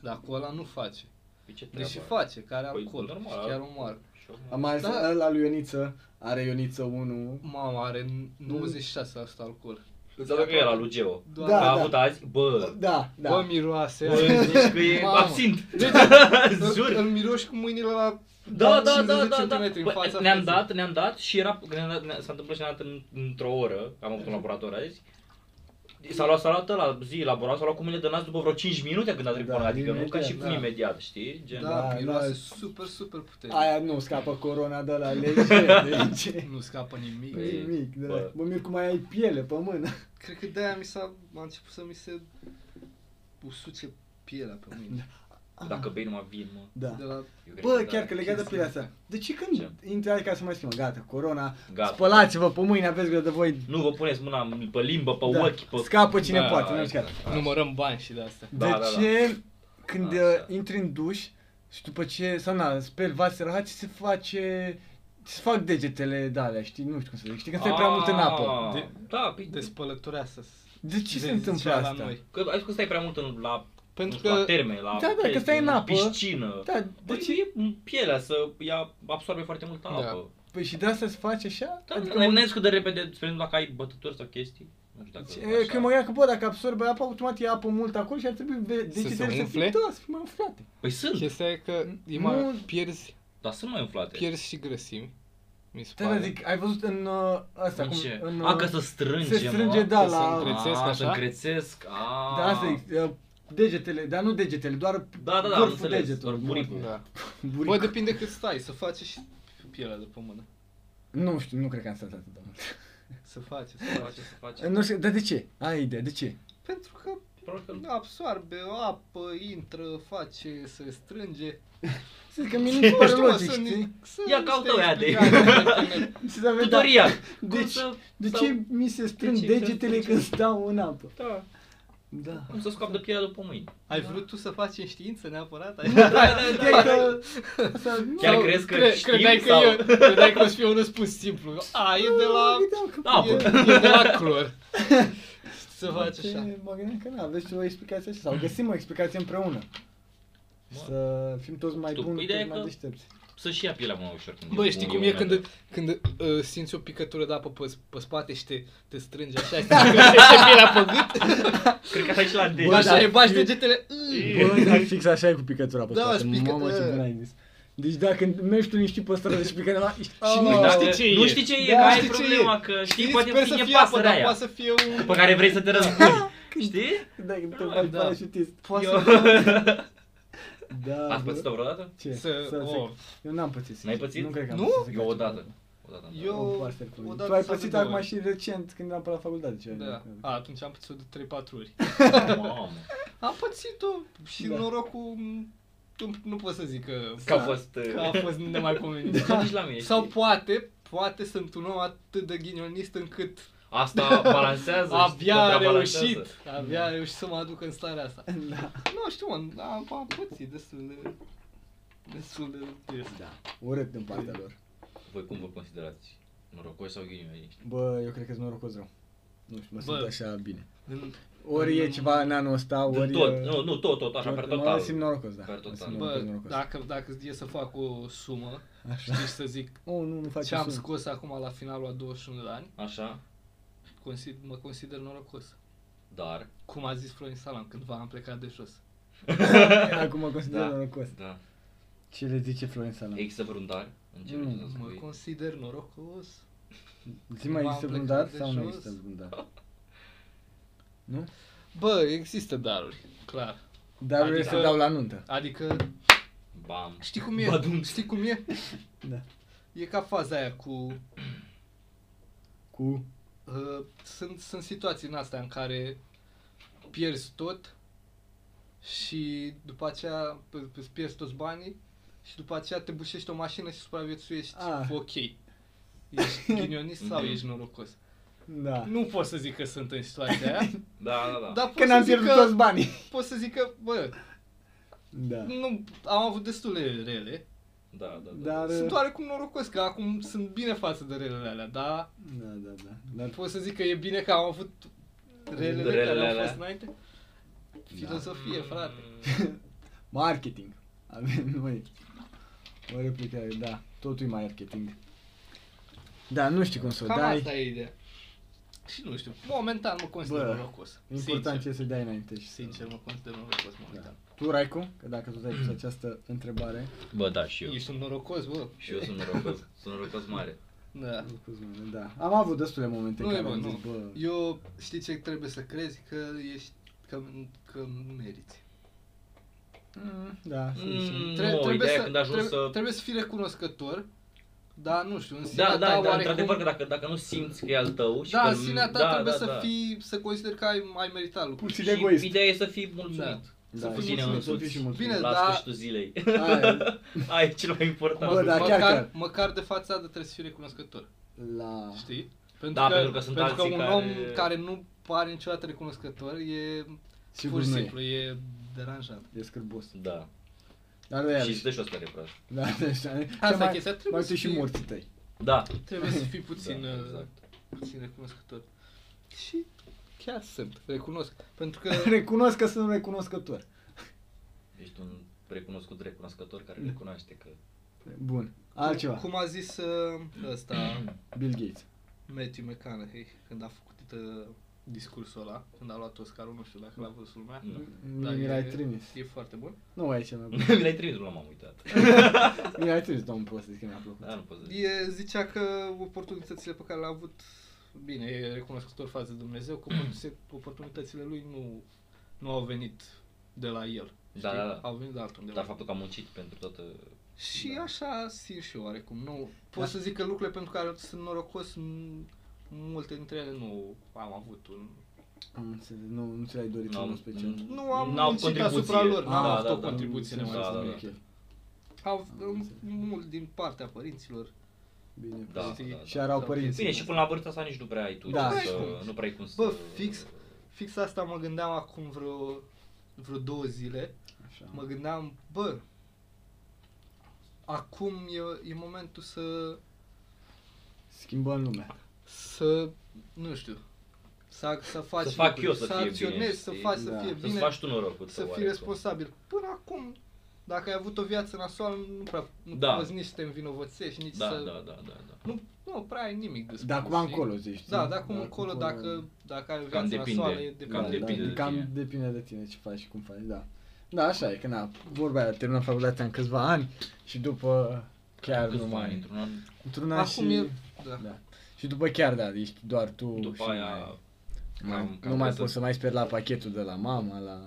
Speaker 1: Dar cu ăla nu face.
Speaker 3: Păi ce
Speaker 1: Deși
Speaker 3: treabă
Speaker 1: face, care are
Speaker 3: Păi,
Speaker 1: alcool
Speaker 3: normal,
Speaker 1: și
Speaker 3: are-
Speaker 1: chiar omoară.
Speaker 3: Și acum-
Speaker 2: Am mai
Speaker 1: Da.
Speaker 2: da. ăla lui Ioniță, are Ioniță 1.
Speaker 1: Mama are 96% alcool.
Speaker 3: Îți arăt că era lui Geo.
Speaker 1: Doar
Speaker 2: Da,
Speaker 3: Da, a
Speaker 2: da.
Speaker 3: avut azi, bă,
Speaker 2: Da,
Speaker 1: da.
Speaker 2: da.
Speaker 1: Bă, miroase.
Speaker 3: bă, zici că e
Speaker 1: Mamă.
Speaker 3: absint.
Speaker 1: Îl-
Speaker 3: Jur.
Speaker 1: Îl miroși cu mâinile la
Speaker 3: Da, da, da,
Speaker 1: 50
Speaker 3: da, da.
Speaker 1: centimetri în
Speaker 3: Bă,
Speaker 1: fața
Speaker 3: Ne-am
Speaker 1: feței.
Speaker 3: dat, ne-am dat și era, ne-am dat- ne- s-a întâmplat și ne-am dat în- într-o oră, am avut un laborator azi. S-a luat, s-a luat la zi laborator, s-a luat cu mâinile de nas după vreo 5 minute când a trecut
Speaker 2: Da,
Speaker 3: până, adică nu ca
Speaker 2: imediat,
Speaker 3: și cum
Speaker 2: da.
Speaker 3: imediat, știi? Gen,
Speaker 1: Da,
Speaker 2: Da,
Speaker 1: miroase
Speaker 2: da.
Speaker 1: super, super puternic.
Speaker 2: Aia nu scapă corona de la lege, lege.
Speaker 1: Nu scapă nimic.
Speaker 3: Păi-
Speaker 2: Nimic, da.
Speaker 3: bă.
Speaker 2: Mă mir cum mai ai piele pe mână.
Speaker 1: Cred că de-aia mi s-a, a început să mi se usuce pielea pe mâini.
Speaker 3: Dacă bei numai vin, mă.
Speaker 2: Da.
Speaker 1: De la...
Speaker 3: Eu cred
Speaker 2: Bă,
Speaker 3: da.
Speaker 2: chiar că legat de pielea asta. De ce când
Speaker 3: Ce?
Speaker 2: intri aici ca să mai schimbă? Gata, corona,
Speaker 3: Gata.
Speaker 2: spălați-vă pe mâini, aveți grijă de voi.
Speaker 3: Nu vă puneți mâna pe limbă, pe
Speaker 2: Da.
Speaker 3: ochi, pe...
Speaker 2: Scapă cine
Speaker 3: Da,
Speaker 2: poate, nu
Speaker 3: exact.
Speaker 2: exact.
Speaker 1: Numărăm bani și de astea.
Speaker 2: De
Speaker 3: Da, da, da.
Speaker 2: ce când
Speaker 3: Așa.
Speaker 2: uh, intri în duș și după ce, sau na, speli vase rahați, se face... Se fac degetele de alea, știi? Nu știu cum să zic. Știi că stai prea mult în apă.
Speaker 3: Ah,
Speaker 1: De-
Speaker 3: Da, păi,
Speaker 1: De spălătoreasă.
Speaker 2: De ce
Speaker 1: de-
Speaker 2: se întâmplă
Speaker 1: zicea la
Speaker 2: asta?
Speaker 1: noi.
Speaker 3: că ai spus că stai prea mult în, la,
Speaker 1: Pentru
Speaker 3: nu știu, la
Speaker 1: că
Speaker 3: terme, la păi,
Speaker 2: Da, da, Da. că stai în apă.
Speaker 3: piscină.
Speaker 2: Da, de
Speaker 3: Păi
Speaker 2: ce?
Speaker 3: e pielea să ea absorbe foarte mult
Speaker 1: Da.
Speaker 3: apă.
Speaker 2: Păi și de asta se face așa?
Speaker 3: Da.
Speaker 2: Adică
Speaker 3: Adică
Speaker 2: mă-
Speaker 3: ne cât de repede, spre exemplu, dacă ai bătături sau chestii. Nu știu dacă
Speaker 2: E, Că mă gândeam că, bă, dacă absorbe apa, automat e apă mult acolo și ar trebui ve-
Speaker 1: Să se
Speaker 2: degetele să
Speaker 1: umfle?
Speaker 2: fie da, să fie mai umflate.
Speaker 3: Păi sunt,
Speaker 1: chestia e că e
Speaker 2: Nu-
Speaker 1: mai, pierzi,
Speaker 3: dar sunt mai umflate.
Speaker 1: pierzi și grăsimi. Mi se
Speaker 2: Da, da,
Speaker 1: pare.
Speaker 2: zic, ai văzut în uh, asta,
Speaker 3: În
Speaker 2: cum,
Speaker 3: ce?
Speaker 2: în,
Speaker 3: A, că
Speaker 2: uh,
Speaker 3: să strânge,
Speaker 2: se strânge,
Speaker 3: mă.
Speaker 2: da,
Speaker 1: Că se
Speaker 2: la,
Speaker 1: încrețe. Încrețesc,
Speaker 3: A,
Speaker 1: așa?
Speaker 3: Să încrețesc, Ah, a.
Speaker 2: da, asta zic, uh, degetele, dar nu degetele, doar
Speaker 3: Da, da, da, am
Speaker 2: vârful
Speaker 3: înțeles,
Speaker 2: degetului.
Speaker 3: doar buricul.
Speaker 1: Da.
Speaker 2: Buric.
Speaker 1: Bă, depinde cât stai, să face și pielea de pe mână.
Speaker 2: Nu știu, nu cred că am stat atât de mult.
Speaker 1: Să face, să face.
Speaker 3: Face, să face.
Speaker 2: Nu știu, dar de ce? Ai idee, de ce?
Speaker 1: Pentru că
Speaker 3: Probabil că-
Speaker 2: Da,
Speaker 1: absorbe apă, intră, face, se strânge.
Speaker 2: Să zic că mie nu se pare
Speaker 1: Nu știu, mă,
Speaker 2: logic,
Speaker 1: sunt ni-
Speaker 2: știi?
Speaker 1: sunt
Speaker 3: Ia
Speaker 1: niște
Speaker 3: caută aia de-
Speaker 1: explicații pe internet.
Speaker 2: Și să vedem, da,
Speaker 3: Tutorial.
Speaker 2: de
Speaker 3: Cum
Speaker 2: ce-
Speaker 3: să...
Speaker 2: de
Speaker 3: sau-
Speaker 2: ce mi se strâng
Speaker 3: ce se
Speaker 2: degetele
Speaker 3: strânge?
Speaker 2: când stau în apă?
Speaker 3: Da.
Speaker 2: Da.
Speaker 3: Cum să scap de pielea după mâini.
Speaker 1: Ai vrut tu să faci în știință neapărat?
Speaker 2: Chiar că... asta- nu-
Speaker 3: Da, Chiar
Speaker 1: Sau
Speaker 3: crezi că
Speaker 1: cre-
Speaker 3: știm
Speaker 1: credeai
Speaker 3: sau-
Speaker 1: că eu, credeai că o să fie un răspuns simplu. A, e de la,
Speaker 2: Mă gândeam că-
Speaker 3: Apă.
Speaker 1: e, e de la clor. Să faci
Speaker 2: Ce-
Speaker 1: așa.
Speaker 2: Mă gândeam că nu aveți o explicație așa, sau găsim o explicație împreună.
Speaker 3: Bă.
Speaker 2: Să fim toți mai
Speaker 3: Tu,
Speaker 2: buni,
Speaker 3: ideea
Speaker 2: toți
Speaker 3: e
Speaker 2: mai
Speaker 3: că-
Speaker 2: deștepți.
Speaker 3: Să-și ia pielea mai ușor. când
Speaker 1: Băi,
Speaker 3: un-
Speaker 1: știi
Speaker 3: un da.
Speaker 1: cum e
Speaker 3: moment
Speaker 1: când,
Speaker 3: dat.
Speaker 1: când uh, simți o picătură de apă pe, pe spate și te, te strânge așa și te crește pielea pe gât?
Speaker 3: Cred că așa e și la dege.
Speaker 2: Bă,
Speaker 1: așa
Speaker 2: dar-
Speaker 1: îi bași degetele. "Ih,
Speaker 2: Bă, dar fix așa e cu picătura pe
Speaker 1: Da,
Speaker 2: spate.
Speaker 1: spică-
Speaker 2: Mamă, ce bun ai zis. Deci dacă mergi tu niște pe stradă și pică cineva și
Speaker 1: Aoleu.
Speaker 2: nu
Speaker 1: Da,
Speaker 2: știi
Speaker 1: știi
Speaker 2: ce...
Speaker 1: ce
Speaker 3: Nu
Speaker 1: e.
Speaker 3: știi ce e,
Speaker 1: Da,
Speaker 3: că ai
Speaker 1: știi ce
Speaker 3: problema,
Speaker 1: e.
Speaker 3: că știi,
Speaker 1: Știți,
Speaker 3: poate
Speaker 1: sper
Speaker 3: îți
Speaker 1: să
Speaker 3: e
Speaker 1: fie apă,
Speaker 3: pasărea
Speaker 1: dar
Speaker 3: aia Păi,
Speaker 1: poate să fie un...
Speaker 3: pe care vrei să te răzbuni. Știi?
Speaker 2: Dacă te faci
Speaker 1: Da.
Speaker 2: parașutist.
Speaker 1: Poate
Speaker 3: Eu-
Speaker 1: să
Speaker 2: Da,
Speaker 3: Ați
Speaker 2: bă.
Speaker 3: pățit-o vreodată?
Speaker 2: Ce?
Speaker 1: Să- oh,
Speaker 2: Să
Speaker 1: o.
Speaker 2: zic. Eu n-am pățit. sincer.
Speaker 3: N-ai pățit?
Speaker 2: Nu cred că am
Speaker 1: Nu?
Speaker 2: pățit.
Speaker 3: Eu odată. Odată. am dat.
Speaker 1: Eu-
Speaker 2: O, foarte cool.
Speaker 1: odată
Speaker 2: Tu ai
Speaker 1: sau de
Speaker 2: pățit
Speaker 1: două
Speaker 2: acum
Speaker 1: ori.
Speaker 2: și recent când eram pe la facultate. ce ai
Speaker 1: Da.
Speaker 2: zis?
Speaker 1: A, atunci am pățit-o de 3-4 ori.
Speaker 3: Mamă.
Speaker 1: Am pățit-o și
Speaker 2: Da.
Speaker 1: norocul... Nu, nu pot să zic că,
Speaker 3: Că a fost... uh,
Speaker 1: că a fost nemaipomenit.
Speaker 3: Să nici la mine,
Speaker 1: Sau
Speaker 3: știi?
Speaker 1: poate, poate sunt un om atât de ghinionist încât
Speaker 3: Asta balansează. știi,
Speaker 1: abia a
Speaker 3: contrabalansează.
Speaker 1: reușit, abia a reușit să mă aduc în starea asta.
Speaker 2: Da.
Speaker 1: Nu știu, mă, am, am pățit destul de... Destul de...
Speaker 2: Da. Urât din partea lor.
Speaker 3: Voi cum vă considerați? Norocoși sau ghinioși?
Speaker 2: Bă, eu cred că sunt norocos rău. Nu știu, mă
Speaker 1: Bă.
Speaker 2: simt așa bine.
Speaker 1: În-
Speaker 2: Ori e
Speaker 1: Mm.
Speaker 2: ceva în anul ăsta,
Speaker 3: Din
Speaker 2: ori...
Speaker 3: tot,
Speaker 2: e-
Speaker 3: nu, nu, tot, tot, așa, pe
Speaker 2: mă
Speaker 3: total.
Speaker 2: simt norocos, da.
Speaker 3: Per
Speaker 2: Mă
Speaker 3: total.
Speaker 2: simt norocos,
Speaker 1: Bă,
Speaker 2: norocos.
Speaker 1: dacă, dacă e să fac o sumă,
Speaker 2: Așa.
Speaker 1: știi, și să zic
Speaker 2: Oh, nu, nu faci
Speaker 1: ce am
Speaker 2: sun.
Speaker 1: scos acum la finalul a 21 de ani,
Speaker 3: Așa,
Speaker 1: consid- mă consider norocos.
Speaker 3: dar...
Speaker 1: Cum a zis Florin Salam cândva am plecat de jos.
Speaker 2: Acum mă consider
Speaker 3: Da.
Speaker 2: norocos.
Speaker 3: Da.
Speaker 2: Ce le zice Florin Salam?
Speaker 3: Există vreun dar? În ce
Speaker 2: Nu,
Speaker 3: vreți să
Speaker 1: Mă
Speaker 3: spui?
Speaker 1: consider norocos.
Speaker 2: Zi mai
Speaker 1: m-am
Speaker 2: există vreun
Speaker 1: plecat
Speaker 2: dar
Speaker 1: de
Speaker 2: sau nu
Speaker 1: jos.
Speaker 2: există vreun dar? Nu?
Speaker 1: Bă, există daruri, clar.
Speaker 2: Darurile
Speaker 1: Adică-
Speaker 2: se dau la nuntă.
Speaker 1: Adică
Speaker 3: Bam.
Speaker 1: Știi cum e?
Speaker 3: Badum.
Speaker 1: Știi cum e?
Speaker 2: Da.
Speaker 1: E ca faza aia cu...
Speaker 2: Cu...
Speaker 1: Uh, sunt, sunt situații în astea în care pierzi tot și după aceea p- p- îți pierzi toți banii și după aceea te bușești o mașină și supraviețuiești
Speaker 2: Ah.
Speaker 1: ok. Ești ghinionist sau
Speaker 3: Mhm.
Speaker 1: ești norocos?
Speaker 2: Da.
Speaker 4: Nu pot să zic că sunt în situația aia.
Speaker 3: Da, da, da.
Speaker 1: Dar pot
Speaker 2: Că
Speaker 1: să
Speaker 2: n-am
Speaker 1: zic
Speaker 2: pierdut
Speaker 1: că,
Speaker 2: toți banii.
Speaker 1: pot să zic că, bă,
Speaker 2: Da.
Speaker 1: nu, am avut destule rele.
Speaker 3: da, da, da.
Speaker 2: Dar... uh,
Speaker 1: Sunt oarecum norocos că acum sunt bine față de relele alea, dar
Speaker 2: Da, da, da. Dar
Speaker 1: pot să zic că e bine că am avut relele,
Speaker 3: Relele
Speaker 1: care au
Speaker 3: alea. Da. Mm.
Speaker 1: fost înainte. Filozofie, frate.
Speaker 2: marketing. Avem noi o replică, da, totul e marketing. Da, nu știu cum să o
Speaker 1: Cam
Speaker 2: dai.
Speaker 1: asta e ideea. Și nu știu, momentan mă consider
Speaker 2: Bă,
Speaker 1: norocos.
Speaker 2: Important Da.
Speaker 1: sincer.
Speaker 2: e să dai înainte. și-
Speaker 1: Sincer, mă consider norocos momentan.
Speaker 2: Tu, Raicu, că dacă tu ai pus această întrebare,
Speaker 3: Bă, da, și eu.
Speaker 1: Ești un norocos, bă.
Speaker 3: Și eu sunt norocos. sunt norocos mare.
Speaker 1: Da.
Speaker 2: nu pus mâna, da. Am avut destule momente
Speaker 1: Nu
Speaker 2: în
Speaker 1: e,
Speaker 2: care
Speaker 1: bă,
Speaker 2: am
Speaker 1: nu.
Speaker 2: zis, bă,
Speaker 1: Eu știi ce trebuie să crezi? Că ești, că, că nu meriți.
Speaker 2: mm, da, să
Speaker 3: Mm,
Speaker 2: zicem.
Speaker 1: Tre-
Speaker 3: nu, ideea e când ajungi
Speaker 1: trebuie,
Speaker 3: să...
Speaker 1: trebuie să fii recunoscător, dar nu știu, în sinea
Speaker 3: Da,
Speaker 1: ta
Speaker 3: da, da,
Speaker 1: oarecum...
Speaker 3: într-adevăr că dacă, dacă nu simți că e al tău și
Speaker 1: da,
Speaker 3: că...
Speaker 1: în sinea ta
Speaker 3: da,
Speaker 1: trebuie
Speaker 3: da,
Speaker 1: să
Speaker 3: da.
Speaker 1: fii, să consideri că ai, ai meritat lucruri.
Speaker 2: puțin
Speaker 3: și
Speaker 2: egoist.
Speaker 3: ideea e să fii mulțumit.
Speaker 1: Da.
Speaker 2: Da,
Speaker 1: fii
Speaker 2: și
Speaker 1: mulțumit,
Speaker 2: mulțumit,
Speaker 3: să
Speaker 2: fii și
Speaker 3: fii
Speaker 2: mulțumit.
Speaker 1: bine,
Speaker 3: La
Speaker 1: da.
Speaker 3: sfârșitul zilei.
Speaker 2: Aia,
Speaker 3: Aia e cel mai important.
Speaker 2: Bă, da, chiar,
Speaker 1: măcar,
Speaker 2: chiar.
Speaker 1: măcar de fațadă trebuie să fii recunoscător,
Speaker 2: la...
Speaker 1: știi?
Speaker 3: Da, pentru că sunt
Speaker 1: pentru că un
Speaker 3: alții care-
Speaker 1: om care nu pare niciodată recunoscător e
Speaker 2: Sigur
Speaker 1: pur și
Speaker 2: nu
Speaker 1: simplu,
Speaker 2: e.
Speaker 1: e deranjant.
Speaker 2: E scârbos.
Speaker 3: Da.
Speaker 2: Dar da,
Speaker 3: Și
Speaker 2: iarăși.
Speaker 3: stă și o stare proastă.
Speaker 2: Da, da, așa.
Speaker 1: Asta e chestia, trebuie
Speaker 2: Mai
Speaker 1: să
Speaker 2: tu și
Speaker 1: fii-
Speaker 2: morții tăi.
Speaker 3: Da.
Speaker 1: Trebuie să fii puțin,
Speaker 3: Da,
Speaker 1: uh,
Speaker 3: exact.
Speaker 1: puțin recunoscător. Și chiar sunt, recunosc. Pentru că
Speaker 2: Recunosc că sunt recunoscător.
Speaker 3: Ești un recunoscut recunoscător
Speaker 1: Mm.
Speaker 3: care recunoaște că...
Speaker 2: Bun. Altceva.
Speaker 1: Cum a zis uh, ăsta
Speaker 2: Bill Gates.
Speaker 1: Matthew McConaughey când a făcut uh, discursul ăla, când a luat Oscarul, nu știu dacă l-a văzut lumea.
Speaker 3: Nu.
Speaker 2: Da, mi l-ai
Speaker 1: e-
Speaker 2: trimis.
Speaker 1: E foarte bun.
Speaker 2: Nu mai e cel mai bun.
Speaker 3: Mi l-ai trimis, nu l-am uitat.
Speaker 2: Mi l-ai trimis, domnul prost, zic că mi-a plăcut.
Speaker 3: Da, nu pot să zic.
Speaker 1: E, zicea că oportunitățile pe care le-a avut, bine, e recunoscător față de Dumnezeu, că oportunitățile- oportunitățile lui nu, nu au venit de la el.
Speaker 3: Da, da, da.
Speaker 1: Au venit de altundeva.
Speaker 3: Dar faptul că am muncit pentru toată...
Speaker 1: Și
Speaker 3: Da.
Speaker 1: așa simt și eu oarecum. Nu, pot
Speaker 2: Da.
Speaker 1: să zic că lucrurile pentru care sunt norocos, m- multe dintre ele nu am avut un...
Speaker 2: Am înțeles, nu, nu ți l-ai dorit
Speaker 3: N-au-
Speaker 2: în mod special.
Speaker 1: Nu am
Speaker 3: N-au
Speaker 1: muncit
Speaker 3: contribuție.
Speaker 1: asupra lor, n-am
Speaker 2: Ah,
Speaker 1: avut
Speaker 3: da,
Speaker 1: o
Speaker 3: da.
Speaker 1: contribuție
Speaker 2: Am
Speaker 1: mai
Speaker 3: Da, da,
Speaker 1: mult.
Speaker 2: înțeles,
Speaker 3: da.
Speaker 2: ok.
Speaker 1: Au
Speaker 2: Am înțeles.
Speaker 1: mult din partea părinților.
Speaker 2: Bine. păi,
Speaker 3: Da,
Speaker 1: Știi?
Speaker 3: da, da.
Speaker 2: Și erau
Speaker 1: Da,
Speaker 2: părinții.
Speaker 3: Bine, și până la vârsta asta nici nu prea ai tu.
Speaker 2: Da.
Speaker 3: Să, nu prea ai cum să...
Speaker 1: Bă, fix. Fix asta mă gândeam acum vreo, vreo două zile.
Speaker 2: Așa.
Speaker 1: Mă gândeam, bă, acum e, e momentul să,
Speaker 2: Schimbăm lumea.
Speaker 1: să, nu știu, să, să faci
Speaker 3: fac
Speaker 1: lucruri,
Speaker 3: eu să fie bine,
Speaker 1: acționezi, să
Speaker 3: știi?
Speaker 1: faci să
Speaker 2: Da.
Speaker 1: fie
Speaker 3: Să-ți
Speaker 1: bine.
Speaker 3: faci tu norocul
Speaker 1: să
Speaker 3: tău,
Speaker 1: fii
Speaker 3: oarecum.
Speaker 1: responsabil. Până acum, dacă ai avut o viață nasoală, nu prea nu
Speaker 3: Da.
Speaker 1: da. poți nici să te învinovățești, nici
Speaker 3: Da,
Speaker 1: să...
Speaker 3: da, da, da, da.
Speaker 1: Nu, nu prea ai nimic de spus.
Speaker 2: De acum
Speaker 1: știi?
Speaker 2: încolo, zici.
Speaker 1: Da,
Speaker 2: știi?
Speaker 1: de acum încolo, dacă, dacă ai o viață
Speaker 3: Cam depinde.
Speaker 1: nasoală, e depinde.
Speaker 2: Cam da,
Speaker 3: Cam
Speaker 2: depinde da,
Speaker 3: depinde de
Speaker 2: de cam
Speaker 3: tine.
Speaker 2: depinde de tine ce faci și cum faci, da. Da, așa e, că na, vorba aia, terminam facultatea în câțiva ani și după chiar
Speaker 3: Câți
Speaker 2: nu
Speaker 3: bani
Speaker 2: mai...
Speaker 3: într-un an,
Speaker 2: Într-un an
Speaker 1: Acum
Speaker 2: și...
Speaker 1: e... Da.
Speaker 2: Da. Și după chiar, da, ești doar tu
Speaker 3: după
Speaker 2: și
Speaker 3: aia...
Speaker 2: mai,
Speaker 3: cam-
Speaker 2: mai,
Speaker 3: cam
Speaker 2: nu mai
Speaker 3: să-
Speaker 2: poți să mai speri la pachetul de la mama, la...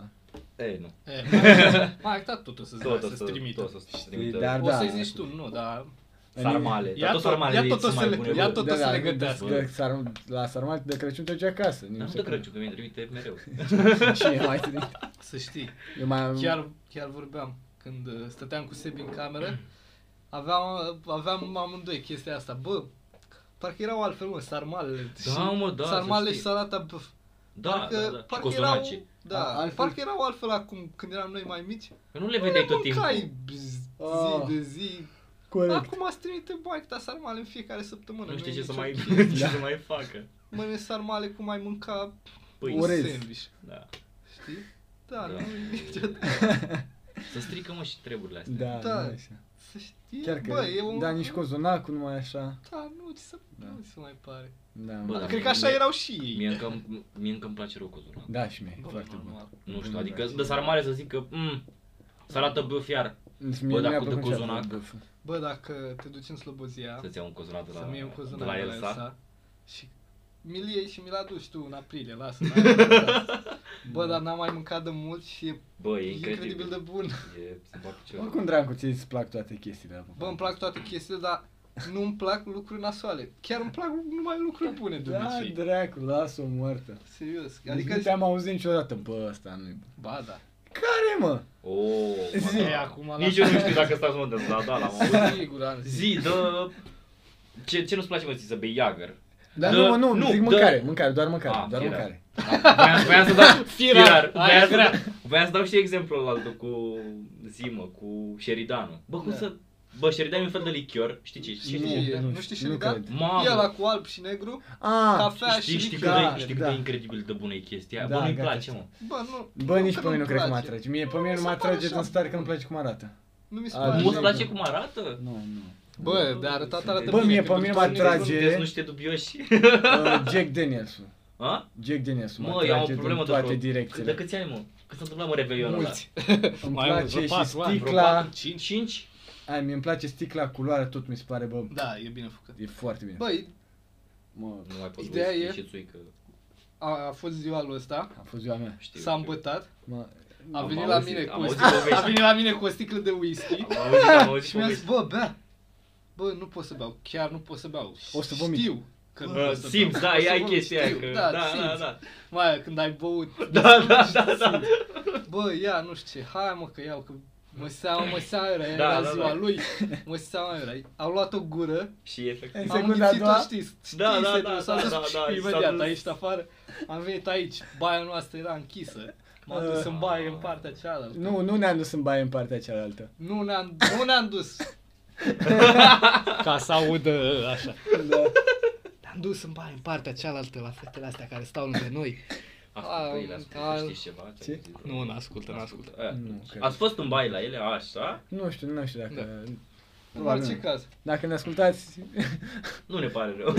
Speaker 3: Ei, nu.
Speaker 1: E, mai- mai ai dat totul să-ți
Speaker 3: Tot
Speaker 1: dai,
Speaker 3: o
Speaker 1: să-ți trimite.
Speaker 3: tot o să-ți trimită.
Speaker 2: Dar
Speaker 1: O
Speaker 2: da,
Speaker 1: să-i zici tu, nu, dar...
Speaker 3: Sarmale.
Speaker 1: Ia
Speaker 3: Dar tot
Speaker 1: tot-
Speaker 3: sarmalele
Speaker 1: ia tot
Speaker 3: sunt
Speaker 1: o
Speaker 3: mai
Speaker 1: să le-
Speaker 3: bune,
Speaker 1: ia
Speaker 3: bă.
Speaker 1: tot
Speaker 2: da,
Speaker 1: o să
Speaker 2: da,
Speaker 1: le
Speaker 2: de-
Speaker 1: gândească.
Speaker 2: de- sar- la sarmat de Crăciun te duci acasă.
Speaker 3: Dar nu Da, de Crăciun, că mi-e trimite mereu.
Speaker 2: Și e mai trist.
Speaker 1: Să știi.
Speaker 2: Eu mai...
Speaker 1: Chiar, chiar vorbeam când uh, stăteam cu Sebi în cameră, aveam, uh, aveam amândoi chestia asta. Bă, parcă erau altfel, mă, sarmalele.
Speaker 3: Da,
Speaker 1: și
Speaker 3: mă, da, să
Speaker 1: Sarmalele și
Speaker 3: știi.
Speaker 1: salata, bă,
Speaker 3: Da,
Speaker 1: parcă,
Speaker 3: da, da. Și
Speaker 1: parcă erau,
Speaker 3: cozonacii.
Speaker 1: da,
Speaker 2: A- altfel-
Speaker 1: parcă erau altfel acum, când eram noi mai mici.
Speaker 3: Că nu le
Speaker 1: Nu le
Speaker 3: vedeai tot timpul.
Speaker 1: mâncai z-
Speaker 2: Ah.
Speaker 1: zi de zi.
Speaker 2: Corect.
Speaker 1: Acum îți trimite boaicta sarmale în fiecare săptămână.
Speaker 3: Nu știi
Speaker 1: e
Speaker 3: ce să
Speaker 1: nicio
Speaker 3: mai, Da.
Speaker 1: chestie.
Speaker 3: ce să mai facă.
Speaker 1: Mănânci sarmale cum ai mânca
Speaker 3: Păi,
Speaker 1: un
Speaker 2: Orez.
Speaker 1: sandwich,
Speaker 3: da.
Speaker 1: știi? Da,
Speaker 3: Da.
Speaker 1: nu e nicio...
Speaker 3: Să strică mă și treburile astea.
Speaker 2: Da,
Speaker 1: Da.
Speaker 2: da. Așa.
Speaker 1: Să știi,
Speaker 2: Chiar că,
Speaker 1: bă, e un...
Speaker 2: da, nici cozonacul nu mai așa.
Speaker 1: Da, nu ți se,
Speaker 2: Da.
Speaker 1: nu ți se mai pare.
Speaker 2: Da,
Speaker 3: Bă,
Speaker 1: Da,
Speaker 2: da.
Speaker 1: Cred că așa
Speaker 3: mie-
Speaker 1: erau și ei.
Speaker 3: Mie încă, mie încă îmi place rău cozonacul.
Speaker 2: Da, și mie, e
Speaker 1: Bă,
Speaker 2: foarte bun.
Speaker 1: normal.
Speaker 3: Nu știu, adică de sarmale să zic că, mm, salată băf iar.
Speaker 2: Mie
Speaker 3: Bă,
Speaker 2: nu
Speaker 3: dar
Speaker 2: mi-a
Speaker 3: cu
Speaker 2: plăcut
Speaker 3: de
Speaker 2: niciodată
Speaker 3: cozonac.
Speaker 2: băful.
Speaker 1: Bă, dacă te duci în Slobozia,
Speaker 3: Să-ți Da. iau un cozonac de la,
Speaker 1: să-mi iei un cozonac
Speaker 3: de la Elsa.
Speaker 1: și mi-l iei și mi-l aduci tu în aprilie, lasă Bă, dar n-am mai mâncat de mult și e
Speaker 3: Bă, e
Speaker 1: incredibil,
Speaker 3: Da. Păi, incredibil.
Speaker 1: de bun.
Speaker 3: E, se fac cu ceva.
Speaker 2: Oricum, Drancu, ți îți plac toate chestiile. apropo.
Speaker 1: Da. Bă, îmi plac toate chestiile, dar nu îmi plac lucruri nasoale. Chiar îmi plac numai lucruri bune de
Speaker 2: Da,
Speaker 1: obicei.
Speaker 2: dracu, las-o moartă.
Speaker 1: Serios.
Speaker 2: Adică
Speaker 1: Adică...
Speaker 2: nu te-am auzit niciodată, bă, ăsta nu
Speaker 1: Ba, da.
Speaker 2: Care, mă?
Speaker 3: Oh, mă,
Speaker 2: Zi.
Speaker 3: da.
Speaker 1: Acum la-
Speaker 3: Nici eu nu știu dacă stați mă de da, da, l-am auzit.
Speaker 1: Sigur, am zis.
Speaker 3: Zi, dă... Ce, ce nu-ți place, mă, ție să bei Jagger?
Speaker 2: Dar
Speaker 3: Dă-
Speaker 2: nu, mă, nu,
Speaker 3: nu,
Speaker 2: nu, zic
Speaker 3: dă-
Speaker 2: mâncare, mâncare, doar mâncare,
Speaker 3: Ah,
Speaker 2: doar
Speaker 3: firar.
Speaker 2: mâncare.
Speaker 3: Da, Voiam, voiam să dau
Speaker 4: Firar,
Speaker 3: firar.
Speaker 4: aia
Speaker 3: Voiam, să
Speaker 4: firar.
Speaker 3: dau, voiam să dau și exemplul ăla cu Zimă, cu Sheridanul. Bă, cum
Speaker 1: Da.
Speaker 3: să... Bă, Sheridan e un fel de lichior, știi ce? Știi
Speaker 1: Nu,
Speaker 3: ce? e?
Speaker 1: e- nu știi Sheridan?
Speaker 2: cred.
Speaker 1: E ăla
Speaker 3: Mamă,
Speaker 1: cu alb și negru,
Speaker 2: Ah,
Speaker 1: cafea
Speaker 3: știi,
Speaker 1: și
Speaker 3: știi,
Speaker 1: lichior.
Speaker 3: cât
Speaker 2: lichior.
Speaker 3: de, știi cât
Speaker 2: Da,
Speaker 3: de
Speaker 2: da.
Speaker 3: incredibil de bună e chestia aia?
Speaker 2: Da,
Speaker 3: Bă, nu-i
Speaker 2: gata,
Speaker 3: place,
Speaker 2: știu.
Speaker 3: mă.
Speaker 1: Bă, nu.
Speaker 2: bă, nici
Speaker 1: că
Speaker 2: pe mine nu
Speaker 1: nu-mi
Speaker 2: cred că mă
Speaker 1: place.
Speaker 2: atrage. Mie, pe mine
Speaker 1: Mi
Speaker 2: nu
Speaker 1: se
Speaker 2: mă
Speaker 1: pare
Speaker 2: atrage
Speaker 1: așa.
Speaker 2: în stare că nu-mi place cum arată.
Speaker 1: Nu mi se
Speaker 2: A,
Speaker 1: pare.
Speaker 2: nu.
Speaker 3: Nu-ți place cum arată?
Speaker 2: Nu, nu.
Speaker 1: Bă, de arătat arată
Speaker 2: Bă, mie
Speaker 1: că
Speaker 2: pe mine
Speaker 1: nu-
Speaker 2: mă atrage.
Speaker 3: Sunteți nu știu dubioși.
Speaker 2: Uh, Jack Danielson.
Speaker 3: A?
Speaker 2: Jack Danielson mă
Speaker 3: Mă, eu am
Speaker 2: atrage
Speaker 3: o
Speaker 2: din
Speaker 3: problemă
Speaker 2: toate
Speaker 3: vreo- De
Speaker 2: direcțiile.
Speaker 3: câți ani, mă? Cât s-a întâmplat, mă, Revelionul ăla?
Speaker 2: Mulți. Îmi
Speaker 4: Mai mult,
Speaker 2: place
Speaker 4: vreo
Speaker 2: și
Speaker 4: patru ani, vreo
Speaker 2: sticla.
Speaker 4: patru, cinci.
Speaker 3: 5?
Speaker 2: Ai, mi îmi place sticla, culoarea, tot mi se pare, bă,
Speaker 4: Da, e bine făcut.
Speaker 2: e foarte bine.
Speaker 1: Bă,
Speaker 2: Mă,
Speaker 3: Nu mai pot
Speaker 1: Ideea
Speaker 3: vorbi
Speaker 1: e-
Speaker 3: și țui că
Speaker 1: a, a fost ziua lui ăsta,
Speaker 2: a fost ziua mea.
Speaker 3: știu.
Speaker 1: s-a
Speaker 3: știu.
Speaker 1: îmbătat,
Speaker 2: Mă,
Speaker 1: a
Speaker 3: Am
Speaker 1: venit la
Speaker 3: auzit,
Speaker 1: mine
Speaker 3: am
Speaker 1: cu o
Speaker 3: auzit
Speaker 1: sticlă,
Speaker 3: povestea.
Speaker 1: a venit la mine cu o sticlă de whisky
Speaker 3: Am auzit, am auzit
Speaker 1: și mi-a zis,
Speaker 3: povestea.
Speaker 1: bă, bea, bă, nu pot să beau, chiar nu pot să beau,
Speaker 2: O să vomit.
Speaker 1: știu că nu
Speaker 3: Bă,
Speaker 1: pot să
Speaker 3: Simți,
Speaker 1: beau.
Speaker 3: da,
Speaker 1: O să
Speaker 3: e ai
Speaker 1: vomit,
Speaker 3: chestia aia
Speaker 1: știu,
Speaker 3: că...
Speaker 1: da,
Speaker 3: Da, da,
Speaker 1: simți.
Speaker 3: da.
Speaker 1: Mai, când ai băut,
Speaker 3: Da, da, da, da.
Speaker 1: bă, ia, nu știu ce, hai mă că iau, că mă seama, mă seama, era,
Speaker 3: Da,
Speaker 1: era
Speaker 3: da,
Speaker 1: ziua
Speaker 3: da.
Speaker 1: lui, mă seama, era, au luat o gură,
Speaker 3: Și efectiv.
Speaker 2: În
Speaker 1: Am
Speaker 2: secunda a
Speaker 1: înghițit-o,
Speaker 2: doua?
Speaker 1: știi, știi,
Speaker 3: Da, da,
Speaker 1: se-
Speaker 3: da,
Speaker 1: s-a
Speaker 3: da,
Speaker 1: dus
Speaker 3: da,
Speaker 1: și
Speaker 3: da, s-a
Speaker 1: imediat
Speaker 3: dus.
Speaker 1: a ieșit afară, am venit aici, baia noastră era închisă, m-am dus în baie în partea cealaltă.
Speaker 2: nu, nu ne-am dus în baie în partea cealaltă.
Speaker 1: Nu ne-am, nu ne-am dus,
Speaker 4: Ca să audă așa.
Speaker 2: Da.
Speaker 1: ne-am dus în baie în partea cealaltă la fetele astea care stau lângă noi.
Speaker 3: Ascultă, ele
Speaker 1: Am-
Speaker 3: ascultă,
Speaker 1: am-
Speaker 3: știți ceva?
Speaker 2: Ce?
Speaker 3: Ți-am zis,
Speaker 4: Nu, n-ascultă, n-ascultă.
Speaker 3: Aia.
Speaker 2: Nu, cred.
Speaker 3: Ați fost în baie la ele, așa?
Speaker 2: Nu știu, nu știu dacă...
Speaker 1: În
Speaker 2: Probabil
Speaker 1: orice
Speaker 2: nu.
Speaker 1: caz.
Speaker 2: Dacă ne ascultați,
Speaker 3: Nu ne pare rău.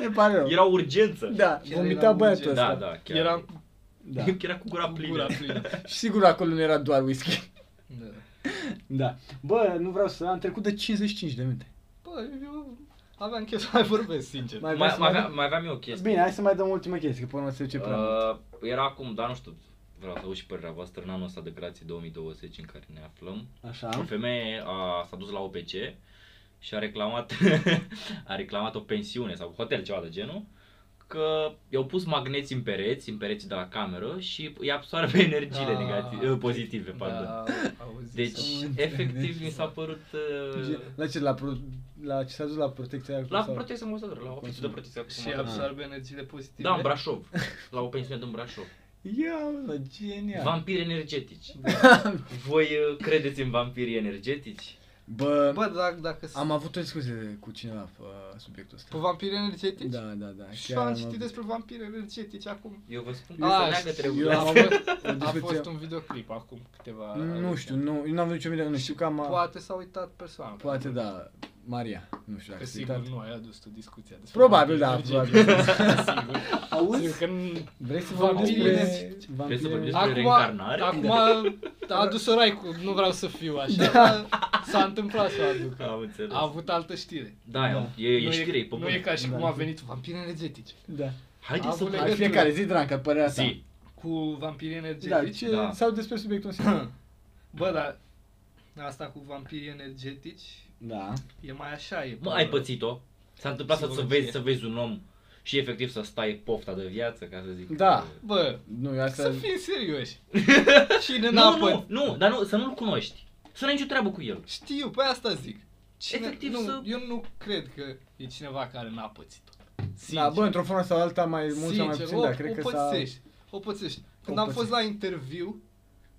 Speaker 2: ne pare rău.
Speaker 3: Era urgență.
Speaker 2: Da,
Speaker 1: Chiar
Speaker 2: vomita
Speaker 1: era
Speaker 2: băiatul
Speaker 1: urgent.
Speaker 2: ăsta.
Speaker 3: da, da, chiar.
Speaker 1: Eram
Speaker 2: da.
Speaker 3: Era cu gura
Speaker 1: cu
Speaker 3: plină.
Speaker 1: gura plină.
Speaker 2: Și sigur acolo nu era doar whisky.
Speaker 1: Da.
Speaker 2: Da. Bă, nu vreau să... Am trecut de 55 de minute.
Speaker 1: Bă, eu aveam chef să mai vorbesc, sincer.
Speaker 2: Mai,
Speaker 3: Mai,
Speaker 2: vreau
Speaker 3: mai,
Speaker 2: să
Speaker 3: aveam, mai aveam eu o chestie.
Speaker 2: Bine, hai să mai dăm ultima chestie, că până se duce prea mult.
Speaker 3: Uh, era acum, dar nu știu, vreau să aud și părerea voastră, în anul ăsta de grație 2020 în care ne aflăm. O
Speaker 2: Așa.
Speaker 3: femeie a, s-a dus la OPC și a reclamat, a reclamat o pensiune sau hotel, ceva de genul, că i-au pus magneți în pereți, în pereți de la cameră și îi absorbe energiile
Speaker 1: Da.
Speaker 2: uh,
Speaker 3: negative, pozitive, pardon.
Speaker 1: Da, auzi,
Speaker 3: Deci,
Speaker 1: să-
Speaker 3: efectiv, mi s-a părut... Uh,
Speaker 2: La ce, la, pro... la ce s-a dus la protecția acolo?
Speaker 3: la
Speaker 2: sau?
Speaker 3: protecția consumatorilor, la oficiul de protecție a
Speaker 2: Deci-
Speaker 1: Și
Speaker 3: consumatorilor.
Speaker 1: absorbe energiile pozitive.
Speaker 3: Da, în Brașov, la o pensiune din Brașov.
Speaker 2: Ia, Da. mă, genial.
Speaker 3: Vampiri energetici. Voi uh, credeți în vampirii energetici?
Speaker 2: Bă,
Speaker 1: Bă, dacă, dacă
Speaker 2: am avut o discuție cu cineva pe uh, subiectul ăsta.
Speaker 1: Pe vampiri energetici?
Speaker 2: Da, da, da.
Speaker 1: Și
Speaker 2: chiar
Speaker 1: am
Speaker 2: am
Speaker 1: citit
Speaker 2: avut-
Speaker 1: despre vampiri energetici acum.
Speaker 3: Eu vă spun că
Speaker 1: Ah,
Speaker 3: să leagă
Speaker 1: știu,
Speaker 3: trebuie.
Speaker 2: Eu am
Speaker 1: Am
Speaker 2: avut
Speaker 1: A
Speaker 2: o
Speaker 1: fost
Speaker 2: discuție...
Speaker 1: un videoclip acum câteva...
Speaker 2: Nu știu, nu, eu n-am văzut nicio video, nu știu că am...
Speaker 1: Poate s-a uitat persoana.
Speaker 2: Poate da, Maria, nu știu
Speaker 4: Că
Speaker 2: dacă
Speaker 4: sigur
Speaker 2: sigur.
Speaker 4: nu ai adus tu discuția despre
Speaker 2: Probabil, da,
Speaker 4: vampiri
Speaker 2: probabil. da.
Speaker 4: energetici. Sigur. Sigur
Speaker 2: Auzi?
Speaker 4: că nu...
Speaker 2: Vrei
Speaker 1: Vampiri
Speaker 2: să vorbim despre...
Speaker 1: energetici.
Speaker 3: Vrei să vorbim
Speaker 2: Vampiri...
Speaker 3: despre Da.
Speaker 1: Acum,
Speaker 3: reîncarnare?
Speaker 1: acum a adus o cu nu vreau să fiu așa,
Speaker 3: Da.
Speaker 1: dar s-a întâmplat să o aducă.
Speaker 3: Am înțeles.
Speaker 1: A avut altă știre.
Speaker 3: Da, e,
Speaker 2: Da.
Speaker 3: e, e
Speaker 1: nu,
Speaker 3: știre, e
Speaker 1: e,
Speaker 3: pe
Speaker 1: nu e
Speaker 3: bune.
Speaker 1: ca și
Speaker 2: Da.
Speaker 1: cum a venit vampiri energetici.
Speaker 2: Da.
Speaker 3: Haideți
Speaker 1: a
Speaker 3: să păi-
Speaker 1: avut
Speaker 2: Hai
Speaker 1: legătură.
Speaker 2: fiecare zi, Dranca, părerea ta.
Speaker 3: Zi.
Speaker 1: Cu vampiri
Speaker 2: Da,
Speaker 1: energetici.
Speaker 2: ce,
Speaker 3: Da.
Speaker 2: sau despre subiectul în sine.
Speaker 1: Bă, dar asta cu vampiri energetici
Speaker 2: Da.
Speaker 1: e mai așa. E
Speaker 3: Mă, ai pățit-o? S-a întâmplat să, să,
Speaker 1: Psihologie.
Speaker 3: vezi, să vezi un om și efectiv să stai pofta de viață, ca să zic.
Speaker 2: Da.
Speaker 1: Bă,
Speaker 2: Nu, eu asta...
Speaker 1: să fim serioși. Cine n-a
Speaker 3: Nu, nu,
Speaker 1: pățit?
Speaker 3: nu, dar nu, să nu-l cunoști. Să n-ai nicio treabă cu el.
Speaker 1: Știu, pe asta zic. Cine,
Speaker 3: Efectiv
Speaker 1: nu,
Speaker 3: să-
Speaker 1: Eu nu cred că e cineva care n-a pățit-o. Sincer.
Speaker 2: Da, bă, într-o formă sau alta, mai mult sau mai
Speaker 1: Sincer,
Speaker 2: puțin,
Speaker 1: o,
Speaker 2: dar cred
Speaker 1: o
Speaker 2: că s-a...
Speaker 1: pățești. O pățești. Când
Speaker 2: O
Speaker 1: am fost
Speaker 2: pățești.
Speaker 1: la interviu,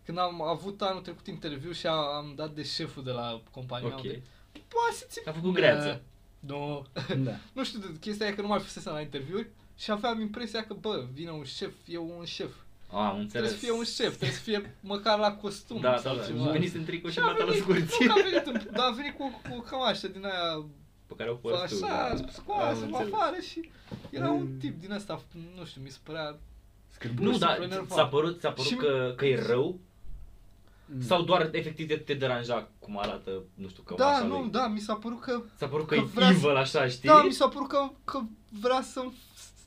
Speaker 1: când am avut anul trecut interviu și am, am dat de șeful de la compania
Speaker 3: Ok. Então,
Speaker 1: unde... Poate să ți
Speaker 3: Te-a făcut
Speaker 1: eh,
Speaker 3: greață.
Speaker 1: Nu.
Speaker 2: Da.
Speaker 1: Nu știu, chestia e că nu mai fusesem la interviuri și aveam impresia că, bă, vine un șef, e un șef.
Speaker 3: A, am înțeles.
Speaker 1: Trebuie să fie un șef, trebuie să fie măcar la costum
Speaker 3: Da, da,
Speaker 1: sau
Speaker 3: da.
Speaker 1: ceva.
Speaker 3: Veniți în tricou și
Speaker 1: Și a
Speaker 3: pantaloni
Speaker 1: venit,
Speaker 3: scurți.
Speaker 1: nu că a venit, în- dar a venit cu, cu o cămașă din aia,
Speaker 3: Pe care au fost tu.
Speaker 1: așa,
Speaker 3: da.
Speaker 1: scoasă
Speaker 3: Am
Speaker 1: pe
Speaker 3: înțeles.
Speaker 1: afară și era um tipo
Speaker 2: Mm.
Speaker 1: un tip din asta, nu știu, mi se părea
Speaker 3: Nu,
Speaker 1: și
Speaker 3: dar
Speaker 1: suplenervat.
Speaker 3: s-a părut, s-a părut
Speaker 1: Și-
Speaker 3: că, că e rău
Speaker 2: Mm.
Speaker 3: sau doar efectiv te, te deranja cum arată, nu știu, că
Speaker 1: Da, nu, da, mi s-a părut că
Speaker 3: S-a părut că,
Speaker 1: Că
Speaker 3: e
Speaker 1: vrea să-
Speaker 3: evil așa, știi?
Speaker 1: Da, mi s-a părut că, că vrea să-mi,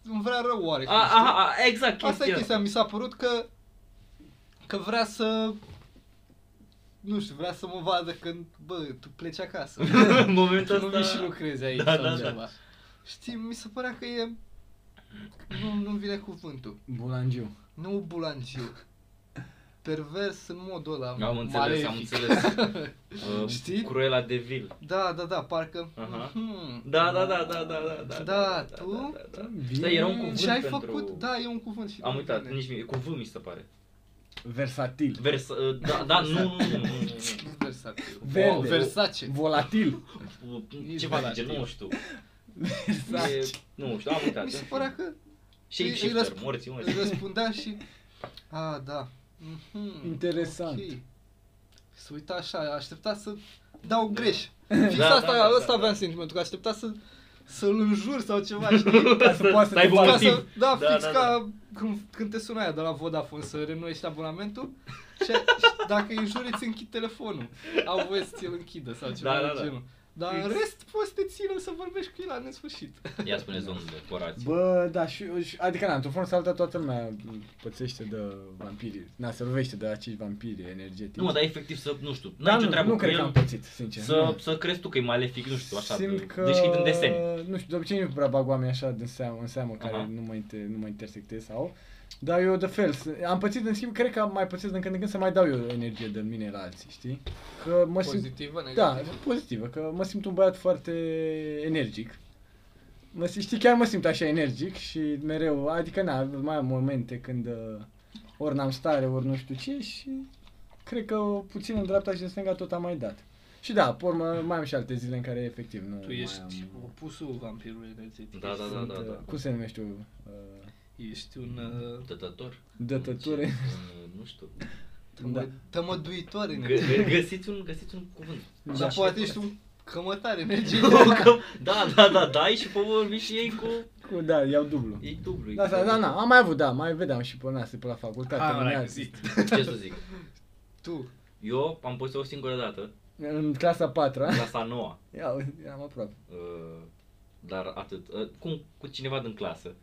Speaker 1: îmi vrea rău oarecum,
Speaker 3: a,
Speaker 1: știi?
Speaker 3: a, a, exact, chestia.
Speaker 1: Asta e chestia, mi s-a părut că, că vrea să, nu știu, vrea să mă vadă când, bă, tu pleci acasă.
Speaker 3: În momentul
Speaker 1: Tu nu vii și
Speaker 3: ăsta...
Speaker 1: lucrezi aici
Speaker 3: Da,
Speaker 1: sau
Speaker 3: da, da.
Speaker 1: ceva. Știi, mi se părea că e... Nu, nu vine cuvântul.
Speaker 2: Bulangiu.
Speaker 1: Nu bulangiu. pervers în modul ăla.
Speaker 3: Am înțeles, am
Speaker 1: malefic.
Speaker 3: înțeles. Uh,
Speaker 1: Știi?
Speaker 3: Cruella de Vil.
Speaker 1: Da, da, da, parcă...
Speaker 3: Aha.
Speaker 1: mhm.
Speaker 3: Da, da, da, da, da, da, da.
Speaker 1: Da, tu?
Speaker 3: da, da. Da, era un cuvânt
Speaker 1: Ce ai
Speaker 3: pentru...
Speaker 1: făcut? Da, e un cuvânt și
Speaker 3: Am uitat,
Speaker 1: bine.
Speaker 3: nici mie, cuvânt mi se pare.
Speaker 2: Versatil.
Speaker 3: Vers, uh, da, da, nu, nu, nu, nu, nu,
Speaker 1: Versace.
Speaker 2: Verde.
Speaker 1: Wow, Versace.
Speaker 2: Volatil.
Speaker 3: nu. Ceva de gen, nu știu. E,
Speaker 2: Versace.
Speaker 3: nu știu, am
Speaker 1: Exact.
Speaker 3: uitat. da.
Speaker 1: Mi se
Speaker 3: în
Speaker 1: părea
Speaker 3: fine.
Speaker 1: că îi
Speaker 3: Shapeshifter,
Speaker 1: răsp-
Speaker 3: morții,
Speaker 1: îi
Speaker 3: morții.
Speaker 1: răspundea și... A, da. Mhm,
Speaker 2: Interesant.
Speaker 1: ok. Să uita așa, aștepta să dau greș. Fix
Speaker 3: Da,
Speaker 1: asta,
Speaker 3: da, da,
Speaker 1: ăsta
Speaker 3: da,
Speaker 1: aveam
Speaker 3: da.
Speaker 1: sentimentul, că aștepta să să-l înjur sau ceva, știi?
Speaker 2: Ca să poată
Speaker 3: Să ai
Speaker 2: facă-
Speaker 1: Ca
Speaker 3: motiv.
Speaker 1: să, da,
Speaker 3: Da,
Speaker 1: fix
Speaker 3: da,
Speaker 1: ca Când, când te sună aia de la Vodafone să renuiești abonamentul și, și dacă îi înjuri, îți închid telefonul. Au voie să ți-l închidă sau ceva
Speaker 3: Da,
Speaker 1: de
Speaker 3: da, da.
Speaker 1: genul. Dar în rest poți să te țină să vorbești cu el la nesfârșit.
Speaker 3: Ia spune domnul de corație.
Speaker 2: Bă, da, și, și adică, na, într-o formă sau alta toată lumea pățește de vampiri, na, se lovește de acești vampiri energetici.
Speaker 3: Nu, mă, dar efectiv să, nu știu,
Speaker 2: Dar
Speaker 3: n-ai nicio treabă
Speaker 2: Da, nu
Speaker 3: cu
Speaker 2: cred că am
Speaker 3: el,
Speaker 2: pățit, sincer.
Speaker 3: să,
Speaker 2: nu.
Speaker 3: să crezi tu că e malefic, nu știu, așa,
Speaker 2: Simt
Speaker 3: de-
Speaker 2: că...
Speaker 3: deschid în desene.
Speaker 2: Nu știu, de obicei nu prea bag oameni așa din seamă, în seamă
Speaker 3: Aha.
Speaker 2: care nu mă, inter, nu mă intersectez sau... Dar eu de fel, s- am pățit în schimb, cred că am mai pățit din când în când să mai dau eu energie de mine la alții, știi? Că mă simt...
Speaker 1: Pozitivă,
Speaker 2: Da,
Speaker 1: negativă.
Speaker 2: pozitivă, că mă simt un băiat foarte energic. Mă, simt- știi, chiar mă simt așa energic și mereu, adică na, mai am momente când uh, ori n-am stare, ori nu știu ce și cred că puțin în dreapta și în stânga tot am mai dat. Și da, pe urmă mai am și alte zile în care efectiv nu
Speaker 1: Tu
Speaker 2: mai
Speaker 1: ești
Speaker 2: am...
Speaker 1: opusul vampirului energetic.
Speaker 3: Da, da, da,
Speaker 2: sunt,
Speaker 3: da,
Speaker 2: uh,
Speaker 3: da.
Speaker 2: Cum se numește? eu, Uh,
Speaker 1: Ești un uh,
Speaker 3: Tătător.
Speaker 2: Dătături.
Speaker 3: Un- un- Nu știu.
Speaker 1: tămă,
Speaker 2: Da.
Speaker 1: tămăduitor energetic.
Speaker 3: Gă- Găsiți un, găsiți un cuvânt.
Speaker 1: Dar
Speaker 2: da.
Speaker 1: Păi, poate ești un cămătar energetic.
Speaker 3: Da, da, da, dai și pe vorbi și ei cu...
Speaker 2: Cu, da, iau dublu.
Speaker 3: Ei dublu.
Speaker 2: Da, da, da, na, am mai avut, da, mai vedeam și pe nase, pe la facultate.
Speaker 4: Hai, mă,
Speaker 2: lumea
Speaker 4: hai,
Speaker 2: zis.
Speaker 4: zic.
Speaker 3: Ce să zic?
Speaker 1: Tu,
Speaker 3: Eu am pus o singură dată,
Speaker 2: În clasa 4
Speaker 3: clasa 9
Speaker 2: Ia, uite, eram aproape.
Speaker 3: Uh, dar atât, uh, cu, cu cineva din clasă,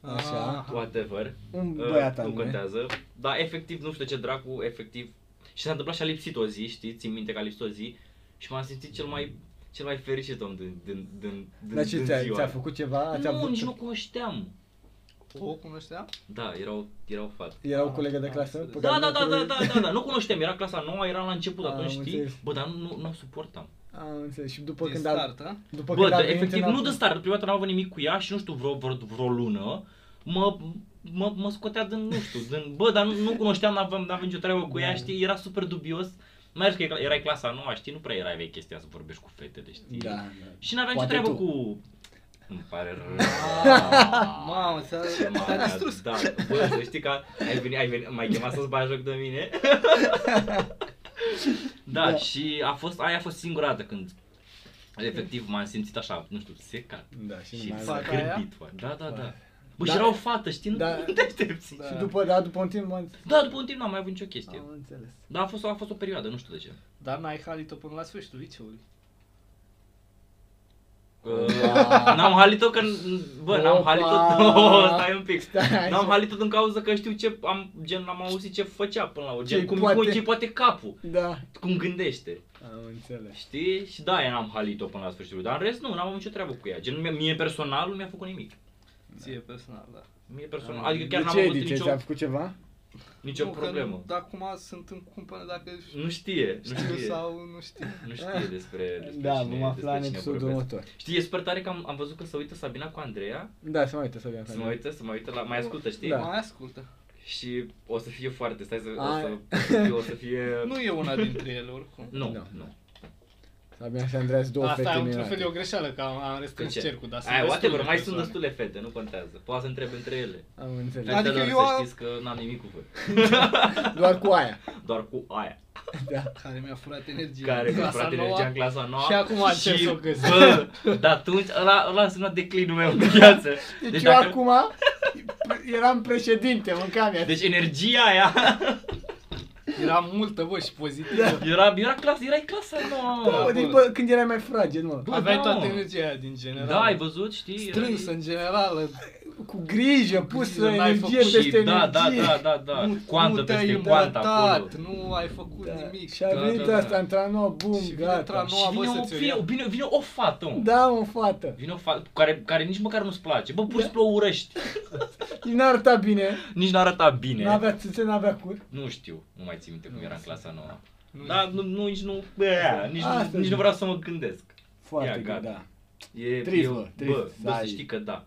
Speaker 2: Așa.
Speaker 1: Aha.
Speaker 3: whatever,
Speaker 2: Un
Speaker 3: Uh,
Speaker 2: băiat
Speaker 3: nu
Speaker 2: anume.
Speaker 3: contează, dar efectiv, nu știu ce dracu, efectiv, și s-a întâmplat și a lipsit o zi, știi, țin minte că a lipsit o zi și m-am simțit cel mai, cel mai fericit om din, din, din, din,
Speaker 2: Dar ce
Speaker 3: din
Speaker 2: ți-a,
Speaker 3: ziua.
Speaker 2: ți-a făcut ceva? Ți-a
Speaker 3: Nu,
Speaker 2: avut-
Speaker 3: nici nu cunoșteam.
Speaker 1: o cunoștea?
Speaker 3: Da, era o, era o fată.
Speaker 2: Era o
Speaker 1: Ah,
Speaker 2: colegă de
Speaker 1: am
Speaker 2: clasă?
Speaker 1: înțeles.
Speaker 2: pe
Speaker 3: Da,
Speaker 2: care
Speaker 3: da, da,
Speaker 2: lucruri-
Speaker 3: da, da, da, da, nu cunoșteam, era clasa 9, era la început,
Speaker 2: Am
Speaker 3: atunci știi,
Speaker 2: înțeles.
Speaker 3: bă, dar nu, nu, nu o suportam.
Speaker 2: Am înțeles. Și după
Speaker 1: Din
Speaker 2: când a...
Speaker 1: start, a?
Speaker 2: După
Speaker 3: da. Bă,
Speaker 2: când
Speaker 3: dar
Speaker 2: a venit
Speaker 3: efectiv,
Speaker 2: în
Speaker 3: nu
Speaker 2: a-
Speaker 3: de start, prima dată n-am avut nimic cu ea și nu știu, vreo, vreo, vreo lună, mă, mă, mă scotea din, nu știu, din, bă, dar nu, nu cunoșteam, n-aveam, n-aveam nicio treabă cu
Speaker 2: Da.
Speaker 3: ea, știi, era super dubios, mai ales că erai clasa nouă, știi, nu prea erai vei chestia să vorbești cu fetele, știi?
Speaker 2: Da, da.
Speaker 3: Și n-aveam nicio
Speaker 2: Poate
Speaker 3: treabă
Speaker 2: tu.
Speaker 3: cu... Îmi pare rău.
Speaker 1: Ah, Mamă, ți-a-
Speaker 3: Ce
Speaker 1: te-a
Speaker 3: mare
Speaker 1: distrus.
Speaker 3: Da, bă, să știi că ai venit, ai venit, m-ai chemat să-ți bagi joc de mine. da,
Speaker 2: Da.
Speaker 3: și a fost, aia a fost singura dată când efectiv m-am simțit așa, nu știu, secat.
Speaker 2: Da, și,
Speaker 3: Și
Speaker 2: nu mai
Speaker 1: Fata
Speaker 2: avea.
Speaker 1: aia?
Speaker 3: scârbit, bă. Da, da, da.
Speaker 2: Da.
Speaker 3: Bă, și
Speaker 2: Da.
Speaker 3: era o fată, știi, nu
Speaker 2: Da.
Speaker 3: nu te aștepți.
Speaker 1: Da.
Speaker 2: Și după, da, după un timp m-am...
Speaker 3: Da, după un timp n-am mai avut nicio chestie.
Speaker 2: Am înțeles.
Speaker 3: Dar a fost, a fost o perioadă, nu știu de ce.
Speaker 1: Dar n-ai halit-o până la sfârșitul liceului.
Speaker 2: Da.
Speaker 3: N-am halit-o că... Bă, n-am
Speaker 2: Opa!
Speaker 3: halit-o... Oh, stai un pic.
Speaker 2: Stai.
Speaker 3: N-am halit-o din cauza că știu ce... Am, gen, am auzit ce făcea până la urmă. Gen,
Speaker 2: Ce-i
Speaker 3: cum,
Speaker 2: poate-
Speaker 3: cum ce poate capul.
Speaker 2: Da,
Speaker 3: Cum gândește.
Speaker 2: am înțeles.
Speaker 3: Știi? Și da, aia n-am halit-o până la sfârșitul. Dar în rest, nu, n-am avut nicio treabă cu ea. Gen, mie, mie personal nu mi-a făcut nimic.
Speaker 1: Ție personal, da.
Speaker 3: Mie personal. Adică chiar
Speaker 2: Ah, de
Speaker 3: n-am
Speaker 2: ce, Exact. de
Speaker 3: avut
Speaker 2: ce,
Speaker 3: nicio,
Speaker 2: ți-a făcut ceva?
Speaker 3: nicio
Speaker 1: Nu, că
Speaker 3: problemă.
Speaker 1: nu- Dar acum sunt în cumpănă dacă
Speaker 3: Nu știe, nu
Speaker 1: știu
Speaker 3: știe.
Speaker 1: sau nu știu.
Speaker 3: Nu știe despre, despre
Speaker 2: Da,
Speaker 3: cine,
Speaker 2: vom afla în
Speaker 3: despre cine
Speaker 2: episodul
Speaker 3: vorbesc.
Speaker 2: următor.
Speaker 3: Știi, e super tare că am, am văzut că se uită Sabina cu Andreea,
Speaker 2: Da, să mă uită să vedem.
Speaker 3: să mă uită, să mă uită, la, mai ascultă, știi?
Speaker 2: Da.
Speaker 1: Mai ascultă.
Speaker 3: Și o să fie foarte, stai să, o
Speaker 2: Ai.
Speaker 3: să, o să fie, o să fie...
Speaker 1: Nu e una dintre ele oricum.
Speaker 3: Nu,
Speaker 2: Nu.
Speaker 3: nu.
Speaker 2: Sabina și Andreas, două
Speaker 1: Asta
Speaker 2: fete
Speaker 1: am într-un fel e o
Speaker 2: minunate.
Speaker 1: greșeală că am, am restrâns
Speaker 3: ce?
Speaker 1: cercul, dar sunt
Speaker 3: Aia,
Speaker 1: destule
Speaker 3: whatever, mai sunt
Speaker 1: persoane.
Speaker 3: destule fete, nu contează. Poate să întreb între ele.
Speaker 2: Am înțeles.
Speaker 1: Adică
Speaker 3: Adică
Speaker 1: eu
Speaker 3: eu... să
Speaker 1: am-
Speaker 3: știți că n-am nimic cu voi.
Speaker 2: Doar cu aia. Da.
Speaker 3: Doar cu aia.
Speaker 1: Care mi-a furat energia.
Speaker 3: Care mi-a
Speaker 1: Clasa
Speaker 3: furat
Speaker 1: noua.
Speaker 3: energia în clasa nouă.
Speaker 1: Și acum încerc să o găsesc.
Speaker 3: bă, de atunci ăla, ăla a însemnat declinul meu în viață.
Speaker 2: Deci,
Speaker 3: Deci
Speaker 2: eu
Speaker 3: dacă-
Speaker 2: acum eram președinte, mâncam ea.
Speaker 3: Deci energia aia
Speaker 1: Era multă, bă, și pozitivă.
Speaker 3: Era, era clasă, erai clasa nouă.
Speaker 1: Da,
Speaker 2: Bă, deci, bă, când erai mai fraged, mă.
Speaker 3: Bă,
Speaker 1: Aveai
Speaker 3: da.
Speaker 1: toată energia aia din general.
Speaker 3: Da, ai văzut, Da, știi?
Speaker 1: Strânsă în general.
Speaker 2: cu grijă, pusă
Speaker 1: grijă, n-ai
Speaker 2: energie
Speaker 1: făcut-
Speaker 2: peste
Speaker 3: Și da,
Speaker 2: energie.
Speaker 3: da, da, da, da. Coantă
Speaker 1: te-ai
Speaker 3: peste coantă acolo.
Speaker 1: îmbătat, nu ai făcut
Speaker 2: Da.
Speaker 1: nimic.
Speaker 2: Și a
Speaker 3: da,
Speaker 2: venit
Speaker 3: da.
Speaker 2: asta, antrenor, bum,
Speaker 1: Și vine
Speaker 2: gata.
Speaker 1: antrenor-
Speaker 3: Și
Speaker 1: Noua, bă,
Speaker 3: vine o,
Speaker 1: să-ți o
Speaker 3: vine,
Speaker 1: ia.
Speaker 3: vine, vine o fată, mă.
Speaker 2: Da, mă, fată.
Speaker 3: Vine o fată care, care nici măcar nu-ți place. Bă, pur și
Speaker 2: Da.
Speaker 3: simplu o urăști.
Speaker 2: Nu arăta bine,
Speaker 3: Nici n-arăta bine.
Speaker 2: n-avea țâțe, n-avea cur.
Speaker 3: Nu știu, nu mai țin minte cum era în clasa nouă.
Speaker 1: Nu
Speaker 3: Dar Da, nu, nu, nici nu, bă, nici,
Speaker 2: Asta
Speaker 3: nu, nici
Speaker 2: zic.
Speaker 3: nu vreau să mă gândesc. Ia,
Speaker 2: Foarte
Speaker 3: gata.
Speaker 2: gata. da.
Speaker 3: E,
Speaker 4: Trist,
Speaker 3: e-
Speaker 4: bă, trist,
Speaker 3: bă, bă, să
Speaker 4: stai.
Speaker 3: știi că da.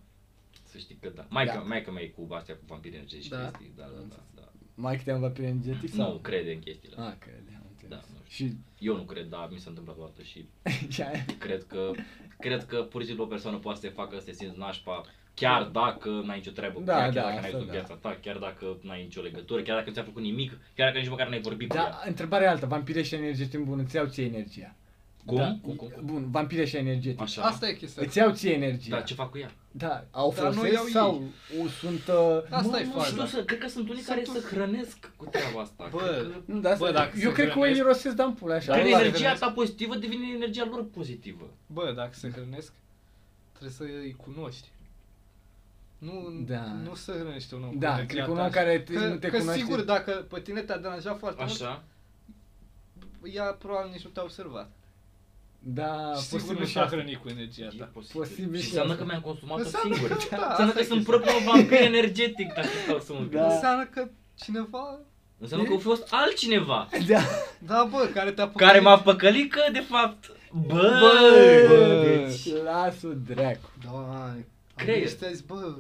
Speaker 3: Să știi că da. Mai că,
Speaker 2: Gata.
Speaker 3: mai că mai e cu astea cu vampiri energetici
Speaker 1: Da.
Speaker 3: da. chestii, da, da, da, da.
Speaker 2: Mai câte am va prin energetic
Speaker 3: Nu
Speaker 2: Păi sau?
Speaker 3: crede în chestiile astea.
Speaker 2: Ah, că le-am
Speaker 3: Da,
Speaker 2: înțeles.
Speaker 3: nu știu.
Speaker 2: Și,
Speaker 3: Eu nu cred, dar mi s-a întâmplat o dată și
Speaker 2: și aia.
Speaker 3: cred că, cred că pur și simplu o persoană poate să te facă să te simți nașpa chiar dacă n-ai nicio treabă cu
Speaker 2: Da,
Speaker 3: ea, chiar
Speaker 2: da,
Speaker 3: dacă
Speaker 2: asta
Speaker 3: n-ai văzut
Speaker 2: da.
Speaker 3: viața ta, chiar dacă n-ai nicio legătură, chiar dacă nu ți-a făcut nimic, chiar dacă nici măcar n-ai vorbit cu
Speaker 2: Da,
Speaker 3: ea.
Speaker 2: întrebarea e altă. Vampirește energetic bun, îți iau ție energia.
Speaker 3: Cum?
Speaker 2: Da.
Speaker 3: Cum, cum, cum?
Speaker 2: Bun, vampirește energetic.
Speaker 3: Așa.
Speaker 1: Asta e chestia.
Speaker 2: Îți iau ție energia.
Speaker 3: Dar ce fac cu ea?
Speaker 2: Da, au
Speaker 1: Dar nu iau
Speaker 2: folosesc
Speaker 1: ei.
Speaker 2: sau o sunt... uh,
Speaker 1: Da, Asta
Speaker 3: Nu,
Speaker 1: e
Speaker 3: nu
Speaker 1: faza.
Speaker 3: știu, să, cred că sunt unii
Speaker 1: Sunt
Speaker 3: care
Speaker 1: un-
Speaker 3: să hrănesc cu treaba asta.
Speaker 1: Bă,
Speaker 3: cred că-
Speaker 2: Nu, da,
Speaker 4: Bă, dacă
Speaker 2: eu
Speaker 4: se
Speaker 2: cred că o
Speaker 4: hrănesc-
Speaker 2: irosesc, dar în pula așa.
Speaker 1: Da,
Speaker 3: Când
Speaker 1: la
Speaker 3: energia
Speaker 1: revedere.
Speaker 3: ta pozitivă devine energia lor pozitivă.
Speaker 1: Bă, dacă se hrănesc, trebuie să îi cunoști. Nu,
Speaker 2: Da.
Speaker 1: nu se hrănește un om.
Speaker 2: Da,
Speaker 1: cu
Speaker 2: cred că
Speaker 1: energia
Speaker 2: un
Speaker 1: ta.
Speaker 2: om care te-
Speaker 1: că,
Speaker 2: nu te
Speaker 1: că
Speaker 2: cunoaște.
Speaker 1: sigur, dacă pe tine te-a deranjat foarte
Speaker 3: Așa?
Speaker 1: mult, ea probabil nici nu te-a observat.
Speaker 2: Da,
Speaker 4: Și sigur
Speaker 2: posibil
Speaker 4: nu
Speaker 2: și
Speaker 4: și-a
Speaker 2: asta.
Speaker 4: hrănit cu energia
Speaker 3: E
Speaker 4: ta.
Speaker 2: Posibil
Speaker 3: posibil. Și
Speaker 2: și
Speaker 3: înseamnă
Speaker 2: asta.
Speaker 3: că mi-am consumat-o
Speaker 1: Înseamnă
Speaker 3: singur.
Speaker 1: că- da, asta
Speaker 3: Înseamnă că
Speaker 1: e
Speaker 3: sunt
Speaker 1: chestia.
Speaker 3: propriul vampir energetic, dacă stau să mă
Speaker 2: Da.
Speaker 3: gândesc.
Speaker 1: Înseamnă că cineva...
Speaker 3: Înseamnă că a fost altcineva
Speaker 2: Da.
Speaker 1: Da, bă, care te-a
Speaker 3: care m-a
Speaker 1: păcălit.
Speaker 3: păcălit că, de fapt, bă,
Speaker 4: bă,
Speaker 2: deci lasă dracu.
Speaker 1: Doamne,
Speaker 3: Creier.
Speaker 1: Creier. Stăzi, bă,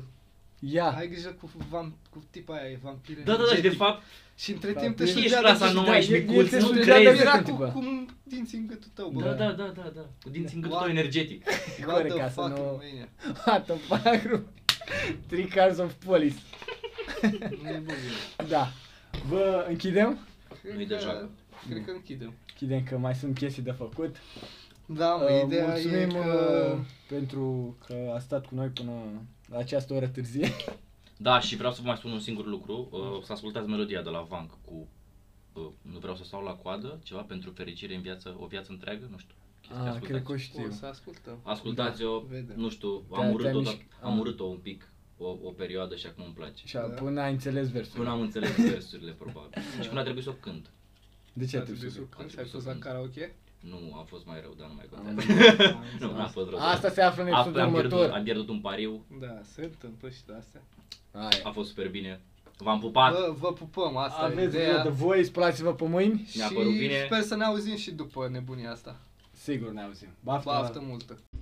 Speaker 2: Ia.
Speaker 1: ai grijă cu, vam, cu tipa aia, e vampire.
Speaker 3: da, da, da, și de fapt,
Speaker 1: Și între
Speaker 2: Da,
Speaker 1: timp te
Speaker 3: ești
Speaker 1: studea
Speaker 3: clasa
Speaker 1: de
Speaker 3: nouă,
Speaker 2: da,
Speaker 3: ești
Speaker 2: e- e
Speaker 3: micuț,
Speaker 2: te
Speaker 3: nu
Speaker 2: studea
Speaker 3: crezi.
Speaker 2: de-
Speaker 1: era
Speaker 2: când,
Speaker 1: cu,
Speaker 2: bă.
Speaker 1: cum dinți în gâtul tău, bă.
Speaker 3: Da, da, da, da, da, cu dinții în gâtul tău
Speaker 1: Oare-
Speaker 3: energetic.
Speaker 1: What
Speaker 2: Corect,
Speaker 1: the
Speaker 2: ca să
Speaker 1: fuck,
Speaker 2: nu-
Speaker 1: Romania.
Speaker 2: What the fuck, bro? Three cars of police.
Speaker 1: Nu e bun.
Speaker 2: Da. Bă, închidem?
Speaker 1: Cred
Speaker 3: Nu-i de
Speaker 1: că-
Speaker 3: joacă.
Speaker 1: Cred că închidem.
Speaker 2: Închidem că mai sunt chestii de făcut.
Speaker 1: Da, mă,
Speaker 2: Uh,
Speaker 1: ideea e
Speaker 2: Mulțumim
Speaker 1: că...
Speaker 2: uh, pentru că a stat cu noi până la această oră târzie.
Speaker 3: Da, și vreau să vă mai spun un singur lucru, uh, să ascultați melodia de la Vanc cu uh, Nu vreau să stau la coadă, ceva pentru fericire în viață, o viață întreagă, nu știu. chestia,
Speaker 2: Ah,
Speaker 3: ascultați.
Speaker 2: cred că o știu.
Speaker 1: O să ascultăm.
Speaker 3: Ascultați-o,
Speaker 1: Da, vedem.
Speaker 3: nu știu,
Speaker 2: Te-a-
Speaker 3: am urât-o,
Speaker 2: te-a
Speaker 3: dar
Speaker 2: mișc-
Speaker 3: am
Speaker 2: ah.
Speaker 3: urât-o un pic, o, o perioadă și acum îmi place.
Speaker 2: Și a- până ai înțeles versul.
Speaker 3: Până am înțeles versurile, probabil.
Speaker 2: Da.
Speaker 3: Și până a trebuit să o cânt.
Speaker 2: De ce
Speaker 1: Ar
Speaker 2: ai
Speaker 1: trebui
Speaker 2: trebuit?
Speaker 1: să o
Speaker 3: Ar
Speaker 1: cânt
Speaker 3: trebui
Speaker 1: și ai
Speaker 3: să
Speaker 1: fost
Speaker 3: o
Speaker 1: la
Speaker 3: cânt.
Speaker 1: karaoke?
Speaker 3: Nu, a fost mai rău, dar nu mai
Speaker 1: Am
Speaker 3: contează.
Speaker 1: înțeles.
Speaker 3: Nu, n-a fost rău.
Speaker 2: Da. Asta se află în
Speaker 3: Am-
Speaker 2: episodul
Speaker 3: am, pierdut,
Speaker 2: următor.
Speaker 3: am pierdut un pariu,
Speaker 1: Da, se întâmplă și de astea.
Speaker 2: Aia.
Speaker 3: a fost super bine. V-am pupat,
Speaker 1: Vă, vă pupăm, asta e
Speaker 2: Aveți
Speaker 1: ideea.
Speaker 2: grijă de voi, spălați-vă pe mâini.
Speaker 3: Mi-a
Speaker 1: Și
Speaker 3: părut bine.
Speaker 1: sper să ne auzim și după nebunia asta.
Speaker 2: Sigur ne auzim. Baftă.
Speaker 1: Baftă multă!